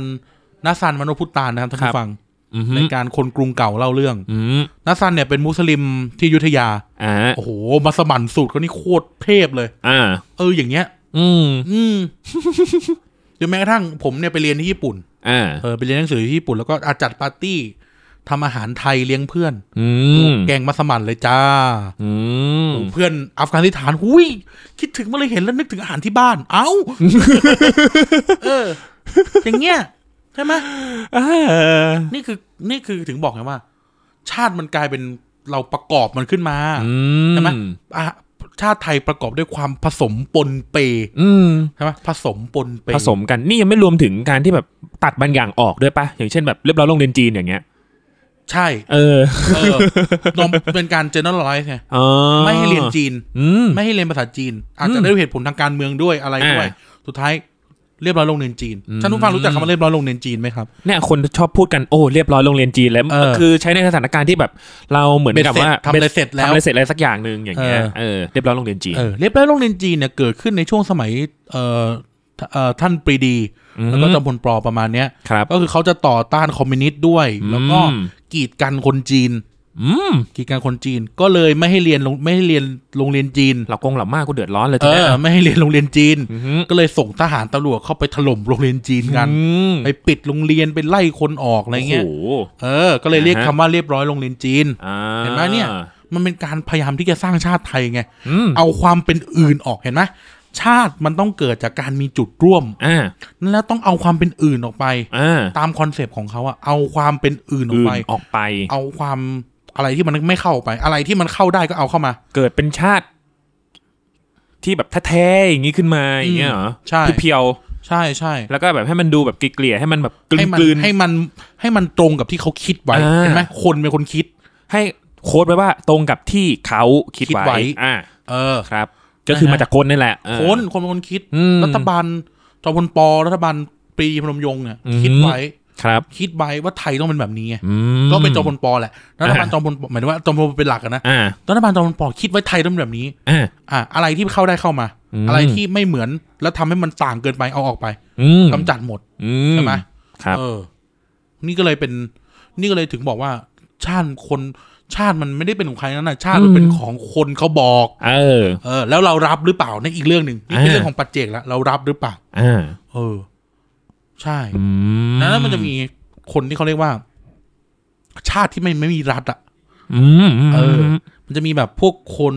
Speaker 1: นัสซันมโนพุตตานนะครับท่าน
Speaker 2: ครับ
Speaker 1: ผู้ฟัง
Speaker 2: อืมฮึ
Speaker 1: รายการคนกรุงเก่าเล่าเรื่อง
Speaker 2: อืม
Speaker 1: นัสซันเนี่ยเป็นมุสลิมที่อยุธยา
Speaker 2: อ่า
Speaker 1: โอ้โหมัสมั่นสูตรเขานี่โคตรเทพเลย
Speaker 2: อ่า
Speaker 1: เอออย่างเงี้ย
Speaker 2: อืม
Speaker 1: อืม จนแม้กระทั่งผมเนี่ยไปเรียนที่ญี่ปุ่น
Speaker 2: อ่า
Speaker 1: เออไปเรียนหนังสือที่ญี่ปุ่นแล้วก็อาจัดปาร์ตี้ทำอาหารไทยเลี้ยงเพื่อน
Speaker 2: อืม
Speaker 1: แกงมัสมั่นเลยจ้า
Speaker 2: อืม
Speaker 1: เพื่อนอัฟกานิสถานหุยคิดถึงเมื่อเลยเห็นแล้วนึกถึงอาหารที่บ้าน เอ้า เออ อย่างเงี้ยใช่ไหม
Speaker 2: อ่า
Speaker 1: นี่คือ นี่คือถึงบอกไงว่า ชาติมันกลายเป็นเราประกอบมันขึ้นมา
Speaker 2: อื
Speaker 1: ใช่ไหม
Speaker 2: ม
Speaker 1: อ่ะชาติไทยประกอบด้วยความผสมปนเป
Speaker 2: อืม
Speaker 1: ใช่ไหมผสมปนเป
Speaker 2: ผสมกันนี่ยังไม่รวมถึงการที่แบบตัดบางอย่างออกด้วยปะอย่างเช่นแบบเรียบร้อยโรงเรียนจีนอย่างเงี้ย
Speaker 1: ใช่
Speaker 2: เออ
Speaker 1: เออ นมเป็นการ generalize ไง
Speaker 2: อ๋อ
Speaker 1: ไม่ให้เรียนจีน
Speaker 2: อืม
Speaker 1: ไม่ให้เรียนภาษาจีน อาจ
Speaker 2: อื
Speaker 1: จะ
Speaker 2: ม
Speaker 1: ด้วยเหตุผลทางการเมืองด้วยอะไรด้วย
Speaker 2: อ่
Speaker 1: สุดท้ายเรียบร้อยโรงเรียนจีน
Speaker 2: อืม
Speaker 1: ท่านผู้ฟังรู้จักคำว่าเรียบร้อยโรงเรียนจีนไหมครับ
Speaker 2: เนี่ยคนชอบพูดกันโอ้เรียบร้อยโรงเรียนจีนแล้ว
Speaker 1: เออ
Speaker 2: คือใช้ในสถานการณ์ที่แบบ เราเหมือนกับว่า
Speaker 1: เบ็ดเสร็จทำอะไรเสร็จแล้ว
Speaker 2: ทำอะไรเสร็จอะไรสักอย่างหนึ่งอย่างเงี้ย
Speaker 1: เออ
Speaker 2: เออเรียบร้อยโรงเรียนจีน
Speaker 1: เออเรียบร้อยโรงเรียนจีนเนี่ยเกิดขึ้นในช่วงสมัยเอ่อท่าเอ่อท่านปรีดี แล้วก็จอมพลปอประมาณเนี้ย
Speaker 2: ครับ
Speaker 1: ก็คือเขาจะต่อต้านคอมมิวนิสต์ด้วย
Speaker 2: อืม
Speaker 1: แล้วก็กีดกันคนจีน
Speaker 2: อืม
Speaker 1: กีดกันคนจีนก็เลยไม่ให้เรียนโรงไม่ให้เรียนโรงเรียนจีน
Speaker 2: เหล่ากงเหล่ามากกูเดือดร้อนเลย
Speaker 1: เอ
Speaker 2: ทีเนี้ย
Speaker 1: อไม่ให้เรียนโรงเรียนจีน
Speaker 2: อือหือ
Speaker 1: ก็เลยส่งทหารตำรวจเข้าไปถล่มโรงเรียนจีนกัน
Speaker 2: อืม
Speaker 1: ไปปิดโรงเรียนไปไล่คนออกอะไรเงี้ย
Speaker 2: โอ้โห
Speaker 1: เออ ก็เลยเรียก
Speaker 2: อ่า
Speaker 1: คำ
Speaker 2: ฮะ
Speaker 1: ว่าเรียบร้อยโรงเรียนจีน
Speaker 2: อ่า
Speaker 1: เห็นไหมเนี่ย มันเป็นการพยายามที่จะสร้างชาติไทยไง
Speaker 2: อืม
Speaker 1: เอาความเป็นอื่นออกเห็นไหมชาติมันต้องเกิดจากการมีจุดร่วม
Speaker 2: อ่า
Speaker 1: แล้วต้องเอาความเป็นอื่นออกไป
Speaker 2: อ่า
Speaker 1: ตามคอนเซปต์ของเขาอะเอาความเป็นอื่นออก
Speaker 2: อื่น
Speaker 1: ไป
Speaker 2: ออกไป
Speaker 1: เอาความอะไรที่มันไม่เข้าไป อะไรที่มันเข้าได้ก็เอาเข้ามา
Speaker 2: เกิดเป็นชาติ ที่แบบแท้ๆอย่างนี้ขึ้นมาอย่างเงี้ยเหรอ
Speaker 1: ใช่
Speaker 2: เพียว
Speaker 1: ใช่ใช่
Speaker 2: ๆแล้วก็แบบให้มันดูแบบเกลี่ยๆให้มันแบบก
Speaker 1: ให้มัน
Speaker 2: ลืน
Speaker 1: ให้มันให้มันตรงกับที่เขาคิดไว้
Speaker 2: อ่า
Speaker 1: เห็นไหมคนเป็นคนคิด
Speaker 2: ๆให้โค้ดไว้ว่าตรงกับที่เขาคิด
Speaker 1: คิดไว้
Speaker 2: ไว้อ่า
Speaker 1: เออ
Speaker 2: ครับ ก็คือมาจากคนนี่แหละเออ
Speaker 1: คนคนเป็นคนคิด
Speaker 2: อืม
Speaker 1: รัฐบาลจอมพลปรัฐบาลปรีพนมยงค์เนี่ย
Speaker 2: อืม
Speaker 1: คิดไว้
Speaker 2: ครับ
Speaker 1: คิดไว้ว่าไทยต้องเป็นแบบนี้ไง
Speaker 2: อืม
Speaker 1: ก็เป็นจอมพลปแหละรัฐบาล
Speaker 2: อ่า
Speaker 1: จอมพลปหมายถึงว่าจอมพลปเป็นหลักอะนะ
Speaker 2: อ่า
Speaker 1: รัฐบาลจอมพลปอคิดไว้ไทยต้องเป็นแบบนี้
Speaker 2: อ่า
Speaker 1: อ่ะอะไรที่เข้าได้เข้ามา
Speaker 2: อืม
Speaker 1: อะไรที่ไม่เหมือนแล้วทำให้มันต่างเกินไปเอาออกไป
Speaker 2: อืม
Speaker 1: กำจัดหมด
Speaker 2: อื
Speaker 1: ใช่ไหม
Speaker 2: ครับ
Speaker 1: เออ นี่ก็เลยเป็น นี่ก็เลยถึงบอกว่า ชาติคนชาติมันไม่ได้เป็นของใครนั่นนะชาติมัน
Speaker 2: อืม
Speaker 1: เป็นของคนเขาบอก
Speaker 2: เออ
Speaker 1: เออ แล้วเรารับหรือเปล่านั่นอีกเรื่องหนึ่งนี่เป็น
Speaker 2: อ่า
Speaker 1: เรื่องของปัจเจกแล้วเรารับหรือเปล่า
Speaker 2: อ่า
Speaker 1: เออ ใช่
Speaker 2: อืม
Speaker 1: แล้วมันจะมีคนที่เขาเรียกว่า ชาติที่ไม่ไม่มีรัฐอ่ะ
Speaker 2: อืม
Speaker 1: เออ มันจะมีแบบพวกคน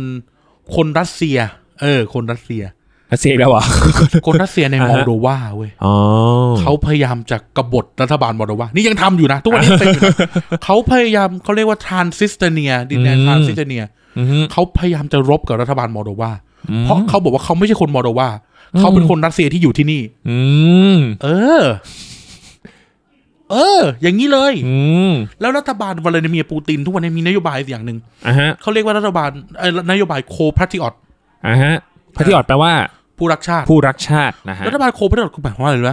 Speaker 1: คนรัสเซีย เออ คนรัสเซีย
Speaker 2: รัสเซียอีกแล้วเหรอ
Speaker 1: คนรัสเซียใน
Speaker 2: อ่าฮะ
Speaker 1: มอลโดวาเว้ย
Speaker 2: อ๋อ
Speaker 1: เขาพยายามจะกบฏรัฐบาลมอลโดวานี่ยังทำอยู่นะ ทุกวันนี้ยังเป็นอยู่นะ เขาพยายามเขาเรียกว่าทรานซิสเตเนีย ดินแดนทรานซิสเตเนีย
Speaker 2: อืม
Speaker 1: เขาพยายามจะรบกับรัฐบาลมอลโดวาเพราะเขาบอกว่าเขาไม่ใช่คนมอลโดวาเขาเป็นคนรัสเซียที่อยู่ที่นี่
Speaker 2: อืม
Speaker 1: เออ เออ อย่างนี้เลย
Speaker 2: อืม
Speaker 1: แล้วรัฐบาลวลาดิเมียร์ปูติน ทุกวันนี้มีนโยบายอย่างหนึ่ง
Speaker 2: อ่าฮะ
Speaker 1: เขาเรียกว่ารัฐบาลเอ่อนโยบายโคพาทิออต
Speaker 2: อ่าฮะพระที่ออดแปลว่า
Speaker 1: ผู้รักชาติ
Speaker 2: ผู้รักชาตินะฮะ
Speaker 1: รัฐบาลโคเปอร์ดคือหมายความว่าอะไรรู้ไหม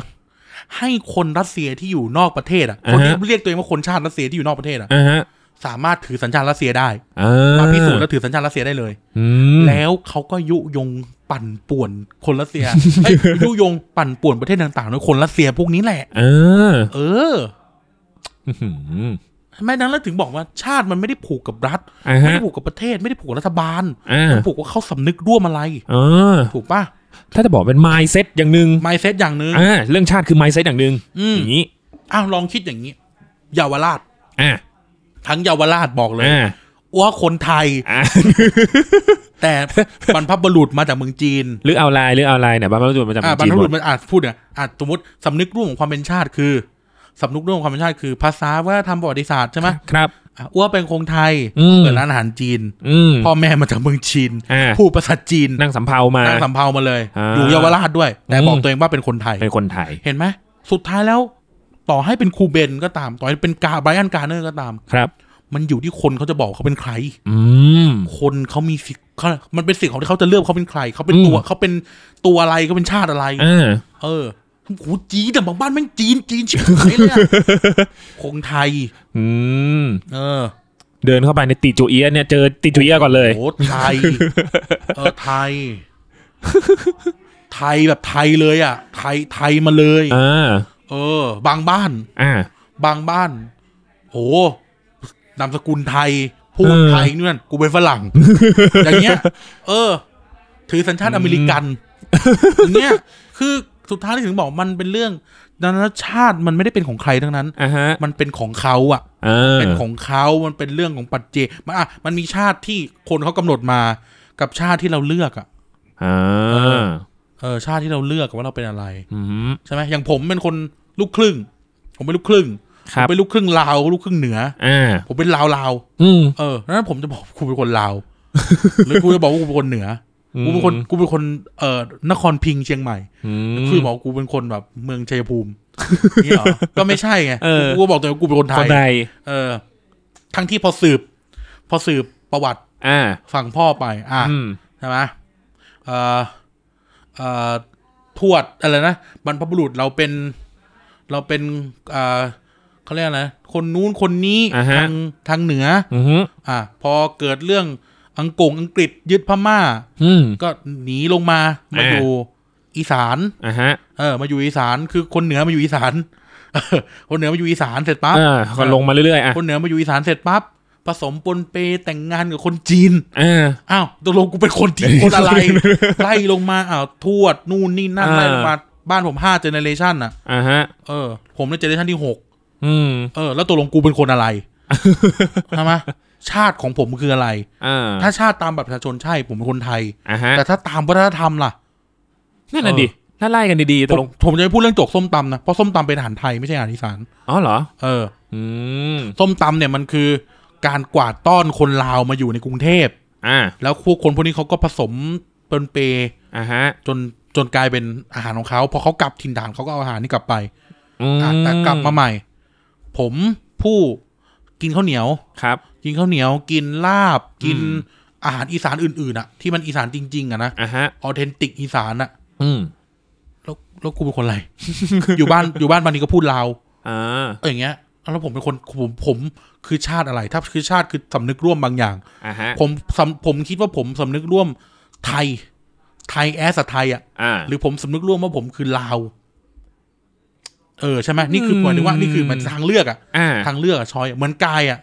Speaker 1: ให้คนรัสเซียที่อยู่นอกประเทศอ่ะ คน
Speaker 2: อ่าฮะ
Speaker 1: ที่เรียกตัวเองว่าคนชาติรัสเซียที่อยู่นอกประเทศอ่ะ
Speaker 2: อ่าฮะ
Speaker 1: สามารถถือสัญชาติรัสเซียได้
Speaker 2: อ่
Speaker 1: มาพิสูจน์และถือสัญชาติรัสเซียได้เลย
Speaker 2: อืม
Speaker 1: แล้วเขาก็ยุยงปั่นป่วนคนรัสเซี ยเอ้ยยุยงปั่นป่วนประเทศต่างๆด้วยคนรัสเซียพวกนี้แหละ
Speaker 2: เออ
Speaker 1: เออ
Speaker 2: อื้อหือ
Speaker 1: แม้นั้นแล้วถึงบอกว่าชาติมันไม่ได้ผูกกับรัฐ
Speaker 2: อ่า
Speaker 1: ไม่
Speaker 2: ฮะ
Speaker 1: ได้ผูกกับประเทศ ไม่ได้ผูกกับรัฐบาล
Speaker 2: อ่า
Speaker 1: มันผูกว่าเขาสำนึกร่วมอะไร
Speaker 2: เออ
Speaker 1: ถูกป่ะ
Speaker 2: ถ้าจะบอกเป็น mindset อย่างหนึ่ง
Speaker 1: mindset อย่างหนึ่ง
Speaker 2: อ่าเรื่องชาติคือ mindset อย่างหนึ่ง
Speaker 1: อืม
Speaker 2: อย่างนี้
Speaker 1: อ้าวลองคิดอย่างนี้เยาวราช
Speaker 2: อ่า
Speaker 1: ทั้งเยาวราชบอกเลย
Speaker 2: อ่า
Speaker 1: ว่าคนไทย
Speaker 2: อ่า
Speaker 1: แต่บรรพบุรุษมาจากเมืองจีน
Speaker 2: หรือเอาลายหรือเอาลายเนี่ยบรรพบุรุษมาจาก
Speaker 1: อ่าบร
Speaker 2: จี
Speaker 1: ร
Speaker 2: น
Speaker 1: พ
Speaker 2: ห
Speaker 1: บุ
Speaker 2: ม
Speaker 1: รุ
Speaker 2: ด
Speaker 1: ษมันอาจพูดเนี่ยอาจสมมติสำนึกร่วมของความเป็นชาติคือสำนึกร่วมของความเป็นชาติคือภาษาว่าทำประวัติศาสตร์ใช่ไหม
Speaker 2: ครับ
Speaker 1: อ่ะอ้วเป็นคงไทย
Speaker 2: อืม
Speaker 1: เปิดร้านอาหารจีน
Speaker 2: อืม
Speaker 1: พ่อแม่มาจากเมืองจีน
Speaker 2: อ่า
Speaker 1: พูดภาษาจีน
Speaker 2: นั่งสำเพามา
Speaker 1: นั่งสำเภามาเลย
Speaker 2: อ่า
Speaker 1: อยู่เยาวราชด้วย แต่บอก
Speaker 2: อืม
Speaker 1: ตัวเองว่าเป็นคนไทย
Speaker 2: เป็นคนไทย
Speaker 1: เห็นไหมสุดท้ายแล้ว ต่อให้เป็นครูเบนก็ตาม ต่อให้เป็นกาไบรอันการ์เนอร์ก็ตาม
Speaker 2: ครับ
Speaker 1: มันอยู่ที่คนเขาจะบอกเขาเป็นใคร
Speaker 2: อืม
Speaker 1: คนเขามีสิทธิ์เขามันเป็นสิทธิ์ของที่เขาจะเลือกเขาเป็นใคร เขาเป็นตัว
Speaker 2: อืม
Speaker 1: เขาเป็นตัวอะไรเขาเป็นชาติอะไร
Speaker 2: อ่า
Speaker 1: เออโหจีนแต่บางบ้านแม่งจีนจีนชิบหายเลย อะ คงไทย
Speaker 2: อืม
Speaker 1: เออ
Speaker 2: เดินเข้าไปในติจูเอียะเนี่ยเจอติจูเอียะก่อนเลย
Speaker 1: โหไทย เออไทย ไทยแบบไทยเลยอ่ะ ไทยไทยมาเลย
Speaker 2: อ่า
Speaker 1: เออ บางบ้าน
Speaker 2: อ่า
Speaker 1: บางบ้าน โหนามสกุลไทย พูดไทยนู่นนกูเป็นฝรั่ง อย่างเงี้ย เออ ถือสัญชาติอเมริกันอย่างเงี้ย คือสุดท้ายที่ถึงบอกมันเป็นเรื่องดังนั้นชาติมันไม่ได้เป็นของใครทั้งนั้น
Speaker 2: อ่าฮะ
Speaker 1: มันเป็นของเขาอ่ะ
Speaker 2: อ่า
Speaker 1: เป็นของเขามันเป็นเรื่องของปัจเจกมันอ่ะมันมีชาติที่คนเขากำหนดมา กับชาติที่เราเลือกอ่ะ
Speaker 2: อ่า
Speaker 1: เออ ชาติที่เราเลือกว่าเราเป็นอะไร
Speaker 2: อืม
Speaker 1: ใช่ไหมอย่างผมเป็นคนลูกครึ่ง ผมเป็นลูกครึ่ง
Speaker 2: ครั
Speaker 1: ผ
Speaker 2: บ
Speaker 1: มเป็นลูกครึ่งลาวลูกครึ่งเหนือ
Speaker 2: อ่า
Speaker 1: ผมเป็นลาวลาว
Speaker 2: อืม
Speaker 1: เออนั้นผมจะบอก กูเป็นคนลาว หรือกูจะบอกว่ากูเป็นคนเหนืออ
Speaker 2: ม
Speaker 1: กูเป็นคนกูเป็นคนเอ่อนครพิงค์เชียงใหม่
Speaker 2: อืม
Speaker 1: คือบอกกูเป็นคนแบบเมืองชัยภูมินี่เหรอก็ไม่ใช่ไง
Speaker 2: เออ
Speaker 1: กูก็บอกตัวเองว่ากูเป็นคนไท
Speaker 2: ค
Speaker 1: ย
Speaker 2: นใด
Speaker 1: เออ ทั้งที่พอสืบ พอสืบประวัติ
Speaker 2: อ่า
Speaker 1: ฝั่งพ่อไป อ่ะ
Speaker 2: อืม
Speaker 1: ใช่ไหมเอ่อเอ่อทวดอะไรนะบรรพบุรุษเราเป็น เราเป็นเอ่อเขาเรียกอะไรนะคนนู้นคนนี้
Speaker 2: อ่าฮะ
Speaker 1: ทางทางเหนือ
Speaker 2: อือหือ
Speaker 1: อ่ะพอเกิดเรื่องอังกงอังกฤษยึดพม่า
Speaker 2: อืม
Speaker 1: ก็หนีลงมามา
Speaker 2: อ่า
Speaker 1: อยู่อีสาน
Speaker 2: อ่าฮะ
Speaker 1: เออ มาอยู่อีสานคือคนเหนือมาอยู่อีสาน เออคนเหนือมาอยู่อีสานเสร็จปั๊บ
Speaker 2: อ่าก็ลงมาเรื่อยๆ อ่ะ
Speaker 1: คนเหนือมาอยู่อีสานเสร็จปั๊บผสมปนเปแต่งงานกับคนจีน
Speaker 2: อ่า
Speaker 1: อ้าวตกลงกูเป็นคน จีน คนอะไร ไล่ลงมาอ้าวทวดนู่นนี่นั่น
Speaker 2: อ่า
Speaker 1: ไล่ลงมาบ้านผมห้าเจเนเรชันอ่ะ
Speaker 2: อ่าฮะ
Speaker 1: เออ ผมในเจเนเรชันที่หก
Speaker 2: อืม
Speaker 1: เออแล้วตกลงกูเป็นคนอะไร ใช่ไหมชาติของผมคืออะไร
Speaker 2: อ่า
Speaker 1: ถ้าชาติตามบัตรประชาชนใช่ผมเป็นคนไทย
Speaker 2: อ่าฮะ
Speaker 1: แต่ถ้าตามวัฒนธรรมล่ะ
Speaker 2: นั่นน่ะดิ ถ้าไล่กันดีๆ ต
Speaker 1: ผ
Speaker 2: กล
Speaker 1: ม
Speaker 2: ง
Speaker 1: ผมจะไม่พูดเรื่องโจกส้มตำนะ เพราะส้มตำเป็นอาหารไทยไม่ใช่อาหารอีสาน
Speaker 2: อ๋อเหรอ
Speaker 1: เออ
Speaker 2: อืม
Speaker 1: ส้มตำเนี่ยมันคือ การกวาดต้อนคนลาวมาอยู่ในกรุงเทพ
Speaker 2: อ่า
Speaker 1: แล้วพวกคนพวกนี้เขาก็ผสมปนเป
Speaker 2: อ่าฮะ
Speaker 1: จนจนกลายเป็นอาหารของเขาพอเขากลับถิ่นฐานเขาก็เอาอาหารนี้กลับไป
Speaker 2: อืม
Speaker 1: อ่ะแต่กลับมาใหม่ ผมผู้กินข้าวเหนียว
Speaker 2: ครับ
Speaker 1: กินข้าวเหนียว กินลาบ กิน
Speaker 2: อืม
Speaker 1: อาหารอีสานอื่นๆอ่ะ ที่มันอีสานจริง ๆอ่ะนะ
Speaker 2: อ่าฮะ
Speaker 1: ออเทนติกอีสานอ่ะ
Speaker 2: อืม
Speaker 1: แล้วแล้วกูเป็นคนอะไร อยู่บ้านอยู่บ้านบางทีก็พูดลาว
Speaker 2: อ่า
Speaker 1: เอออย่างเงี้ยแล้วผมเป็นคนผมผมคือชาติอะไร ถ้าคือชาติคือสำนึกร่วมบางอย่าง
Speaker 2: อ่าฮะ
Speaker 1: ผมสำผมคิดว่าผมสำนึกร่วมไทย ไทยแอสไทยอ่ะ
Speaker 2: อ่า
Speaker 1: หรือผมสำนึกร่วมว่าผมคือลาว เออใช่ไหมนี่คือ
Speaker 2: อืม
Speaker 1: หมายถึงว่านี่คือมันทางเลือกอ่ะ
Speaker 2: อ่า
Speaker 1: ทางเลือกอะชอยอะเหมือนกายอ่ะ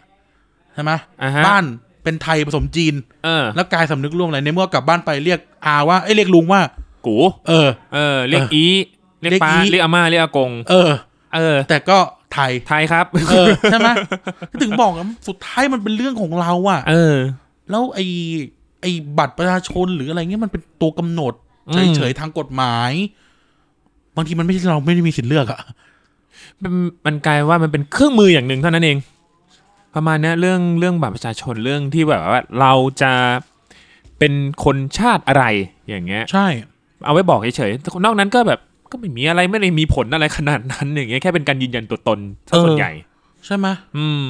Speaker 1: ใช่ไหม
Speaker 2: อ่าฮะ
Speaker 1: บ้านเป็นไทยผสมจีน
Speaker 2: เออ
Speaker 1: แล้วกายสำนึกร่วมอะไรในเมื่อกลับบ้านไปเรียกอาว่าเอ้ยเรียกลุงว่า
Speaker 2: กู
Speaker 1: เออ
Speaker 2: เออ เรียก
Speaker 1: เอออี
Speaker 2: อีเรียก
Speaker 1: เรียก
Speaker 2: ป้า
Speaker 1: อี
Speaker 2: เรียกอาม่า เรียกอากง
Speaker 1: เออ
Speaker 2: เออ
Speaker 1: แต่ก็ไทย
Speaker 2: ไทย ครับ
Speaker 1: เออใช่ไหมถึงบอกอะสุดท้ายมันเป็นเรื่องของเราอะ
Speaker 2: เออ
Speaker 1: แล้วไอ้ไอ้บัตรประชาชนหรืออะไรเงี้ยมันเป็นตัวกำหนด
Speaker 2: อืม
Speaker 1: เฉยๆทางกฎหมาย บางทีมันไม่ใช่เราไม่ได้มีสิทธิ์เลือกอะ
Speaker 2: มันมันกลายว่ามันเป็นเครื่องมืออย่างหนึ่งเท่านั้นเอง ประมาณเนี้ยเรื่องเรื่องบัตรประชาชนเรื่องที่แบบว่าเราจะเป็นคนชาติอะไรอย่างเงี้ย
Speaker 1: ใช่
Speaker 2: เอาไว้บอกเฉยๆนอกนั้นก็แบบก็ไม่มีอะไรไม่ได้มีผลอะไรขนาดนั้นอย่างเงี้ยแค่เป็นการยืนยันตัวตนซะส่วนใหญ่
Speaker 1: ใช่ไหม
Speaker 2: อืม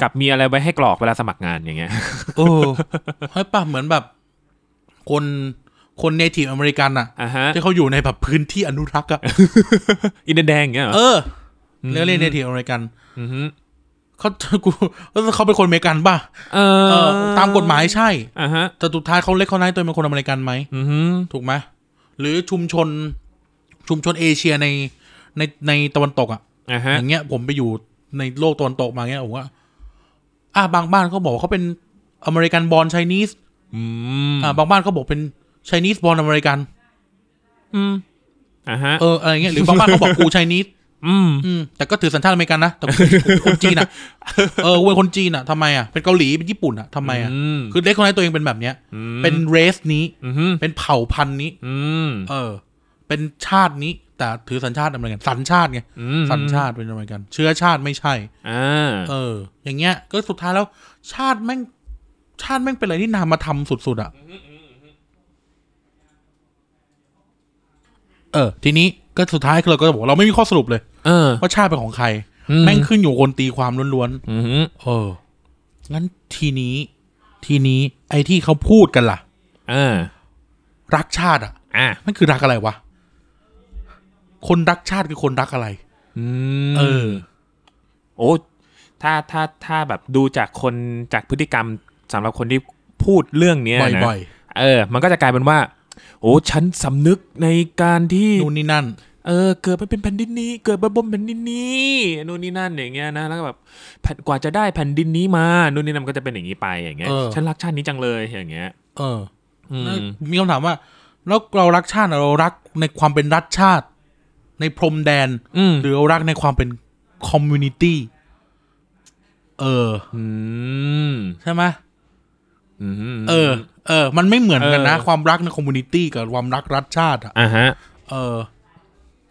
Speaker 2: กับมีอะไรไว้ให้กรอกเวลาสมัครงานอย่างเงี้ย
Speaker 1: เออใช่ปะเหมือนแบบ คนคนเนทีฟอเมริกันอะ
Speaker 2: อ่าฮะ
Speaker 1: ที่เขาอยู่ในแบบพื้นที่อนุรักษ์อะ
Speaker 2: อินเดียแดงอย่างเงี้ยเหรอ
Speaker 1: เออเรียกเรียกเนทีฟอเมริกัน
Speaker 2: อือฮึ
Speaker 1: เขากูเขาเป็นคนอเมริกันป่ะ
Speaker 2: เอ
Speaker 1: เอ
Speaker 2: อ
Speaker 1: อ ตามกฎหมายใช่
Speaker 2: อ่าฮะ
Speaker 1: แต่สุดท้ายเขาเล็กเขาน้อยตัวเองเป็นคนอเมริกันไหม
Speaker 2: อือฮึ
Speaker 1: ถูกไหมหรือชุมชนชุมชนเอเชียในในในตะวันตกอะ
Speaker 2: อ่า
Speaker 1: ่ะ
Speaker 2: ฮะ
Speaker 1: อย่างเงี้ยผมไปอยู่ในโลกตะวันตกมาเงี้ยผมว่าอ่ะบางบ้านเขาบอกเขาเป็นอเมริกันบอลไชนีส
Speaker 2: อืม
Speaker 1: อ่ะบางบ้านเขาบอกเป็นไชนีสบอลอเมริกัน
Speaker 2: อืมอ่าฮะ
Speaker 1: เอออะไรเงี้ยหรือบางบ้านเขาบอกกูไชนีส
Speaker 2: อืม
Speaker 1: อืมแต่ก็ถือสัญชาติอเมริกันนะแต่กูเป็นคนจีน อ่ะเออกูเป็นคนจีนอ่ะทำไมอ่ะเป็นเกาหลีเป็นญี่ปุ่นอ่ะทำไมอ่ะ
Speaker 2: อืม
Speaker 1: คือเด็กคนนั้นตัวเองเป็นแบบเนี้ย เป็นเรสนี้
Speaker 2: อือหือ
Speaker 1: เป็นเผ่าพันธุ์นี้
Speaker 2: อืม
Speaker 1: เออ เป็นชาตินี้ แต่ถือสัญชาติอเมริกันสัญชาติไง
Speaker 2: อืม
Speaker 1: สัญชาติเป็นอเมริกัน เชื้อชาติไม่ใช่
Speaker 2: อ่า
Speaker 1: เออ อย่างเงี้ย ก็สุดท้ายแล้ว ชาติแม่ง ชาติแม่งเป็นอะไรที่นามาทำสุดๆอะ่ะเออ ทีนี้ก็สุดท้ายคือเราก็จะบอกว่าเราไม่มีข้อสรุปเลย
Speaker 2: เออ
Speaker 1: ว่าชาติเป็นของใคร
Speaker 2: อืม
Speaker 1: แม่งขึ้นอยู่กับคนตีความล้วน
Speaker 2: อือหือ
Speaker 1: ๆเออ งั้นทีนี้ ทีนี้ ไอ้ที่เขาพูดกันล่ะ
Speaker 2: อ่า
Speaker 1: รักชาติอ่ะ
Speaker 2: อ่ะ
Speaker 1: มันคือรักอะไรวะคนรักชาติคือคนรักอะไร
Speaker 2: อืม
Speaker 1: เออ
Speaker 2: โอ้ถ้าถ้าถ้าแบบดูจากคนจากพฤติกรรมสำหรับคนที่พูดเรื่องเนี้ยนะ
Speaker 1: บ่อย
Speaker 2: เออ มันก็จะกลายเป็นว่า โอ้ฉันสำนึกในการที่
Speaker 1: ๆนู่นนี่นั่น
Speaker 2: เออ เกิดมาเป็นแผ่นดินนี้ เกิดมาบนแผ่นดินนี้นู่นนี่นั่นอย่างเงี้ยนะ แล้วก็แบบแผ่นกว่าจะได้แผ่นดินนี้มา นู่นนี่นั่นมันก็จะเป็นอย่างนี้ไปอย่างเงี้ย
Speaker 1: เออ
Speaker 2: ฉันรักชาตินี้จังเลยอย่างเงี้ย
Speaker 1: เออ
Speaker 2: อืม
Speaker 1: มีคำถามว่า แล้วเรารักชาติน่ะเรารักในความเป็นรัฐชาติ ในพรมแดน
Speaker 2: อืม
Speaker 1: หรือเรารักในความเป็นคอมมูนิตี้เออ
Speaker 2: อืม
Speaker 1: ใช่ไหม
Speaker 2: อืม
Speaker 1: เออ เออ มันไม่เหมือนกันนะ
Speaker 2: เออ
Speaker 1: ความรักในคอมมูนิตี้กับความรักรัฐชาติอะ
Speaker 2: อ่ะฮะ
Speaker 1: เออ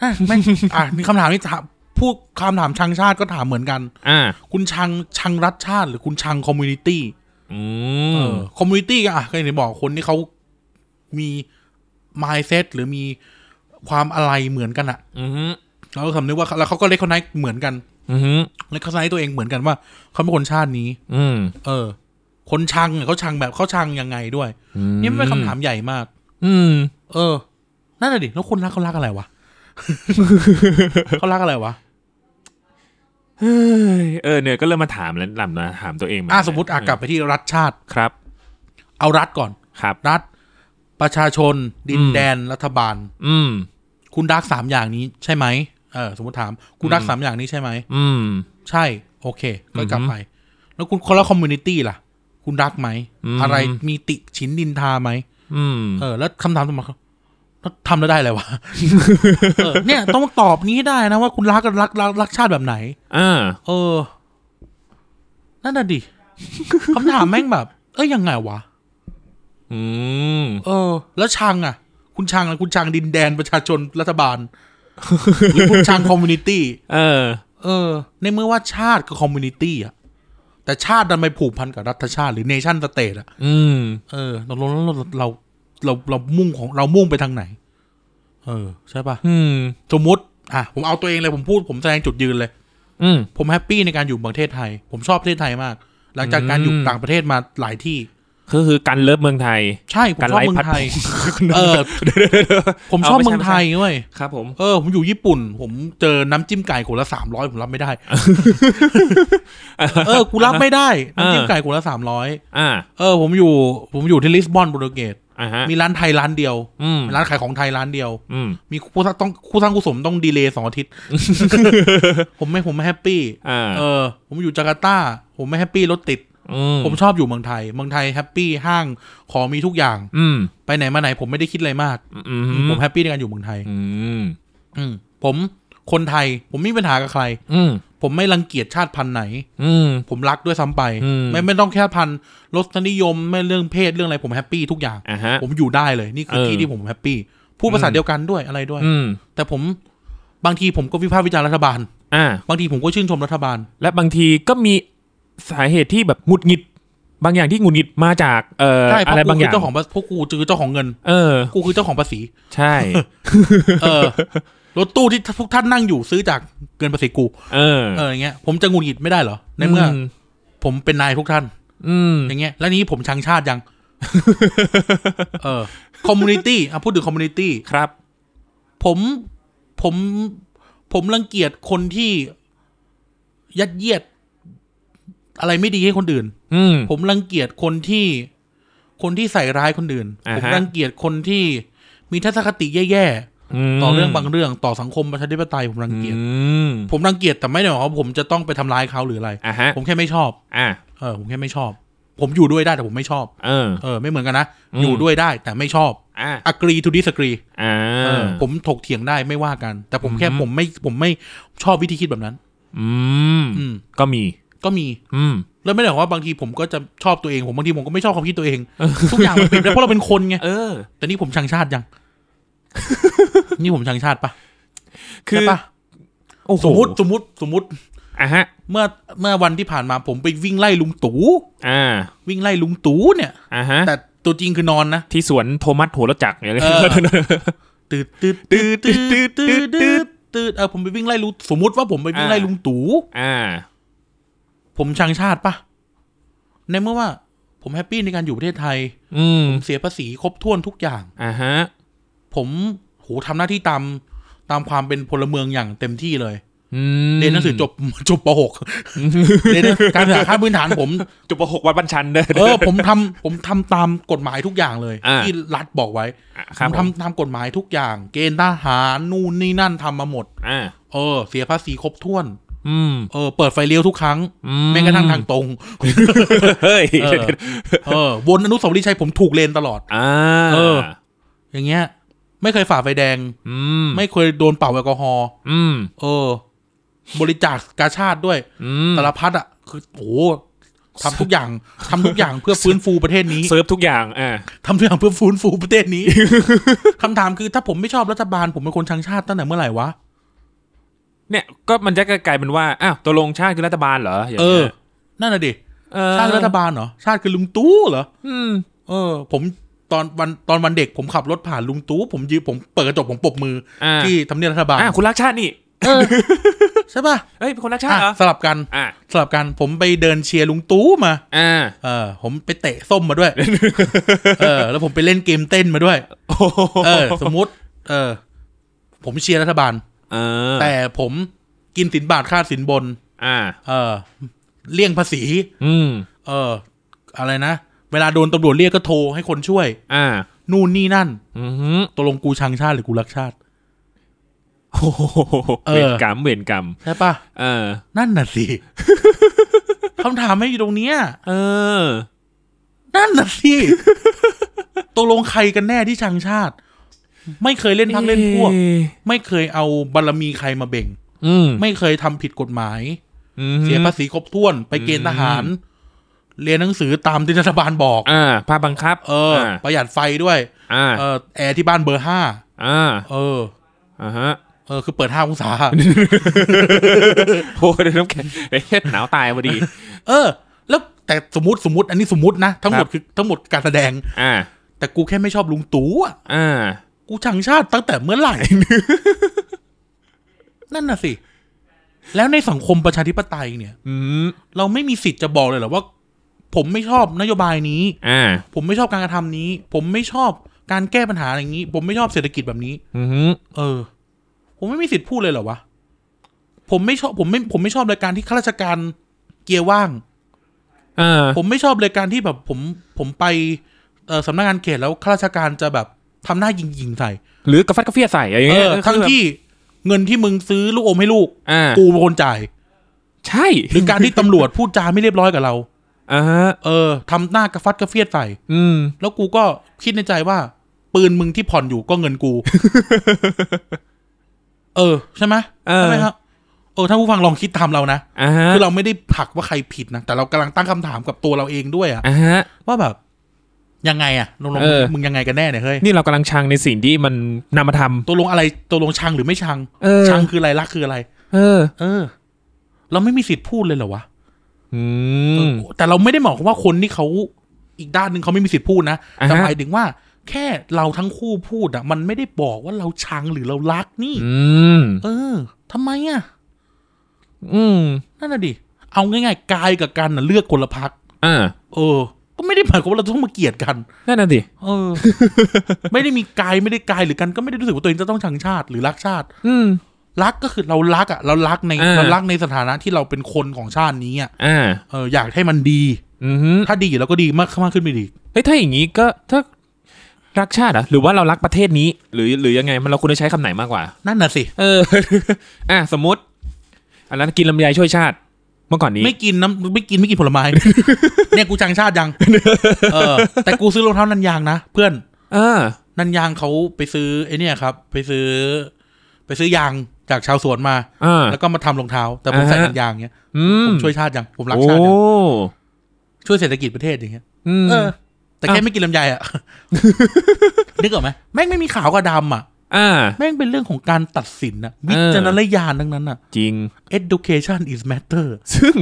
Speaker 1: อ่ะไม่อ่ะมีคำถามที่ถามพูดคำถามชังชาติก็ถามเหมือนกัน
Speaker 2: อ่ะ
Speaker 1: คุณชังชังรัฐชาติ หรือคุณชังคอมมูนิตี้
Speaker 2: อื
Speaker 1: เอ
Speaker 2: ม
Speaker 1: อคอมมูนิตี้ก็อ่ะก็อย่างที่บอกคนที่เขามี mindset หรือมีความอะไรเหมือนกันอะ
Speaker 2: อืม
Speaker 1: แล้วก็สำนึกว่าแล้วเขาก็เล c ก n น z e เหมือนกัน
Speaker 2: อืม
Speaker 1: เล c ก n น z e ตัวเองเหมือนกันว่าเขาเป็นคนชาตินี้
Speaker 2: อืม
Speaker 1: เออ คนชังเนี่ยเขาชังแบบเขาชังยังไงด้วยนี่มันเป็นคำถามใหญ่มาก
Speaker 2: อืม
Speaker 1: เออนั่นแหะดิแล้วคนรักเขารักอะไรวะ เขารักอะไรวะ
Speaker 2: เฮ้ยเออเนี่ยก็เริ่มมาถามแล้วลำนะถามตัวเองเหน
Speaker 1: อ่ะ
Speaker 2: กัน
Speaker 1: สมมติอ่ะกลับไปที่รัฐชาติ
Speaker 2: ครับ
Speaker 1: เอารัฐก่อน
Speaker 2: ครับ
Speaker 1: รัฐ ประชาชน ดิน
Speaker 2: อืม
Speaker 1: แดนรัฐบาล
Speaker 2: อืม
Speaker 1: คุณรักสามอย่างนี้ใช่ไหมเออสมมติถาม คุณรักสามอย่างนี้ใช่ไหม
Speaker 2: อืม
Speaker 1: ใช่ โอเค ก็กลับ
Speaker 2: อือฮึ
Speaker 1: ไป แล้วคุณคนละคอมมูนิตี้ล่ะ คุณรักไหม
Speaker 2: อืม
Speaker 1: อะไรมีติฉินดินทาไหม
Speaker 2: อืม
Speaker 1: เออ แล้วคำถามต่อมาครับแล้วทำแล้วได้อะไร วะ เออ เนี่ย ต้องตอบนี้ให้ได้นะว่าคุณรักกับรักรักรักชาติแบบไหน
Speaker 2: อ่า
Speaker 1: เออ นั่น น่ะดิ คำถามแม่งแบบ เอ้ยยังไงวะ
Speaker 2: อืม
Speaker 1: เออ แล้วชังอ่ะ คุณชังอะคุณชังดินแดนประชาชนรัฐบาล หรือคุณชังคอมมูนิตี้
Speaker 2: เออ
Speaker 1: เออ ในเมื่อว่าชาติคือคอมมูนิตี้อะแต่ชาติดันไปผูกพันกับรัฐชาติหรือเนชั่นสเตทอะ
Speaker 2: อืม
Speaker 1: เออเราเราเราเราเราเรามุ่งของเรามุ่งไปทางไหน เออ ใช่ปะ
Speaker 2: อืม
Speaker 1: สมมติอ่ะผมเอาตัวเองเลยผมพูดผมแสดงจุดยืนเลย
Speaker 2: อืม
Speaker 1: ผมแฮปปี้ในการอยู่ประเทศไทย ผมชอบประเทศไทยมาก หลังจากการอยู่
Speaker 2: อืม
Speaker 1: ต่างประเทศมาหลายที่
Speaker 2: คือคือการเลิฟเมืองไทย
Speaker 1: ใช่ผม
Speaker 2: การ
Speaker 1: ชอบ
Speaker 2: ไล่
Speaker 1: เมือ
Speaker 2: พัด
Speaker 1: งไทย
Speaker 2: เอ
Speaker 1: เอ
Speaker 2: อ
Speaker 1: อ ผมชอบ
Speaker 2: เอาไม่ใช่
Speaker 1: เมืองไทยเว้ย
Speaker 2: ครับผม
Speaker 1: เออผมอยู่ญี่ปุ่น ผมเจอน้ำจิ้มไก่ขวดละสามร้อยผมรับ ไม่ได้ เออกูรับไม่ได้น้ำจิ้มไก่ขวดละสามร้อย
Speaker 2: อ่า
Speaker 1: เออผมอยู่ผมอยู่ที่ลิสบอนโปรตุเกส
Speaker 2: อ่าฮะ
Speaker 1: มีร้านไทยร้านเดียว
Speaker 2: อืม
Speaker 1: ร้านขายของไทยร้านเดียว
Speaker 2: อืม
Speaker 1: มีคู่สร้างต้องคู่สร้างคู่สมต้องดีเลย์สองอาทิตย์ ผมไม่ผมไม่แฮปปี้
Speaker 2: อ่า
Speaker 1: เออ ผมอยู่จาการ์ตาผมไม่แฮปปี้รถติด
Speaker 2: อืม
Speaker 1: ผมชอบอยู่เมืองไทย เมืองไทยแฮปปี้ห้างของมีทุกอย่าง
Speaker 2: อืม
Speaker 1: ไปไหนมาไหนผมไม่ได้คิดอะไรมาก
Speaker 2: อืม
Speaker 1: ผมแฮปปี้ในการอยู่เมืองไทย
Speaker 2: อืม
Speaker 1: อืมผมคนไทย ผมไม่มีปัญหากับใคร
Speaker 2: อืม
Speaker 1: ผมไม่รังเกียจชาติพันธุ์ไหน
Speaker 2: อืม
Speaker 1: ผมรักด้วยซ้ำไป
Speaker 2: อืม
Speaker 1: ไม่ไม่ต้องแค่พันธุ์รสนิยมไม่เรื่องเพศเรื่องอะไรผมแฮปปี้ทุกอย่าง
Speaker 2: อ่าฮะ
Speaker 1: ผมอยู่ได้เลยนี่คือ
Speaker 2: เออ
Speaker 1: ที่ที่ผมแฮปปี้พูดภาษาเดียวกันด้วยอะไรด้วย
Speaker 2: อืม
Speaker 1: แต่ผมบางทีผมก็วิพากษ์วิจารณ์รัฐบาล
Speaker 2: อ่า
Speaker 1: บางทีผมก็ชื่นชมรัฐบาล
Speaker 2: และบางทีก็มีสาเหตุที่แบบหงุดหงิด บางอย่างที่หงุดหงิดมาจาก เอ่อ
Speaker 1: ใช่เพ
Speaker 2: อะ
Speaker 1: ราะ
Speaker 2: ไร
Speaker 1: กู
Speaker 2: บางอ
Speaker 1: คือย่าง เจ้าของพวกกูคือเจ้าของเงิน
Speaker 2: เออ
Speaker 1: กูคือเจ้าของภาษี
Speaker 2: ใช่
Speaker 1: เอ อ รถตู้ที่พวกท่านนั่งอยู่ซื้อจากเงินภาษีกู
Speaker 2: เออ
Speaker 1: เอออย่างเงี้ยผมจะหงุนหงิดไม่ได้เหรอในเมื่ออผมเป็นนายทุกท่าน
Speaker 2: อืม
Speaker 1: อย่างเงี้ยแล้วนี้ผมชังชาติยัง เออคอมมูนิตี้อ่ะพูดถึงคอมมูนิตี้
Speaker 2: ครับ
Speaker 1: ผมผมผมรังเกียจคนที่ยัดเยียด อะไรไม่ดีให้คนอื่น
Speaker 2: อืม
Speaker 1: ผมรังเกียจคนที่คนที่ใส่ร้ายคนอื่น
Speaker 2: อ่าฮะ
Speaker 1: ผมรังเกียจคนที่มีทัศนคติแย่
Speaker 2: ม
Speaker 1: ๆต่อเรื่องบางเรื่องต่อสังคมประชาธิปไตยผมรังเกียจ
Speaker 2: อืม
Speaker 1: ผมรังเกียจแต่ไม่ได้หมายความว่าผมจะต้องไปทำร้ายเขาหรืออะไร
Speaker 2: อ่าฮะ
Speaker 1: ผมแค่ไม่ชอบ
Speaker 2: อ่า
Speaker 1: เออผมแค่ไม่ชอบ ผมอยู่ด้วยได้แต่ผมไม่ชอบ
Speaker 2: เออ
Speaker 1: เออไม่เหมือนกันนะ
Speaker 2: อืม
Speaker 1: อยู่ด้วยได้แต่ไม่ชอบ
Speaker 2: อ่า
Speaker 1: agree to disagree
Speaker 2: อ่า
Speaker 1: เออผมถกเถียงได้ไม่ว่ากัน แต่ผมแค่
Speaker 2: อืม
Speaker 1: ผมไม่ผมไม่ชอบวิธีคิดแบบนั้น
Speaker 2: อืม
Speaker 1: อืม
Speaker 2: ก็มี
Speaker 1: ก็มี
Speaker 2: อืม
Speaker 1: แล้วไม่ได้หมายความว่าบางทีผมก็จะชอบตัวเองผมบางทีผมก็ไม่ชอบความคิดตัวเอง ทุกอย่างมันเปลี่ยนไปเพราะเราเป็นคนไง
Speaker 2: เออ
Speaker 1: แต่นี่ผมชังชาติยัง นี่ผมชังชาติปะ
Speaker 2: คือ
Speaker 1: ใช่ปะ
Speaker 2: โอ้โห
Speaker 1: สมมติสมมติสมมติ
Speaker 2: อ่ะฮะ
Speaker 1: เมื่อเมื่อวันที่ผ่านมาผมไปวิ่งไล่ลุงตู่
Speaker 2: อ่า
Speaker 1: วิ่งไล่ลุงตู่เนี่ย
Speaker 2: อ่ะฮะ
Speaker 1: แต่ตัวจริงคือนอนนะ
Speaker 2: ที่สวนโทมัสโหระจักรอย่างเงี้ย
Speaker 1: เออ ตืดตืดตืดตืดตืดตืดตืดตืดเออผมไปวิ่งไล่ลุงสมมติว่าผมไปวิ่งไล่ลุงตู่
Speaker 2: อ่า
Speaker 1: ผมชังชาติปะในเมื่อว่า ผมแฮปปี้ในการอยู่ประเทศไทย
Speaker 2: อืม
Speaker 1: เสียภาษีครบถ้วนทุกอย่าง
Speaker 2: อ่าฮะ
Speaker 1: ผมโหทำหน้าที่ตามตามความเป็นพลเมืองอย่างเต็มที่เลย
Speaker 2: อืม
Speaker 1: เรียนหนังสือจบ จบป .6 เรียนการศึกษาขั้นพื้นฐานผม
Speaker 2: จบประหกวัดบัญชันเด้อ
Speaker 1: เออผมทำผมทำตามกฎหมายทุกอย่างเลย
Speaker 2: อ่า
Speaker 1: ที่รัฐบอกไว้
Speaker 2: อ่ะค
Speaker 1: ผ
Speaker 2: รับ
Speaker 1: ม
Speaker 2: ผม
Speaker 1: ทำตามกฎหมายทุกอย่าง เกณฑ์ทหารนู่นนี่นั่นทำมาหมด
Speaker 2: อ่า
Speaker 1: เออ เสียภาษีครบถ้วน
Speaker 2: อืม
Speaker 1: เออ เปิดไฟเลี้ยวทุกครั้ง
Speaker 2: อื
Speaker 1: แม้กระทั่งทางตรง
Speaker 2: เฮ้ย
Speaker 1: เออ เออวนอนุสาวรีย์ชัยผมถูกเลนตลอด
Speaker 2: อ่า
Speaker 1: เออ อย่างเงี้ย ไม่เคยฝ่าไฟแดง
Speaker 2: อืม
Speaker 1: ไม่เคยโดนเป่าแอลกอฮอล์
Speaker 2: อืม
Speaker 1: เออ บริจาคกาชาติด้วย
Speaker 2: อืม
Speaker 1: สารพัดอ่ะคือโอ้โหทำทุกอย่างทำทุก อย่างเพื่อฟื้นฟูประเทศนี้
Speaker 2: เซิร์ฟทุกอย่างอ่า
Speaker 1: ทำทุกอย่างเพื่อฟื้นฟูประเทศนี้ คำถามคือถ้าผมไม่ชอบรัฐบาล ผมเป็นคนชังชาติตั้งแต่เมื่อไหร่วะ
Speaker 2: เนี่ยก็มันจะกลายเป็นว่าอ้าวตัวลงชาติคือรัฐบาลเหรออย่าง
Speaker 1: เอ
Speaker 2: งี้ย
Speaker 1: อ นั่นน่ะดิ
Speaker 2: เออ
Speaker 1: ชาติรัฐบาลเหรอ ชาติคือลุงตู้เหรอ
Speaker 2: อืม
Speaker 1: เออ ผมตอนวันตอนวันเด็กผมขับรถผ่านลุงตู้ผมยืนผมเปิดกระจกผมปรบมืออ
Speaker 2: อ่า
Speaker 1: ที่ทำเนียบรัฐบาล
Speaker 2: อ่าคุณรักชาตินี่
Speaker 1: เออใช่ป่ะ
Speaker 2: เอ้ยเป็นคนรักชาติเหร
Speaker 1: อ่ะ
Speaker 2: อ
Speaker 1: สลับกัน
Speaker 2: อ่า
Speaker 1: สลับกันผมไปเดินเชียร์ลุงตู้มา
Speaker 2: อ่า
Speaker 1: เออ ผมไปเตะส้มมา ด้วย เออ แล้วผมไปเล่นเกมเต้นมาด้วย
Speaker 2: โอ้โห
Speaker 1: เอ อ สมมติ เออ ผมเชียร์รัฐบาล
Speaker 2: เออ
Speaker 1: แต่ผมกินสินบาทค่าสินบน
Speaker 2: อ่า
Speaker 1: เออ เลี่ยงภาษี
Speaker 2: อืม
Speaker 1: เออ อะไรนะ เวลาโดนตำรวจเรียกก็โทรให้คนช่วย
Speaker 2: อ่า
Speaker 1: นู่นนี่นั่น
Speaker 2: อือหือ
Speaker 1: ตกลงกูชังชาติหรือกูรักชาติ
Speaker 2: โอ้โห
Speaker 1: เออ
Speaker 2: เวรกรรมเวรกรรม
Speaker 1: ใช่ปะ
Speaker 2: เออ
Speaker 1: นั่นน่ะ สิ คำถามไม่อยู่ตรงเนี้ย
Speaker 2: เออ
Speaker 1: นั่นน่ะ สิตกลงใครกันแน่ที่ชังชาติ ไม่เคยเล่นพักเล่นพวก
Speaker 2: เอ๊ะ
Speaker 1: ไม่เคยเอาบารมีใครมาเบ่ง
Speaker 2: อืม
Speaker 1: ไม่เคยทำผิดกฎหมาย
Speaker 2: อืม
Speaker 1: เสียภาษีครบถ้วนไปเกณฑ์ทหาร เรียนหนังสือตามที่รัฐบาลบอก
Speaker 2: อ่าภาพบังคับ
Speaker 1: เออ
Speaker 2: า
Speaker 1: ประหยัดไฟด้วย
Speaker 2: อ่า
Speaker 1: เออแอร์ที่บ้านเบอร์ห้า
Speaker 2: อ่า
Speaker 1: เออ
Speaker 2: อ่าฮะ
Speaker 1: เออ คือเปิดห้าองศา
Speaker 2: โอ้ยเดี๋ยวน้ำแข็งเดี๋ยวหนาวตายพอดี
Speaker 1: เออ แล้วแต่สมมติสมมติ อันนี้สมมตินะ ทั้งหมดคือทั้งหมดการแสดง
Speaker 2: อ่า
Speaker 1: แต่กูแค่ไม่ชอบลุงตู่อ่ะ
Speaker 2: อ่า
Speaker 1: กูชังชาติตั้งแต่เมื่อไหร่ นั่นน่ะสิ แล้วในสังคมประชาธิปไตยเนี่ย
Speaker 2: อืม
Speaker 1: เราไม่มีสิทธิ์จะบอกเลยเหรอว่า ผมไม่ชอบนโยบายนี้
Speaker 2: อ่า
Speaker 1: ผมไม่ชอบการกระทำนี้ ผมไม่ชอบการแก้ปัญหาอย่างนี้ ผมไม่ชอบเศรษฐกิจแบบนี้
Speaker 2: อืม
Speaker 1: เออ ผมไม่มีสิทธิ์พูดเลยเหรอวะ ผมไม่ชอบ ผมไม่ ผมไม่ชอบรายการที่ข้าราชการเกียร์ว่าง
Speaker 2: อ่า
Speaker 1: ผมไม่ชอบรายการที่แบบผม ผมไปเอ่อสำนักงานเขตแล้วข้าราชการจะแบบทำหน้ายิงยิงๆใส่
Speaker 2: หรือกาแฟกาแฟใส่อะไรอย่าง
Speaker 1: เอ
Speaker 2: เงี้ย
Speaker 1: อ ทั้ง
Speaker 2: คือแบบ
Speaker 1: ที่เงินที่มึงซื้อลูกอมให้ลูก
Speaker 2: อ่า
Speaker 1: กูเป็นคนจ่าย
Speaker 2: ใช่
Speaker 1: หรือการที่ตำรวจพูดจาไม่เรียบร้อยกับเรา
Speaker 2: อ่าฮะ
Speaker 1: เออทำหน้ากระฟัดกระเฟียดใส่
Speaker 2: อืม
Speaker 1: แล้วกูก็คิดในใจว่า ปืนมึงที่ผ่อนอยู่ก็เงินกู เออ ใช่ไหม
Speaker 2: เออ
Speaker 1: ใช่ไหมครับเออท่านผู้ฟังลองคิดตามเรานะ
Speaker 2: อ่าฮะ
Speaker 1: คือเราไม่ได้ผลักว่าใครผิดนะ แต่เรากำลังตั้งคำถามกับตัวเราเองด้วยอะ
Speaker 2: อ่าฮะ
Speaker 1: ว่าแบบ ยังไงอะลง
Speaker 2: เออ
Speaker 1: ๆมึงยังไงกันแน่เนี่ยเฮ้ย
Speaker 2: นี่เรากำลังชังในสิ่งที่มันนามธรรม
Speaker 1: ตัวลงอะไรตัวลงชังหรือไม่ชัง
Speaker 2: เออ
Speaker 1: ชังคืออะไรรักคืออะไร
Speaker 2: เออ
Speaker 1: เออ เราไม่มีสิทธิ์พูดเลยเหรอวะ
Speaker 2: อืม
Speaker 1: แต่เราไม่ได้หมายความว่าคนที่เขาอีกด้านหนึ่งเขาไม่มีสิทธิ์พูดนะ
Speaker 2: อ่าฮะ
Speaker 1: แต่หมายถึงว่า แค่เราทั้งคู่พูดอ่ะ มันไม่ได้บอกว่าเราชังหรือเรารักนี่
Speaker 2: อืม
Speaker 1: เออทำไมอ่ะ
Speaker 2: อืม
Speaker 1: นั่นน่ะดิ เอาง่ายๆกายกับกันน่ะเลือกคนละพัก
Speaker 2: อ่า
Speaker 1: เออ ก็ไม่ได้หมายความว่าเราต้องมาเกลียดกัน
Speaker 2: นั่นน่ะดิ
Speaker 1: เอ อ ไม่ได้มีกายไม่ได้กายหรือกันก็ไม่ได้รู้สึกว่าตัวเองจะต้องชังชาติหรือรักชาติ
Speaker 2: อืม
Speaker 1: รักก็คือเรารักอ่ะ เรารักใน
Speaker 2: อ่า
Speaker 1: เรารักในสถานะที่เราเป็นคนของชาตินี้อ่ะ
Speaker 2: อ่า
Speaker 1: เอออยากให้มันดี
Speaker 2: อือฮึ
Speaker 1: ถ้าดีเราก็ดีมากมากขึ้นไปอีก
Speaker 2: เฮ้ยถ้าอย่างนี้ก็ถ้ารักชาติเหรอหรือว่าเรารักประเทศนี้ หรือหรือยังไงมันเราควรจะใช้คำไหนมากกว่า
Speaker 1: นั่นน่ะสิ
Speaker 2: เออ อ่ะสมมติอันนั้นกินลำไยช่วยชาติ เมื่อก่อนนี้
Speaker 1: ไม่กินน้ำไม่กินไม่กินผลไม้ เนี่ยกูจังชาติยัง เออ แต่กูซื้อรองเท้านันยางนะเพื่อน
Speaker 2: เออ
Speaker 1: นันยางเขาไปซื้อไอ้เนี่ยครับ ไปซื้อ ไปซื้อยางจากชาวสวนมา
Speaker 2: อ่า
Speaker 1: แล้วก็มาทำรองเท้า แต่ผม
Speaker 2: อ่าฮะ
Speaker 1: ใส่นันยางเนี้ย
Speaker 2: อืม
Speaker 1: ผมช่วยชาติยังผมรัก
Speaker 2: โอ้
Speaker 1: ชาติยังช่วยเศรษฐกิจประเทศอย่างเงี้ย
Speaker 2: อืม
Speaker 1: เออ แต่แค่ไม่กินลำไยอ่ะ นึกออกไหมแม่งไม่มีขาวกับดำอ่ะ
Speaker 2: อ่า
Speaker 1: แม่งเป็นเรื่องของการตัดสินนะวิจารณญาณทั้งนั้นอ่ะ
Speaker 2: จริง
Speaker 1: education is matter
Speaker 2: ซึ่ง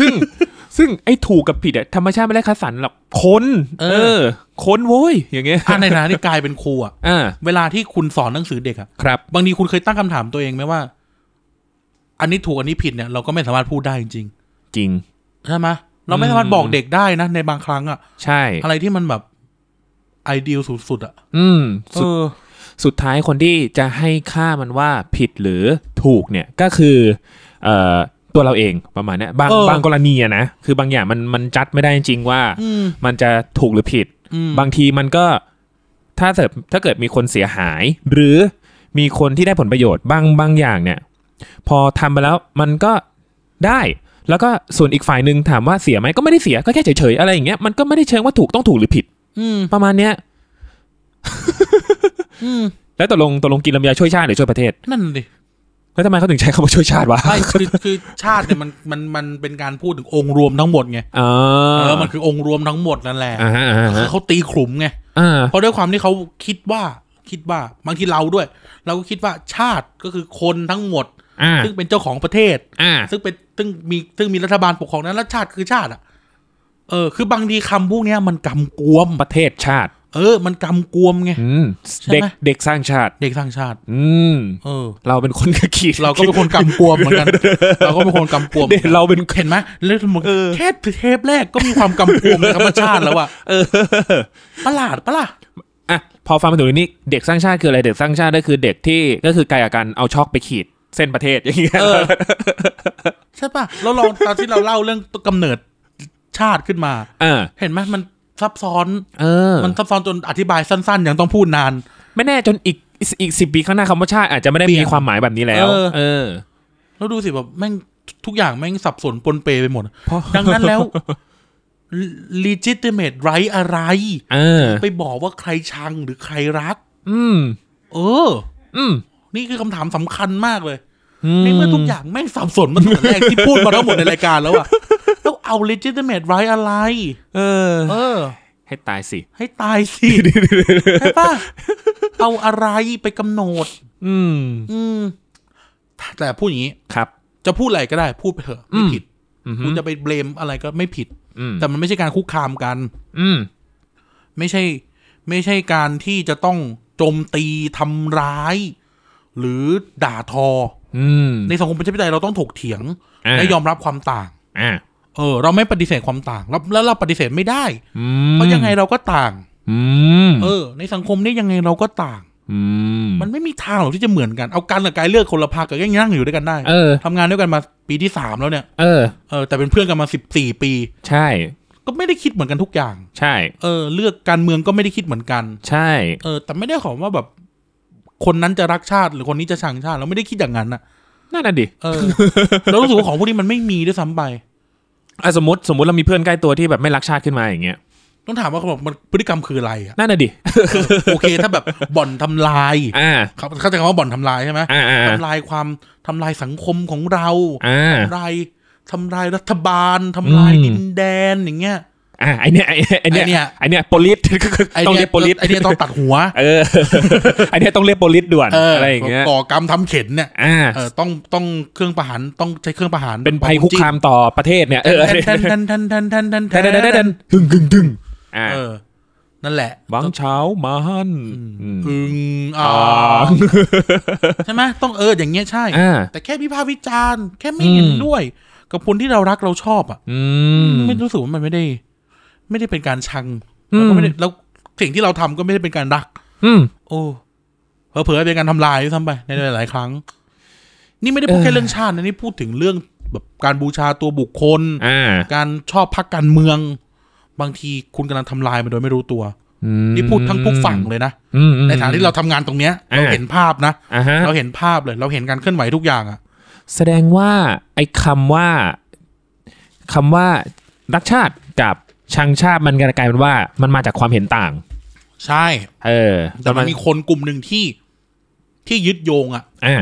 Speaker 2: ซึ่ง ซึ่งไอ้ถูกกับผิดอะธรรมชาติไม่ได้คัดสรรหรอกคน
Speaker 1: เออ
Speaker 2: คนโว้ย อย่างเงี้ย
Speaker 1: อ่ะในฐานะที่กลายเป็นครูอ่ะ
Speaker 2: อ่า
Speaker 1: เวลาที่คุณสอนหนังสือเด็กอะ
Speaker 2: ครับ
Speaker 1: บางทีคุณเคยตั้งคำถามตัวเองไหมว่า อันนี้ถูกอันนี้ผิดเนี่ยเราก็ไม่สามารถพูดได้จริง
Speaker 2: จริง
Speaker 1: ๆใช่ไหมเราไม่สามารถบอกเด็กได้นะในบางครั้งอะ
Speaker 2: ใช่
Speaker 1: อะไรที่มันแบบไอเดียสุดๆอะ
Speaker 2: อืม
Speaker 1: เอ
Speaker 2: สุด
Speaker 1: อ
Speaker 2: สุดท้ายคนที่จะให้ค่ามันว่าผิดหรือถูกเนี่ย ก็คือ เอ่อ ตัวเราเองประมาณเนี้ยบาง บางกรณีอะนะ คือบางอย่างมัน มันจัดไม่ได้จริงๆว่า
Speaker 1: อืม
Speaker 2: มันจะถูกหรือผิด
Speaker 1: อืม
Speaker 2: บางทีมันก็ถ้าเกิดถ้าเกิดมีคนเสียหาย หรือมีคนที่ได้ผลประโยชน์บางบางอย่างเนี่ย พอทำไปแล้วมันก็ได้ แล้วก็ส่วนอีกฝ่ายหนึ่งถามว่าเสียไหมก็ไม่ได้เสียก็แค่เฉยๆอะไรอย่างเงี้ยมันก็ไม่ได้เชิงว่าถูกต้องถูกหรือผิด
Speaker 1: อืม
Speaker 2: ประมาณเนี้ย
Speaker 1: อืม
Speaker 2: แล้วตกลงตกลงกินลำไยช่วยชาติหรือช่วยประเทศ
Speaker 1: นั่นดิ
Speaker 2: แล้วทำไมเขาถึงใช้คำว่าช่วยชาติวะ
Speaker 1: ใช่คือคือชาติเนี่ยมันมันมันเป็นการพูดถึงองค์รวมทั้งหมดไง
Speaker 2: อ๋อ
Speaker 1: เออมันคือองค์รวมทั้งหมดนั่นแหละ
Speaker 2: อ่าฮะอ่า
Speaker 1: คื
Speaker 2: ฮะ
Speaker 1: อเขาตีขลุ่มไง
Speaker 2: อ่า
Speaker 1: เพราะด้วยความที่เขาคิดว่าคิดว่าบางทีเราด้วย เราก็คิดว่าชาติก็คือคนทั้งหมด
Speaker 2: อ่า
Speaker 1: ซึ่งเป็นเจ้าของประเทศ
Speaker 2: อ่า
Speaker 1: ซึ่งเป็นซึ่งมีซึ่งมีรัฐบาลปกครองนั้นแล้วชาติคือชาติอ่ะ เออ คือบางทีคำพวกเนี้ยมันกำกวม
Speaker 2: ประเทศชาติ
Speaker 1: เออ มันกำกวมไง
Speaker 2: อืม
Speaker 1: ใช่ไหม
Speaker 2: เด็กเด็กสร้างชาติ
Speaker 1: เด็กสร้างชาติ
Speaker 2: อืม
Speaker 1: เออ
Speaker 2: เราเป็นคนขี่
Speaker 1: เราก็เป็นคนกำกวมเหมือนกัน เราก็เป็นคนกำกวม
Speaker 2: เด็กเราเป็น
Speaker 1: เห็นไหมเรื่องมัน
Speaker 2: เออ
Speaker 1: แค่เทปแรกก็มีความกำกวมในธรรมชาติแล้วอะ
Speaker 2: เออ
Speaker 1: ประหลาดปะล่ะ
Speaker 2: อ่ะพอฟังมาถึงตรงนี้เด็กสร้างชาติคืออะไรเด็กสร้างชาติก็คือเด็กที่ก็คือกายกับการเอาช็อกไปขีดเส้นประเทศอย่างเงี้ย
Speaker 1: เออ ใช่ปะเราลองตอนที่เราเล่าเรื่องกำเนิดชาติขึ้นมา
Speaker 2: เออ
Speaker 1: เห็นไหมมันซับซ้อน
Speaker 2: เออ
Speaker 1: มันซับซ้อนจนอธิบายสั้นๆยังต้องพูดนาน
Speaker 2: ไม่แน่จนอีกอีกสิบปีข้างหน้าคำว่าชาติอาจจะไม่ได้
Speaker 1: เปลี่
Speaker 2: มี
Speaker 1: ยน
Speaker 2: ความหมายแบบนี้แล้ว
Speaker 1: เออ
Speaker 2: เออ
Speaker 1: แล้วดูสิแบบแม่งทุกอย่างแม่งสับสนปนเปไปหมด
Speaker 2: เพราะ
Speaker 1: ดังนั้นแล้ว legitimate right อะไร
Speaker 2: เออ
Speaker 1: ไปบอกว่าใครชังหรือใครรัก
Speaker 2: อืม
Speaker 1: เออ
Speaker 2: อืม
Speaker 1: นี่คือคำถามสำคัญมากเลย
Speaker 2: อืม
Speaker 1: ในเมื่อทุกอย่างแม่งสับสนมาตั้งแต่แรกที่พูดมาทั้งหมดในรายการแล้วอะแล้วเอา legitimate right อะไร
Speaker 2: เออ
Speaker 1: เออ
Speaker 2: ให้ตายสิ
Speaker 1: ให้ตายสิใช่ปะเอาอะไรไปกำหนด
Speaker 2: อืม
Speaker 1: อืม แต่พูดอย่างนี้
Speaker 2: ครับ
Speaker 1: จะพูดอะไรก็ได้พูดไปเถอะไม่ผิด
Speaker 2: อืม
Speaker 1: คุณจะไปเบลมอะไรก็ไม่ผิด
Speaker 2: อืม
Speaker 1: แต่มันไม่ใช่การคุกคามกัน
Speaker 2: อืม
Speaker 1: ไม่ใช่ ไม่ใช่การที่จะต้องโจมตีทำร้าย หรือด่าทอ
Speaker 2: อืม
Speaker 1: ในสังคมประชาธิปไตยเราต้องถกเถียง
Speaker 2: ะ
Speaker 1: และยอมรับความต่าง
Speaker 2: อ่า
Speaker 1: เออ เราไม่ปฏิเสธความต่างแล้วแล้วเราปฏิเสธไม่ได้
Speaker 2: อืม
Speaker 1: เพราะยังไงเราก็ต่าง
Speaker 2: อืม
Speaker 1: เออ ในสังคมนี้ยังไงเราก็ต่าง
Speaker 2: อืม
Speaker 1: มันไม่มีทางหรอกที่จะเหมือนกันเอาการกับกายเลือกคนละพรรคก็ยังนั่งอยู่ด้วยกันได้
Speaker 2: เออ
Speaker 1: ทำงานด้วยกันมาปีที่สามแล้วเนี่ย
Speaker 2: เออ
Speaker 1: เออแต่เป็นเพื่อนกันมาสิบสี่ปี
Speaker 2: ใช่
Speaker 1: ก็ไม่ได้คิดเหมือนกันทุกอย่าง
Speaker 2: ใช่
Speaker 1: เออ เลือกการเมืองก็ไม่ได้คิดเหมือนกัน
Speaker 2: ใช่
Speaker 1: เออ แต่ไม่ได้ขอว่าแบบ คนนั้นจะรักชาติหรือคนนี้จะชังชาติเราไม่ได้คิดอย่างนั้นนะ
Speaker 2: นั่นน่ะดิ
Speaker 1: เออ เรารู้สึกว่าของพวกนี้มันไม่มีด้วยซ้ำไป
Speaker 2: อ่ะสมมติสมมติเรามีเพื่อนใกล้ตัวที่แบบไม่รักชาติขึ้นมาอย่างเงี้ย
Speaker 1: ต้องถามว่าเขาบอกมันพฤติกรรมคืออะไรอะ
Speaker 2: นั่นน่ะดิ
Speaker 1: โอเค ถ้าแบบบ่อนทำลาย
Speaker 2: อ่า
Speaker 1: เขาเข้าใจคำว่าบ่อนทำลายใช่ไหม
Speaker 2: อ่าอ่า
Speaker 1: ทำลายความทำลายสังคมของเรา
Speaker 2: อ่า
Speaker 1: ทำลายทำลายรัฐบาลทำลาย
Speaker 2: อืม
Speaker 1: ดินแดนอย่างเงี้ย
Speaker 2: อ่าไอเนี้ยไอเนี้ยไอ
Speaker 1: ไอ้
Speaker 2: เนี้
Speaker 1: เนี่ย
Speaker 2: ยไอเนี้ยโปลิส
Speaker 1: ไอ้
Speaker 2: ต้อง
Speaker 1: เนี่
Speaker 2: เรี
Speaker 1: ย
Speaker 2: ยกโปลิส
Speaker 1: ไอ้เนี่ยต้องตัด หัว
Speaker 2: เออ ไอเนี้ยต้องเรียกโปลิสด่วน
Speaker 1: เอออ
Speaker 2: อะไรอย่างเงี้ย
Speaker 1: ก่อกรรมทำเข็นเนี่ย
Speaker 2: อ่า
Speaker 1: เออต้องต้องเครื่องประหารต้องใช้เครื่องประหาร
Speaker 2: เป็นภัยคุกคามต่อประเทศเนี่ย เออ
Speaker 1: แทนแทนแทนแทนแทนแทนแท
Speaker 2: เดัน
Speaker 1: น
Speaker 2: เดันเดันดึงดึงดึงอ่า
Speaker 1: เออ นั่นแหละ
Speaker 2: วังเช้ามันอืม
Speaker 1: อึงอ่า
Speaker 2: อ่า
Speaker 1: ใช่ไหมต้องเอออย่างเงี้ยใช่
Speaker 2: อ่า
Speaker 1: แต่แค่วิพากษ์วิจารณ์แค่ไม่เห็น
Speaker 2: อืม
Speaker 1: ด้วย กับคนที่เรารักเราชอบอ่ะ
Speaker 2: อืม
Speaker 1: ไม่รู้สึกว่ามันไม่ได้ ไม่ได้เป็นการชัง
Speaker 2: อืม
Speaker 1: แล้วก็ไม่ได้แล้วสิ่งที่เราทำก็ไม่ได้เป็นการรัก
Speaker 2: อืม
Speaker 1: โอ้เผลอๆเป็นการทำลายด้วยซ้ำไปในหลายๆครั้ง นี่ไม่ได้พูด
Speaker 2: เออ
Speaker 1: แค่เรื่องชาตินะนี่พูดถึงเรื่องแบบการบูชาตัวบุคคล
Speaker 2: อ่า
Speaker 1: การชอบพักการเมือง บางทีคุณกำลังทำลายมันโดยไม่รู้ตัว
Speaker 2: อืม
Speaker 1: นี่พูดทั้งทุกฝั่งเลยนะ
Speaker 2: อืมอืม
Speaker 1: ในฐานะที่เราทำงานตรงเนี้ย
Speaker 2: อ่า
Speaker 1: เราเห็นภาพนะ
Speaker 2: อ่าฮะ
Speaker 1: เราเห็นภาพเลย เราเห็นการเคลื่อนไหวทุกอย่างอะ
Speaker 2: แสดงว่าไอ้คำว่า คำว่ารักชาติกับชังชาติมันกลายเป็นว่ามันมาจากความเห็นต่าง
Speaker 1: ใช่
Speaker 2: เออ
Speaker 1: แต่มันมีคนกลุ่มหนึ่งที่ที่ยึดโยงอะ
Speaker 2: อ่า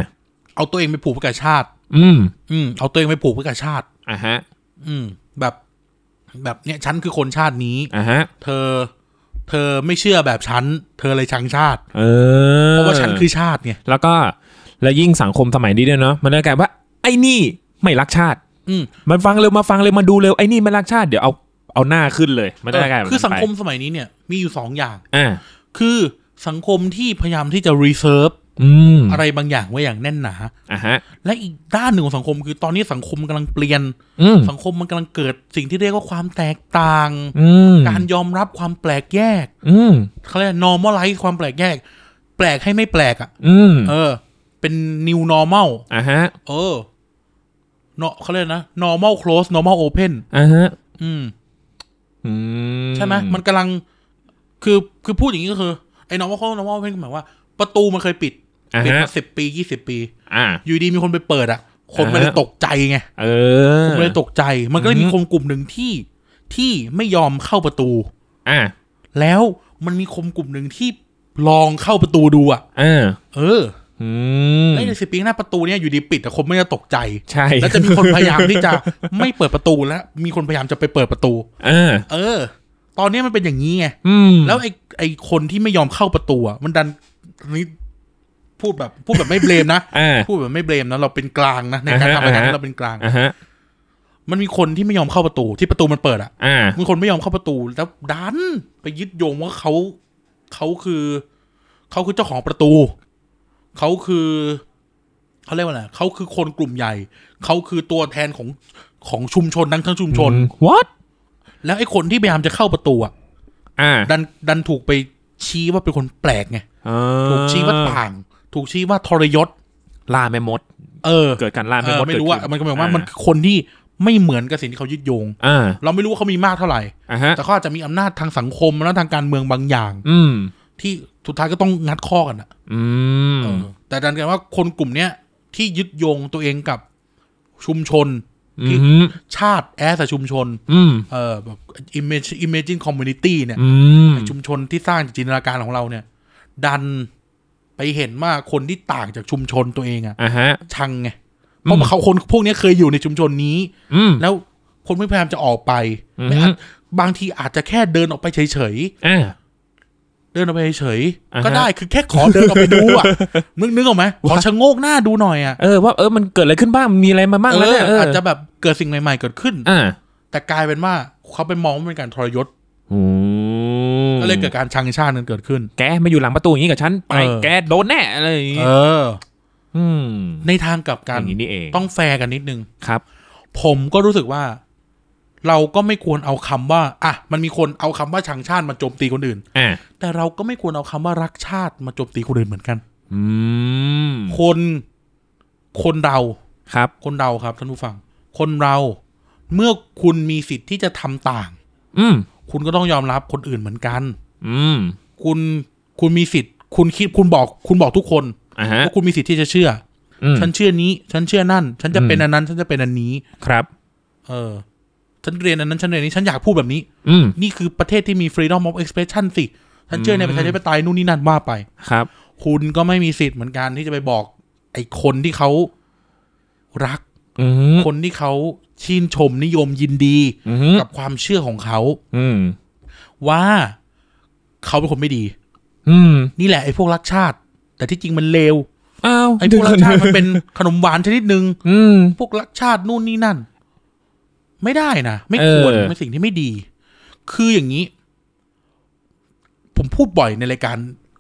Speaker 1: เอาตัวเองไปผูกไว้กับชาติ
Speaker 2: อืม
Speaker 1: อืมเอาตัวเองไปผูกไว้กับชาติ
Speaker 2: อ่าฮะ
Speaker 1: อืม แบบ แบบเนี่ยฉันคือคนชาตินี้
Speaker 2: อ่าฮะ
Speaker 1: เธอ เธอไม่เชื่อแบบฉัน เธอเลยชังชาติ
Speaker 2: เออ
Speaker 1: เพราะว่าฉันคือชาติไง
Speaker 2: แล้วก็แล้วยิ่งสังคมสมัยนี้ด้วยเนาะมันเลยกลายว่าไอ้นี่ไม่รักชาติ
Speaker 1: อืม
Speaker 2: มันฟังเร็วมาฟังเร็วมาดูเร็วไอ้นี่ไม่รักชาติเดี๋ยวเอาเอาหน้าขึ้นเลยมัน
Speaker 1: เอ
Speaker 2: ได้กลาย
Speaker 1: อ
Speaker 2: เป็น
Speaker 1: คือสังคม
Speaker 2: ไป
Speaker 1: สมัยนี้เนี่ย มีอยู่สองอย่าง
Speaker 2: อ่า
Speaker 1: คือสังคมที่พยายามที่จะ reserve
Speaker 2: อืม
Speaker 1: อะไรบางอย่างไว้อย่างแน่นหนา
Speaker 2: อ่าฮะ
Speaker 1: และอีกด้านหนึ่งของสังคมคือตอนนี้สังคมกำลังเปลี่ยน
Speaker 2: อืม
Speaker 1: สังคมมันกำลังเกิดสิ่งที่เรียกว่าความแตกต่าง
Speaker 2: อืม
Speaker 1: การยอมรับความแปลกแยก
Speaker 2: อืม
Speaker 1: เขาเรียก normalize ความแปลกแยก แปลกให้ไม่แปลกอ่ะ
Speaker 2: อืม
Speaker 1: เออ เป็น new normal
Speaker 2: อ่าฮะ
Speaker 1: เออเนาะเขาเรียกนะ normal close normal open
Speaker 2: อ่าฮะ
Speaker 1: อืม
Speaker 2: อื
Speaker 1: ใช่ไหมมันกำลัง คือคือพูดอย่างนี้ก็คือ ไอ้ normal close normal open หมายว่า ประตูมันเคยปิด
Speaker 2: อ่า
Speaker 1: ปิด
Speaker 2: ฮะ
Speaker 1: มาสิบปียี่สิบปี
Speaker 2: อ่า
Speaker 1: อยู่ดีมีคนไปเปิดอ่ะ คนมัน
Speaker 2: อ่าฮะ
Speaker 1: เลยตกใจไง
Speaker 2: เอ
Speaker 1: ค
Speaker 2: อน
Speaker 1: มันเลยตกใจ มันก็เลยมีคนกลุ่มหนึ่งที่ที่ไม่ยอมเข้าประตู
Speaker 2: อ่า
Speaker 1: แล้วมันมีคมกลุ่มหนึ่งที่ลองเข้าประตูดูอ่ะ
Speaker 2: อ่า
Speaker 1: เออ
Speaker 2: อื
Speaker 1: อ
Speaker 2: ม
Speaker 1: แล้วในสิบปีข้างหน้าประตูเนี่ยอยู่ดีปิดแต่คนไม่จะตกใจ
Speaker 2: ใช่
Speaker 1: แล้วจะมีคนพยายามที่จะ ไม่เปิดประตูแล้วมีคนพยายามจะไปเปิดประตู
Speaker 2: อ่า
Speaker 1: เออ ตอนเนี้ยมันเป็นอย่างนี้ไง
Speaker 2: อืม
Speaker 1: แล้วไอ้ไอ้คนที่ไม่ยอมเข้าประตูอะมันดันนี่พูดแบบพูดแบบไม่เบลมนะ
Speaker 2: อ่า
Speaker 1: พูดแบบไม่เบลมนะเราเป็นกลางนะในการทำงา
Speaker 2: อ่าฮะอ่าฮะ
Speaker 1: นเราเป็นกลาง
Speaker 2: อ่าฮะ
Speaker 1: มันมีคนที่ไม่ยอมเข้าประตู ที่ประตูมันเปิดอ่ะ
Speaker 2: อ่า
Speaker 1: มีคนไม่ยอมเข้าประตูแล้วดันไปยึดโยงว่าเขาเขาคือเขาคือเจ้าของประตู เขาคือเขาเรียกว่าอะไรเขาคือคนกลุ่มใหญ่ เขาคือตัวแทนของของชุมชนทั้งทั้งชุมชน
Speaker 2: อืม what
Speaker 1: แล้วไอ้คนที่พยายามจะเข้าประตูอ่ะ
Speaker 2: อ่า
Speaker 1: ดันดันถูกไปชี้ว่าเป็นคนแปลกไง
Speaker 2: อ่า
Speaker 1: ถูกชี้ว่าต่าง ถูกชี้ว่าทรยศ
Speaker 2: ล่าแม่มด
Speaker 1: เออ
Speaker 2: เกิดการล่า
Speaker 1: เอ
Speaker 2: แม่
Speaker 1: อ
Speaker 2: มด
Speaker 1: ไม่รู้อ่ะ
Speaker 2: เกิดขึ้
Speaker 1: มันก็หมายความว่ามันคือคนที่ไม่เหมือนกับสิ่งที่เขายึดโยง
Speaker 2: อ่า
Speaker 1: เราไม่รู้ว่าเขามีมากเท่าไหร่
Speaker 2: อ่าฮะ
Speaker 1: แต่เขาอาจจะมีอำนาจทางสังคมและทางการเมืองบางอย่าง
Speaker 2: อืม
Speaker 1: ที่สุดท้ายก็ต้องงัดข้อกันอะ
Speaker 2: อืม
Speaker 1: เออแต่ดันกันว่าคนกลุ่มเนี้ยที่ยึดโยงตัวเองกับชุมชน ที่
Speaker 2: อืม
Speaker 1: ชาติแอสชุมชน
Speaker 2: อืม
Speaker 1: เออแบบ image imagine community เนี่ย
Speaker 2: อืม
Speaker 1: ชุมชนที่สร้างจากจินตนาการของเราเนี่ย ดันไปเห็นว่าคนที่ต่างจากชุมชนตัวเองอะ
Speaker 2: อ่าฮะ
Speaker 1: ชังไงเพราะว่าเขาคนพวกเนี้ยเคยอยู่ในชุมชนนี้
Speaker 2: อืม
Speaker 1: แล้วคนไม่พยายามจะออกไป
Speaker 2: อือ
Speaker 1: ไม่
Speaker 2: ฮึ
Speaker 1: อาจบางทีอาจจะแค่เดินออกไปเฉยๆ
Speaker 2: อ่า
Speaker 1: เดินออกไปเฉย
Speaker 2: อ่า
Speaker 1: ๆ
Speaker 2: ฮะ
Speaker 1: ก็ได้คือแค่ขอเดินออกไปดู อ่ะ นึกนึกออกไหมขอ
Speaker 2: ว่า
Speaker 1: ชะโงกหน้าดูหน่อยอ่ะ
Speaker 2: เออว่าเออมันเกิดอะไรขึ้นบ้างมันมีอะไรมาบ้าง
Speaker 1: เอ
Speaker 2: แล้ว
Speaker 1: อ
Speaker 2: เนี่ยเออ
Speaker 1: อา
Speaker 2: อา
Speaker 1: จจะแบบเกิดสิ่งใหม่ๆเกิดขึ้น
Speaker 2: อ่า
Speaker 1: แต่กลายเป็นว่าเขาไปมองว่าเป็นการทรยศ
Speaker 2: อืม
Speaker 1: ก็เลยเกิดการชังชาตินั้นเกิดขึ้น
Speaker 2: แกมาอยู่หลังประตูอย่างนี้กับฉันไป
Speaker 1: เออ
Speaker 2: แกโดนแน่อะไรอย่างงี้
Speaker 1: เออ
Speaker 2: อืม
Speaker 1: ในทางกลับ
Speaker 2: อ
Speaker 1: กัน
Speaker 2: ย่างนี้นี่เอง
Speaker 1: ต้องแฟร์กันนิดนึง
Speaker 2: ครับ
Speaker 1: ผมก็รู้สึกว่า เราก็ไม่ควรเอาคำว่าอ่ะมันมีคนเอาคำว่าชังชาติมาโจมตีคนอื่น
Speaker 2: อ่า
Speaker 1: แต่เราก็ไม่ควรเอาคำว่ารักชาติมาโจมตีคนอื่นเหมือนกัน
Speaker 2: อืม
Speaker 1: คนคนเรา
Speaker 2: ครับ
Speaker 1: คนเราครับท่านผู้ฟัง คนเราเมื่อคุณมีสิทธิ์ที่จะทำต่าง
Speaker 2: อืม
Speaker 1: คุณก็ต้องยอมรับคนอื่นเหมือนกัน
Speaker 2: อืม
Speaker 1: คุณคุณมีสิทธิ์ คุณคิดคุณบอก คุณบอกทุกคน
Speaker 2: อ่าฮะ
Speaker 1: ว่าคุณมีสิทธิ์ที่จะเชื่อ
Speaker 2: อื
Speaker 1: อ
Speaker 2: ม
Speaker 1: ฉันเชื่อนี้ ฉันเชื่อนั่น ฉันจะ
Speaker 2: อืม
Speaker 1: เป็นอันนั้น ฉันจะเป็นอันนี้
Speaker 2: ครับ
Speaker 1: เออ ฉันเรียนอันนั้นฉันเรียนนี้ฉันอยากพูดแบบนี้
Speaker 2: อืม
Speaker 1: นี่คือประเทศที่มี freedom of expression สิ ฉันเชื่อในประชาธิปไตยนู่นนี่นั่นว่าไป
Speaker 2: ครับ
Speaker 1: คุณก็ไม่มีสิทธิ์เหมือนกันที่จะไปบอก ไอ้คนที่เขารัก
Speaker 2: อืม
Speaker 1: คนที่เขาชื่นชมนิยมยินดี
Speaker 2: อืม
Speaker 1: กับความเชื่อของเขา
Speaker 2: อืม
Speaker 1: ว่าเขาเป็นคนไม่ดี
Speaker 2: อืม
Speaker 1: นี่แหละไอ้พวกรักชาติ แต่ที่จริงมันเลว
Speaker 2: อ้าว
Speaker 1: ไอ้พวกรักชาติมันเป็นขนมหวานชนิดหนึ่ง
Speaker 2: อืม
Speaker 1: พวกรักชาตินู่นนี่นั่น ไม่ได้นะไม่ควร
Speaker 2: เออ
Speaker 1: เป็นสิ่งที่ไม่ดี คืออย่างนี้ ผมพูดบ่อยในรายการ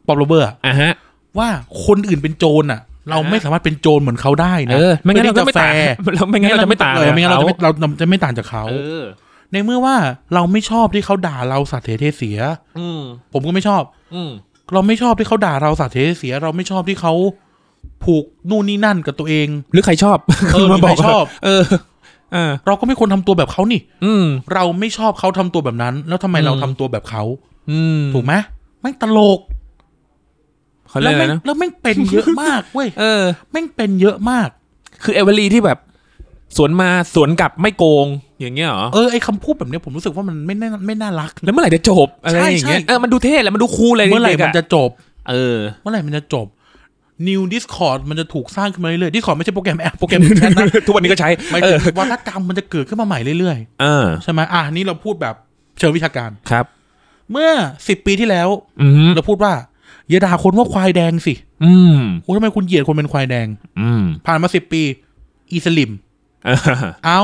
Speaker 1: ปอบโรเบอร์
Speaker 2: อ่าฮะ
Speaker 1: ว่าคนอื่นเป็นโจรอ่ะ เราไม่สามารถเป็นโจรเหมือนเขาได้
Speaker 2: เอ
Speaker 1: นะ
Speaker 2: อไม่งั้นเรา
Speaker 1: พื่อที่
Speaker 2: จะไม่
Speaker 1: แฟ
Speaker 2: ต่าง
Speaker 1: ร์
Speaker 2: เราไม่งั้นเราจะไม่ต่าง
Speaker 1: เออไม่งั้นเราจะไม่
Speaker 2: กับ
Speaker 1: เราเราจะไม่ต่างจากเขา
Speaker 2: เขาเออ
Speaker 1: ในเมื่อว่าเราไม่ชอบที่เขาด่าเราสัตว์เทเทเสีย
Speaker 2: อืม
Speaker 1: ผมก็ไม่ชอบ
Speaker 2: อืม
Speaker 1: เราไม่ชอบที่เขาด่าเราสาดเทเสีย เราไม่ชอบที่เขาผูกนู่นนี่นั่นกับตัวเอง
Speaker 2: หรือใครชอบ
Speaker 1: เออ
Speaker 2: มาบอ
Speaker 1: ห
Speaker 2: ก
Speaker 1: รือใครชอบ
Speaker 2: เออเออ
Speaker 1: เราก็ไม่ควรทำตัวแบบเขานี่
Speaker 2: อืม
Speaker 1: เราไม่ชอบเขาทำตัวแบบนั้น แล้วทำไม
Speaker 2: อืม
Speaker 1: เราทำตัวแบบเขา
Speaker 2: อืม
Speaker 1: ถูกไหมแม่งตลก
Speaker 2: เขาเรี
Speaker 1: แล้
Speaker 2: ยว กอะไร
Speaker 1: แม่ง
Speaker 2: นะ
Speaker 1: แล้วแม่งเป็นเยอะมากเว้ย
Speaker 2: เออ
Speaker 1: แม่งเป็นเยอะมาก
Speaker 2: คือเอเวอรี่ที่แบบ สวนมาสวนกลับไม่โกงอย่างเงี้ยเหรอ
Speaker 1: เออไอคำพูดแบบเนี้ยผมรู้สึกว่ามันไม่น่าไม่น่ารัก
Speaker 2: แล้วเมื่อไหร่จะจบอะไรอย่างเงี้ย
Speaker 1: ใช่ใช่
Speaker 2: เออมันดูเท่แหละมันดูคูลเลย
Speaker 1: เมื่อไหร่มันจะจบ
Speaker 2: เออ
Speaker 1: เมื่อไหร่มันจะจบ New Discord มันจะถูกสร้างขึ้นมาเรื่อยๆ Discord ไม่ใช่โปรแกรมแอปโปรแกรม แชทนะ
Speaker 2: ทุกวันนี้ก็ใช้
Speaker 1: หมาย
Speaker 2: เอ
Speaker 1: ถึ
Speaker 2: อง
Speaker 1: วัฒกรรมมันจะเกิดขึ้นมาใหม่เรื่อย
Speaker 2: เออ
Speaker 1: ๆ ใช่ไหมอ่ะนี่เราพูดแบบเชิงวิชาการ
Speaker 2: ครับ
Speaker 1: เมื่อสิบปีที่ แล้ว
Speaker 2: อืม
Speaker 1: เราพูดว่าอย่าด่าคนว่าควายแดงสิ
Speaker 2: อืม
Speaker 1: โอ้ทำไมคุณเหยียดคนเป็นควายแดง
Speaker 2: อืม
Speaker 1: ผ่านมาสิบปี อีสลิม
Speaker 2: เออ
Speaker 1: เอา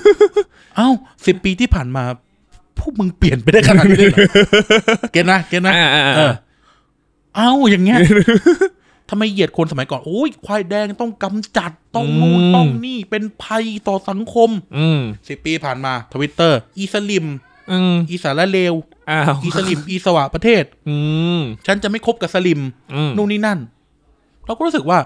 Speaker 1: เอาสิบปีที่ผ่านมา พวกมึงเปลี่ยนไปได้ขนาดนี้เลยเหรอ เก็ตนะเก็ตนะ
Speaker 2: อ่าอ่า
Speaker 1: เอ
Speaker 2: อ่า
Speaker 1: อ เอาอย่างเงี้ย ทำไมเหยียดคนสมัยก่อน โอ้ย ควายแดงต้องกำจัด ต้องนู่นต้องนี่ เป็นภัยต่อสังคม
Speaker 2: อืม
Speaker 1: สิบปีผ่านมาทวิตเตอร์ อีสลิม
Speaker 2: อืม
Speaker 1: อีสาระเลว
Speaker 2: อ้าว
Speaker 1: อีสลิม อีสวะประเทศ
Speaker 2: อืม
Speaker 1: ฉันจะไม่คบกับสลิม
Speaker 2: อืม
Speaker 1: นู่นนี่นั่น เราก็รู้สึกว่า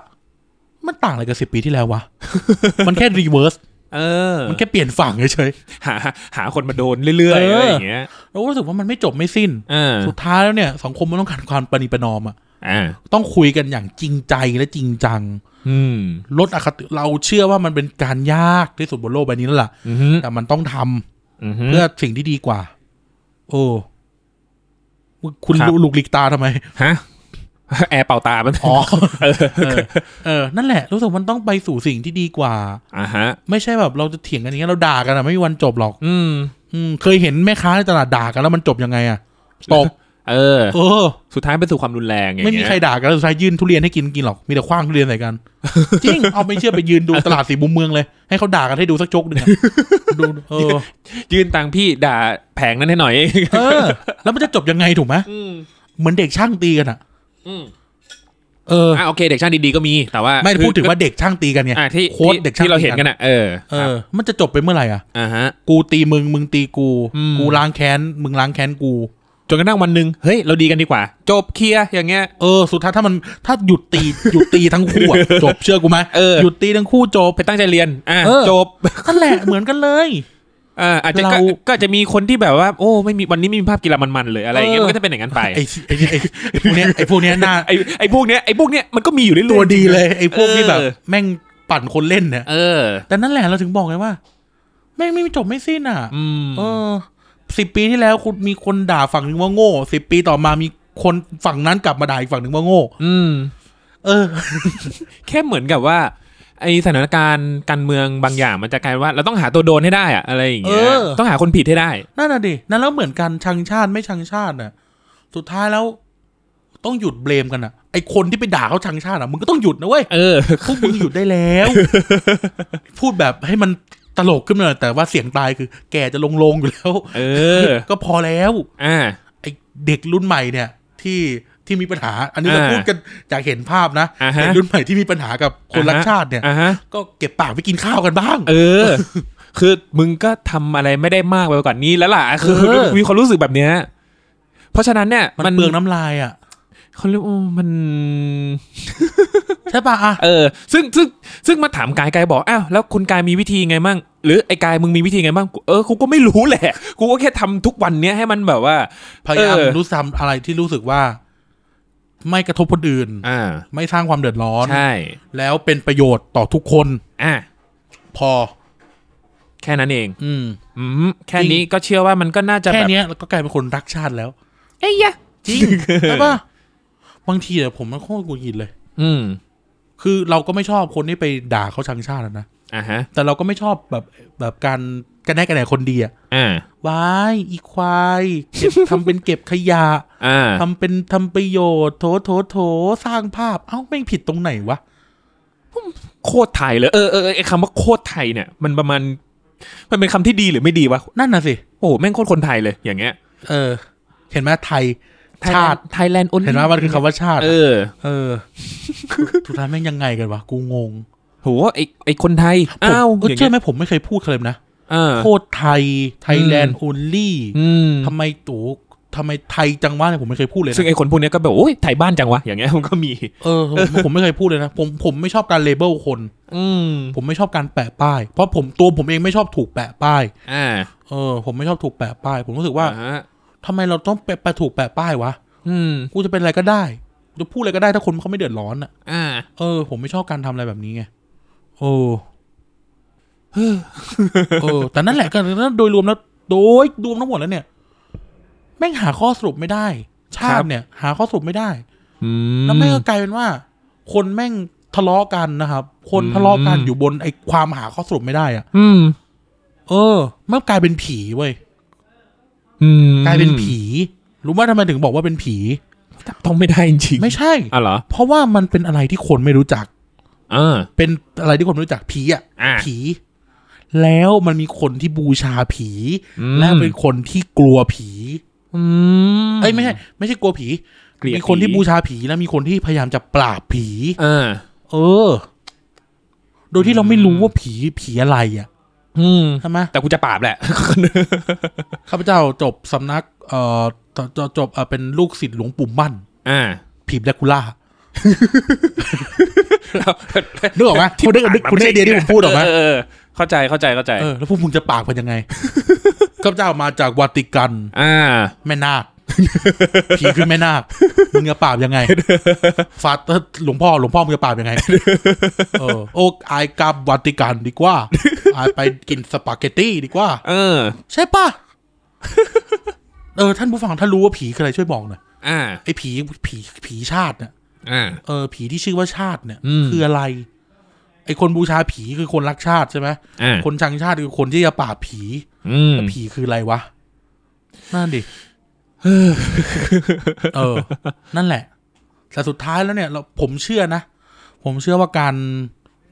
Speaker 1: มันต่างอะไรกับสิบปีที่แล้ววะ มันแค่รีเวิร์ส
Speaker 2: เออ
Speaker 1: มันแค่เปลี่ยนฝั่งเฉย
Speaker 2: หาหาคนมาโดนเรื่อย
Speaker 1: เออ
Speaker 2: ๆ
Speaker 1: อ
Speaker 2: อะไรอย่างเงี้ย
Speaker 1: ๆเราก็รู้สึกว่ามันไม่จบไม่สิ้น
Speaker 2: เออ
Speaker 1: สุดท้ายแล้วเนี่ยสังคมมันต้องการความปณิประนอมอะ
Speaker 2: อ่า
Speaker 1: ต้องคุยกันอย่างจริงใจและจริงจัง
Speaker 2: อืม
Speaker 1: ลดอคติเราเชื่อว่ามันเป็นการยากที่สุดบนโลกใบนี้แล้วล่ะ
Speaker 2: อือหือ
Speaker 1: แต่มันต้องทำ
Speaker 2: อือหือ
Speaker 1: เพื่อสิ่งที่ดีกว่า โอ้คุณ
Speaker 2: ครับ
Speaker 1: ลูกลิกตาทำไม
Speaker 2: ฮะ แอร์เป่าตามัน
Speaker 1: อ๋อ เออ เออ นั่นแหละ รู้สึกมันต้องไปสู่สิ่งที่ดีกว่า
Speaker 2: อ่าฮะ
Speaker 1: ไม่ใช่แบบเราจะเถียงกันอย่างเงี้ยเราด่ากันอะไม่มีวันจบหรอก
Speaker 2: อืม
Speaker 1: อืมเคยเห็นแม่ค้าในตลาดด่ากันแล้วมันจบยังไงอะตบ
Speaker 2: เออ
Speaker 1: เออ
Speaker 2: สุดท้ายไปสู่ความรุนแรงอย่าง
Speaker 1: ไม่
Speaker 2: เงี้ย
Speaker 1: มีใครด่ากันแล้วสุดท้ายยื่นทุเรียนให้กินกินหรอก มีแต่คว้างทุเรียนใส่กัน จริง เอาไม่เชื่อไปยืนดูตลาดสีมุมเมืองเลย ให้เขาด่ากันให้ดูสักจกหนึ่ง อะดูเออ
Speaker 2: ยื่นตังค์พี่ด่าแผงนั้นให้หน่อย
Speaker 1: เออ แล้วมันจะจบยังไงถูกไหม
Speaker 2: อืม
Speaker 1: เหมือนเด็กช่างตีกันอะ
Speaker 2: อืม
Speaker 1: เออ
Speaker 2: อ่าโอเคเด็กช่างดีๆก็มีแต่ว่า
Speaker 1: ไม่ได้พูดถึงว่าเด็กช่างตีกันไง
Speaker 2: อ่าที่
Speaker 1: โค้ด
Speaker 2: ที่
Speaker 1: เด็กช่าง
Speaker 2: ที่เราเห็นกันอ่ะเออ
Speaker 1: เออ มันจะจบไปเมื่อไหร่อ่ะ
Speaker 2: อ่าฮะ
Speaker 1: กูตีมึง มึงตีกู
Speaker 2: อืม
Speaker 1: กูล้างแค้น มึงล้างแค้นกู
Speaker 2: จนกระทั่งวันหนึ่งเฮ้ยเราดีกันดีกว่า จบเคลียร์อย่างเงี้ย
Speaker 1: เออ สุดท้ายถ้ามัน ถ้าหยุดตี หยุดตีทั้งคู่อะ จบ เชื่อกูไหม
Speaker 2: เออ
Speaker 1: หยุดตีทั้งคู่จบ
Speaker 2: ไปตั้งใจเรียนอ่า
Speaker 1: เออ
Speaker 2: จบ
Speaker 1: นั่นแหละ เหมือนกันเลย
Speaker 2: อ่าอาจจะก็
Speaker 1: เรา
Speaker 2: ก็จะมีคนที่แบบว่า โอ้ไม่มีวันนี้ไม่มีภาพกีฬามันๆเลยอะไรอย่างเงี้ย
Speaker 1: เออ
Speaker 2: มันก็จะเป็นอย่างนั้นไป
Speaker 1: ไอ้ไอ้ไอ้ไอ้พวกเนี้ยไอ้พวกเนี้ยหน้า
Speaker 2: ไอ้ไอ้พวกเนี้ยไอ้พวกเนี้ยมันก็มีอยู่เรื่อยๆ
Speaker 1: ตัวดีเลย ไอ้พวก
Speaker 2: เออ
Speaker 1: ที่แบบ แม่งปั่นคนเล่นเนี่ย
Speaker 2: เออ
Speaker 1: แต่นั่นแหละเราถึงบอกไงว่า แม่งไม่มีจบไม่สิ้นอ่ะ
Speaker 2: อืม
Speaker 1: เออสิบปีที่แล้วคุณมีคนด่าฝั่งหนึ่งว่าโง่สิบปีต่อมามีคนฝั่งนั้นกลับมาด่าอีกฝั่งหนึ่งว่าโง่
Speaker 2: อืม
Speaker 1: เออ
Speaker 2: แค่เหมือนกับว่า ไอสถานการณ์การเมืองบางอย่างมันจะกลายว่าเราต้องหาตัวโดนให้ได้อะอะไรอย่างเงี้ย
Speaker 1: เออ
Speaker 2: ต้องหาคนผิดให้ได้
Speaker 1: นั่นน่ะดินั่นแล้วเหมือนกันชังชาติไม่ชังชาติน่ะ สุดท้ายแล้ว ต้องหยุดเบลมกันอ่ะไอคนที่ไปด่าเขาชังชาติอ่ะมึงก็ต้องหยุดนะเว้ย
Speaker 2: เออ
Speaker 1: พวกมึงหยุดได้แล้ว พูดแบบให้มันตลกขึ้นมาหน่อยแต่ว่าเสียงตายคือ แกจะลงลงอยู่แล้ว
Speaker 2: เออ
Speaker 1: ก็พอแล้ว
Speaker 2: อ่า
Speaker 1: ไอเด็กรุ่นใหม่เนี่ย ที่ที่มีปัญหา อันนี้เรา
Speaker 2: อ่า
Speaker 1: พูดกันจากเห็นภาพนะ
Speaker 2: อ่าฮะ
Speaker 1: เด็กรุ่นใหม่ที่มีปัญหากับคนรักชาติเนี่ย
Speaker 2: อ่าฮะ
Speaker 1: ก็เก็บปากไปกินข้าวกันบ้าง
Speaker 2: เออ คือมึงก็ทำอะไรไม่ได้มากไปกว่านี้แล้วล่ะ คือ
Speaker 1: เออ
Speaker 2: มีความรู้สึกแบบเนี้ย เพราะฉะนั้นเนี่ย
Speaker 1: มันเปลืองน้ำลายอ่ะ
Speaker 2: เขาเรียกว่ามัน
Speaker 1: ใช่ป่ะอ่ะ
Speaker 2: เออ ซึ่งซึ่งซึ่งมาถามกายกายบอกอ้าวแล้วคุณกายมีวิธีไงมั่งหรือไอ้กายมึงมีวิธีไงมั่งเออกูก็ไม่รู้แหละ กูก็แค่ทำทุกวันเนี้ยให้มันแบบว่า
Speaker 1: พยายาม
Speaker 2: เออ
Speaker 1: รู้ทำอะไรที่รู้สึกว่า ไม่กระทบคนอื่น
Speaker 2: อ่า
Speaker 1: ไม่สร้างความเดือดร้อน
Speaker 2: ใช่
Speaker 1: แล้วเป็นประโยชน์ต่อทุกคน
Speaker 2: อ่ะ
Speaker 1: พอ
Speaker 2: แค่นั้นเอง
Speaker 1: อืม
Speaker 2: อืมแค่นี้ก็เชื่อว่ามันก็น่าจะ
Speaker 1: แค่
Speaker 2: แบบ
Speaker 1: เนี้ยแล้วก็กลายเป็นคนรักชาติแล้ว
Speaker 2: เอ้ยยะ
Speaker 1: จ ริง ใช่ป่ะบางทีเนี่ยผมมันโคตรกุยินเลย
Speaker 2: อืม
Speaker 1: คือเราก็ไม่ชอบคนที่ไปด่าเขาชังชาติอะนะ
Speaker 2: อ่ะฮะ
Speaker 1: แต่เราก็ไม่ชอบแบบแบบการกระแนกกระแหนคนดีอะ
Speaker 2: อ่า
Speaker 1: ว้ายอีควายเก็บ ทำเป็นเก็บขยะ
Speaker 2: อ่า
Speaker 1: ทำเป็นทำประโยชน์ โถโถโถสร้างภาพ เอ้าไม่งผิดตรงไหนวะ
Speaker 2: โคตรไทยเลยเออเออเออไอคำว่าโคตรไทยเนี่ย มันประมาณ มันเป็นคำที่ดีหรือไม่ดีวะ
Speaker 1: นั่นน่ะสิ
Speaker 2: โอ้โหแม่งโคตรคนไทยเลยอย่างเงี้ย
Speaker 1: เออ เห็นไหมไทย ชาติ
Speaker 2: ไทยแลนด์โอน
Speaker 1: เห็นไหมมันคือคำว่าชาติ
Speaker 2: เอ
Speaker 1: อะ
Speaker 2: อ
Speaker 1: เออ ทุกท้ายแม่งยังไงกันวะ กูงง
Speaker 2: โหไอไอคนไทย อ้าว
Speaker 1: ผมเออ
Speaker 2: อย่าง
Speaker 1: เชื่อ
Speaker 2: เงี้
Speaker 1: ย ไหมผมไม่เคยพูดเคยเลยนะ
Speaker 2: เออ
Speaker 1: โคตรไทย ไทยแลนด์ only
Speaker 2: อืม
Speaker 1: ทำไมตู่ทำไมไทยจังวะเนี่ยผมไม่เคยพูดเลยนะ
Speaker 2: ซึ่งไอคนพวกเนี้ยก็แบบโอ้ยไทยบ้านจังวะอย่างเงี้ยมันก็มี
Speaker 1: เออผมผมไม่เคยพูดเลยนะ ผมผมไม่ชอบการเลเบลคน
Speaker 2: อืม
Speaker 1: ผมไม่ชอบการแปะป้าย เพราะผมตัวผมเองไม่ชอบถูกแปะป้าย
Speaker 2: อ่า
Speaker 1: เออ ผมไม่ชอบถูกแปะป้าย ผมรู้สึกว่า
Speaker 2: อ่ฮะ
Speaker 1: ทำไมเราต้องไปไปถูกแปะป้ายวะ
Speaker 2: อืม
Speaker 1: กูจะเป็นอะไรก็ได้กูจะพูดอะไรก็ได้ถ้าคนเขาไม่เดือดร้อนอ่ะ
Speaker 2: อ่า
Speaker 1: เออ ผมไม่ชอบการทำอะไรแบบนี้ไง โอ้ เออแต่นั่นแหละก็โดยรวมแล้วโดยรวมทั้งหมดแล้วเนี่ย แม่งหาข้อสรุปไม่ได้ ชาติเนี่ย หาข้อสรุปไม่ได้
Speaker 2: อื
Speaker 1: แล้วแม่งก็กลายเป็นว่า คนแม่งทะเลาะกันนะครับ คนทะเลาะกันอยู่บนไอ้ความหาข้อสรุปไม่ได้อะ
Speaker 2: อืม
Speaker 1: เออมันกลายเป็นผีเว้ย
Speaker 2: อืม
Speaker 1: กลายเป็นผี รู้ว่าทำไมถึงบอกว่าเป็นผี
Speaker 2: จับต้องไม่ได้จริง
Speaker 1: ไม่ใช่
Speaker 2: อ่ะเหรอ
Speaker 1: เพราะว่ามันเป็นอะไรที่คนไม่รู้จัก
Speaker 2: เออ
Speaker 1: เป็นอะไรที่คนไม่รู้จักผีอ่ะ
Speaker 2: อ่า
Speaker 1: ผี แล้วมันมีคนที่บูชาผี
Speaker 2: อืม
Speaker 1: และเป็นคนที่กลัวผี
Speaker 2: อืม
Speaker 1: เอ้ยไม่ใช่ไม่ใช่กลัวผี
Speaker 2: เกลียด
Speaker 1: มีคน
Speaker 2: ผี
Speaker 1: ที่บูชาผีแล้วมีคนที่พยายามจะปราบผี
Speaker 2: เออ
Speaker 1: เออ โดยที่เราไม่รู้ว่าผีผีอะไรอ่ะ
Speaker 2: อืม
Speaker 1: ใช่ไหม
Speaker 2: แต่กูจะปราบแหละ
Speaker 1: ข้าพเจ้าจบสำนัก เอ่อจจจบเอ่อเป็นลูกศิษย์หลวงปู่มั่น
Speaker 2: อ่า
Speaker 1: ผีแดกคูล่านึกออกไหมคุณได้คุณได้ไอเดียที่ผมพูดออกไหม
Speaker 2: เอเอเข้าใจเข้าใจเข้าใจ
Speaker 1: เออแล้วพวกมึงจะปราบกันยังไง ข้าพเจ้ามาจากวาติกัน
Speaker 2: อ่า
Speaker 1: แม่นาค ผีคือแม่นาค มึงจะปราบยังไง ฟาเตอร์หลวงพ่อหลวงพ่อมึงจะปราบยังไง เออโอกอายกลับวัติกันดีกว่าอายไปกินสปาเกตตี้ดีกว่า
Speaker 2: เออ
Speaker 1: ใช่ปะ เออ ท่านผู้ฟังถ้ารู้ว่าผีคืออะไรช่วยบอกหน่อย
Speaker 2: อ่า
Speaker 1: ไอ้ผีผีผีชาติเนี่ย
Speaker 2: อ่า
Speaker 1: เออผีที่ชื่อว่าชาติเนี่ย
Speaker 2: อืม
Speaker 1: คืออะไร ไอ้คนบูชาผีคือคนรักชาติใช่ไหม
Speaker 2: อ่า
Speaker 1: คนชังชาติคือคนที่จะปราบผี
Speaker 2: อืม
Speaker 1: แต่ผีคืออะไรวะนั่นดิเออ นั่นแหละแต่สุดท้ายแล้วเนี่ยเราผมเชื่อนะผมเชื่อว่าการ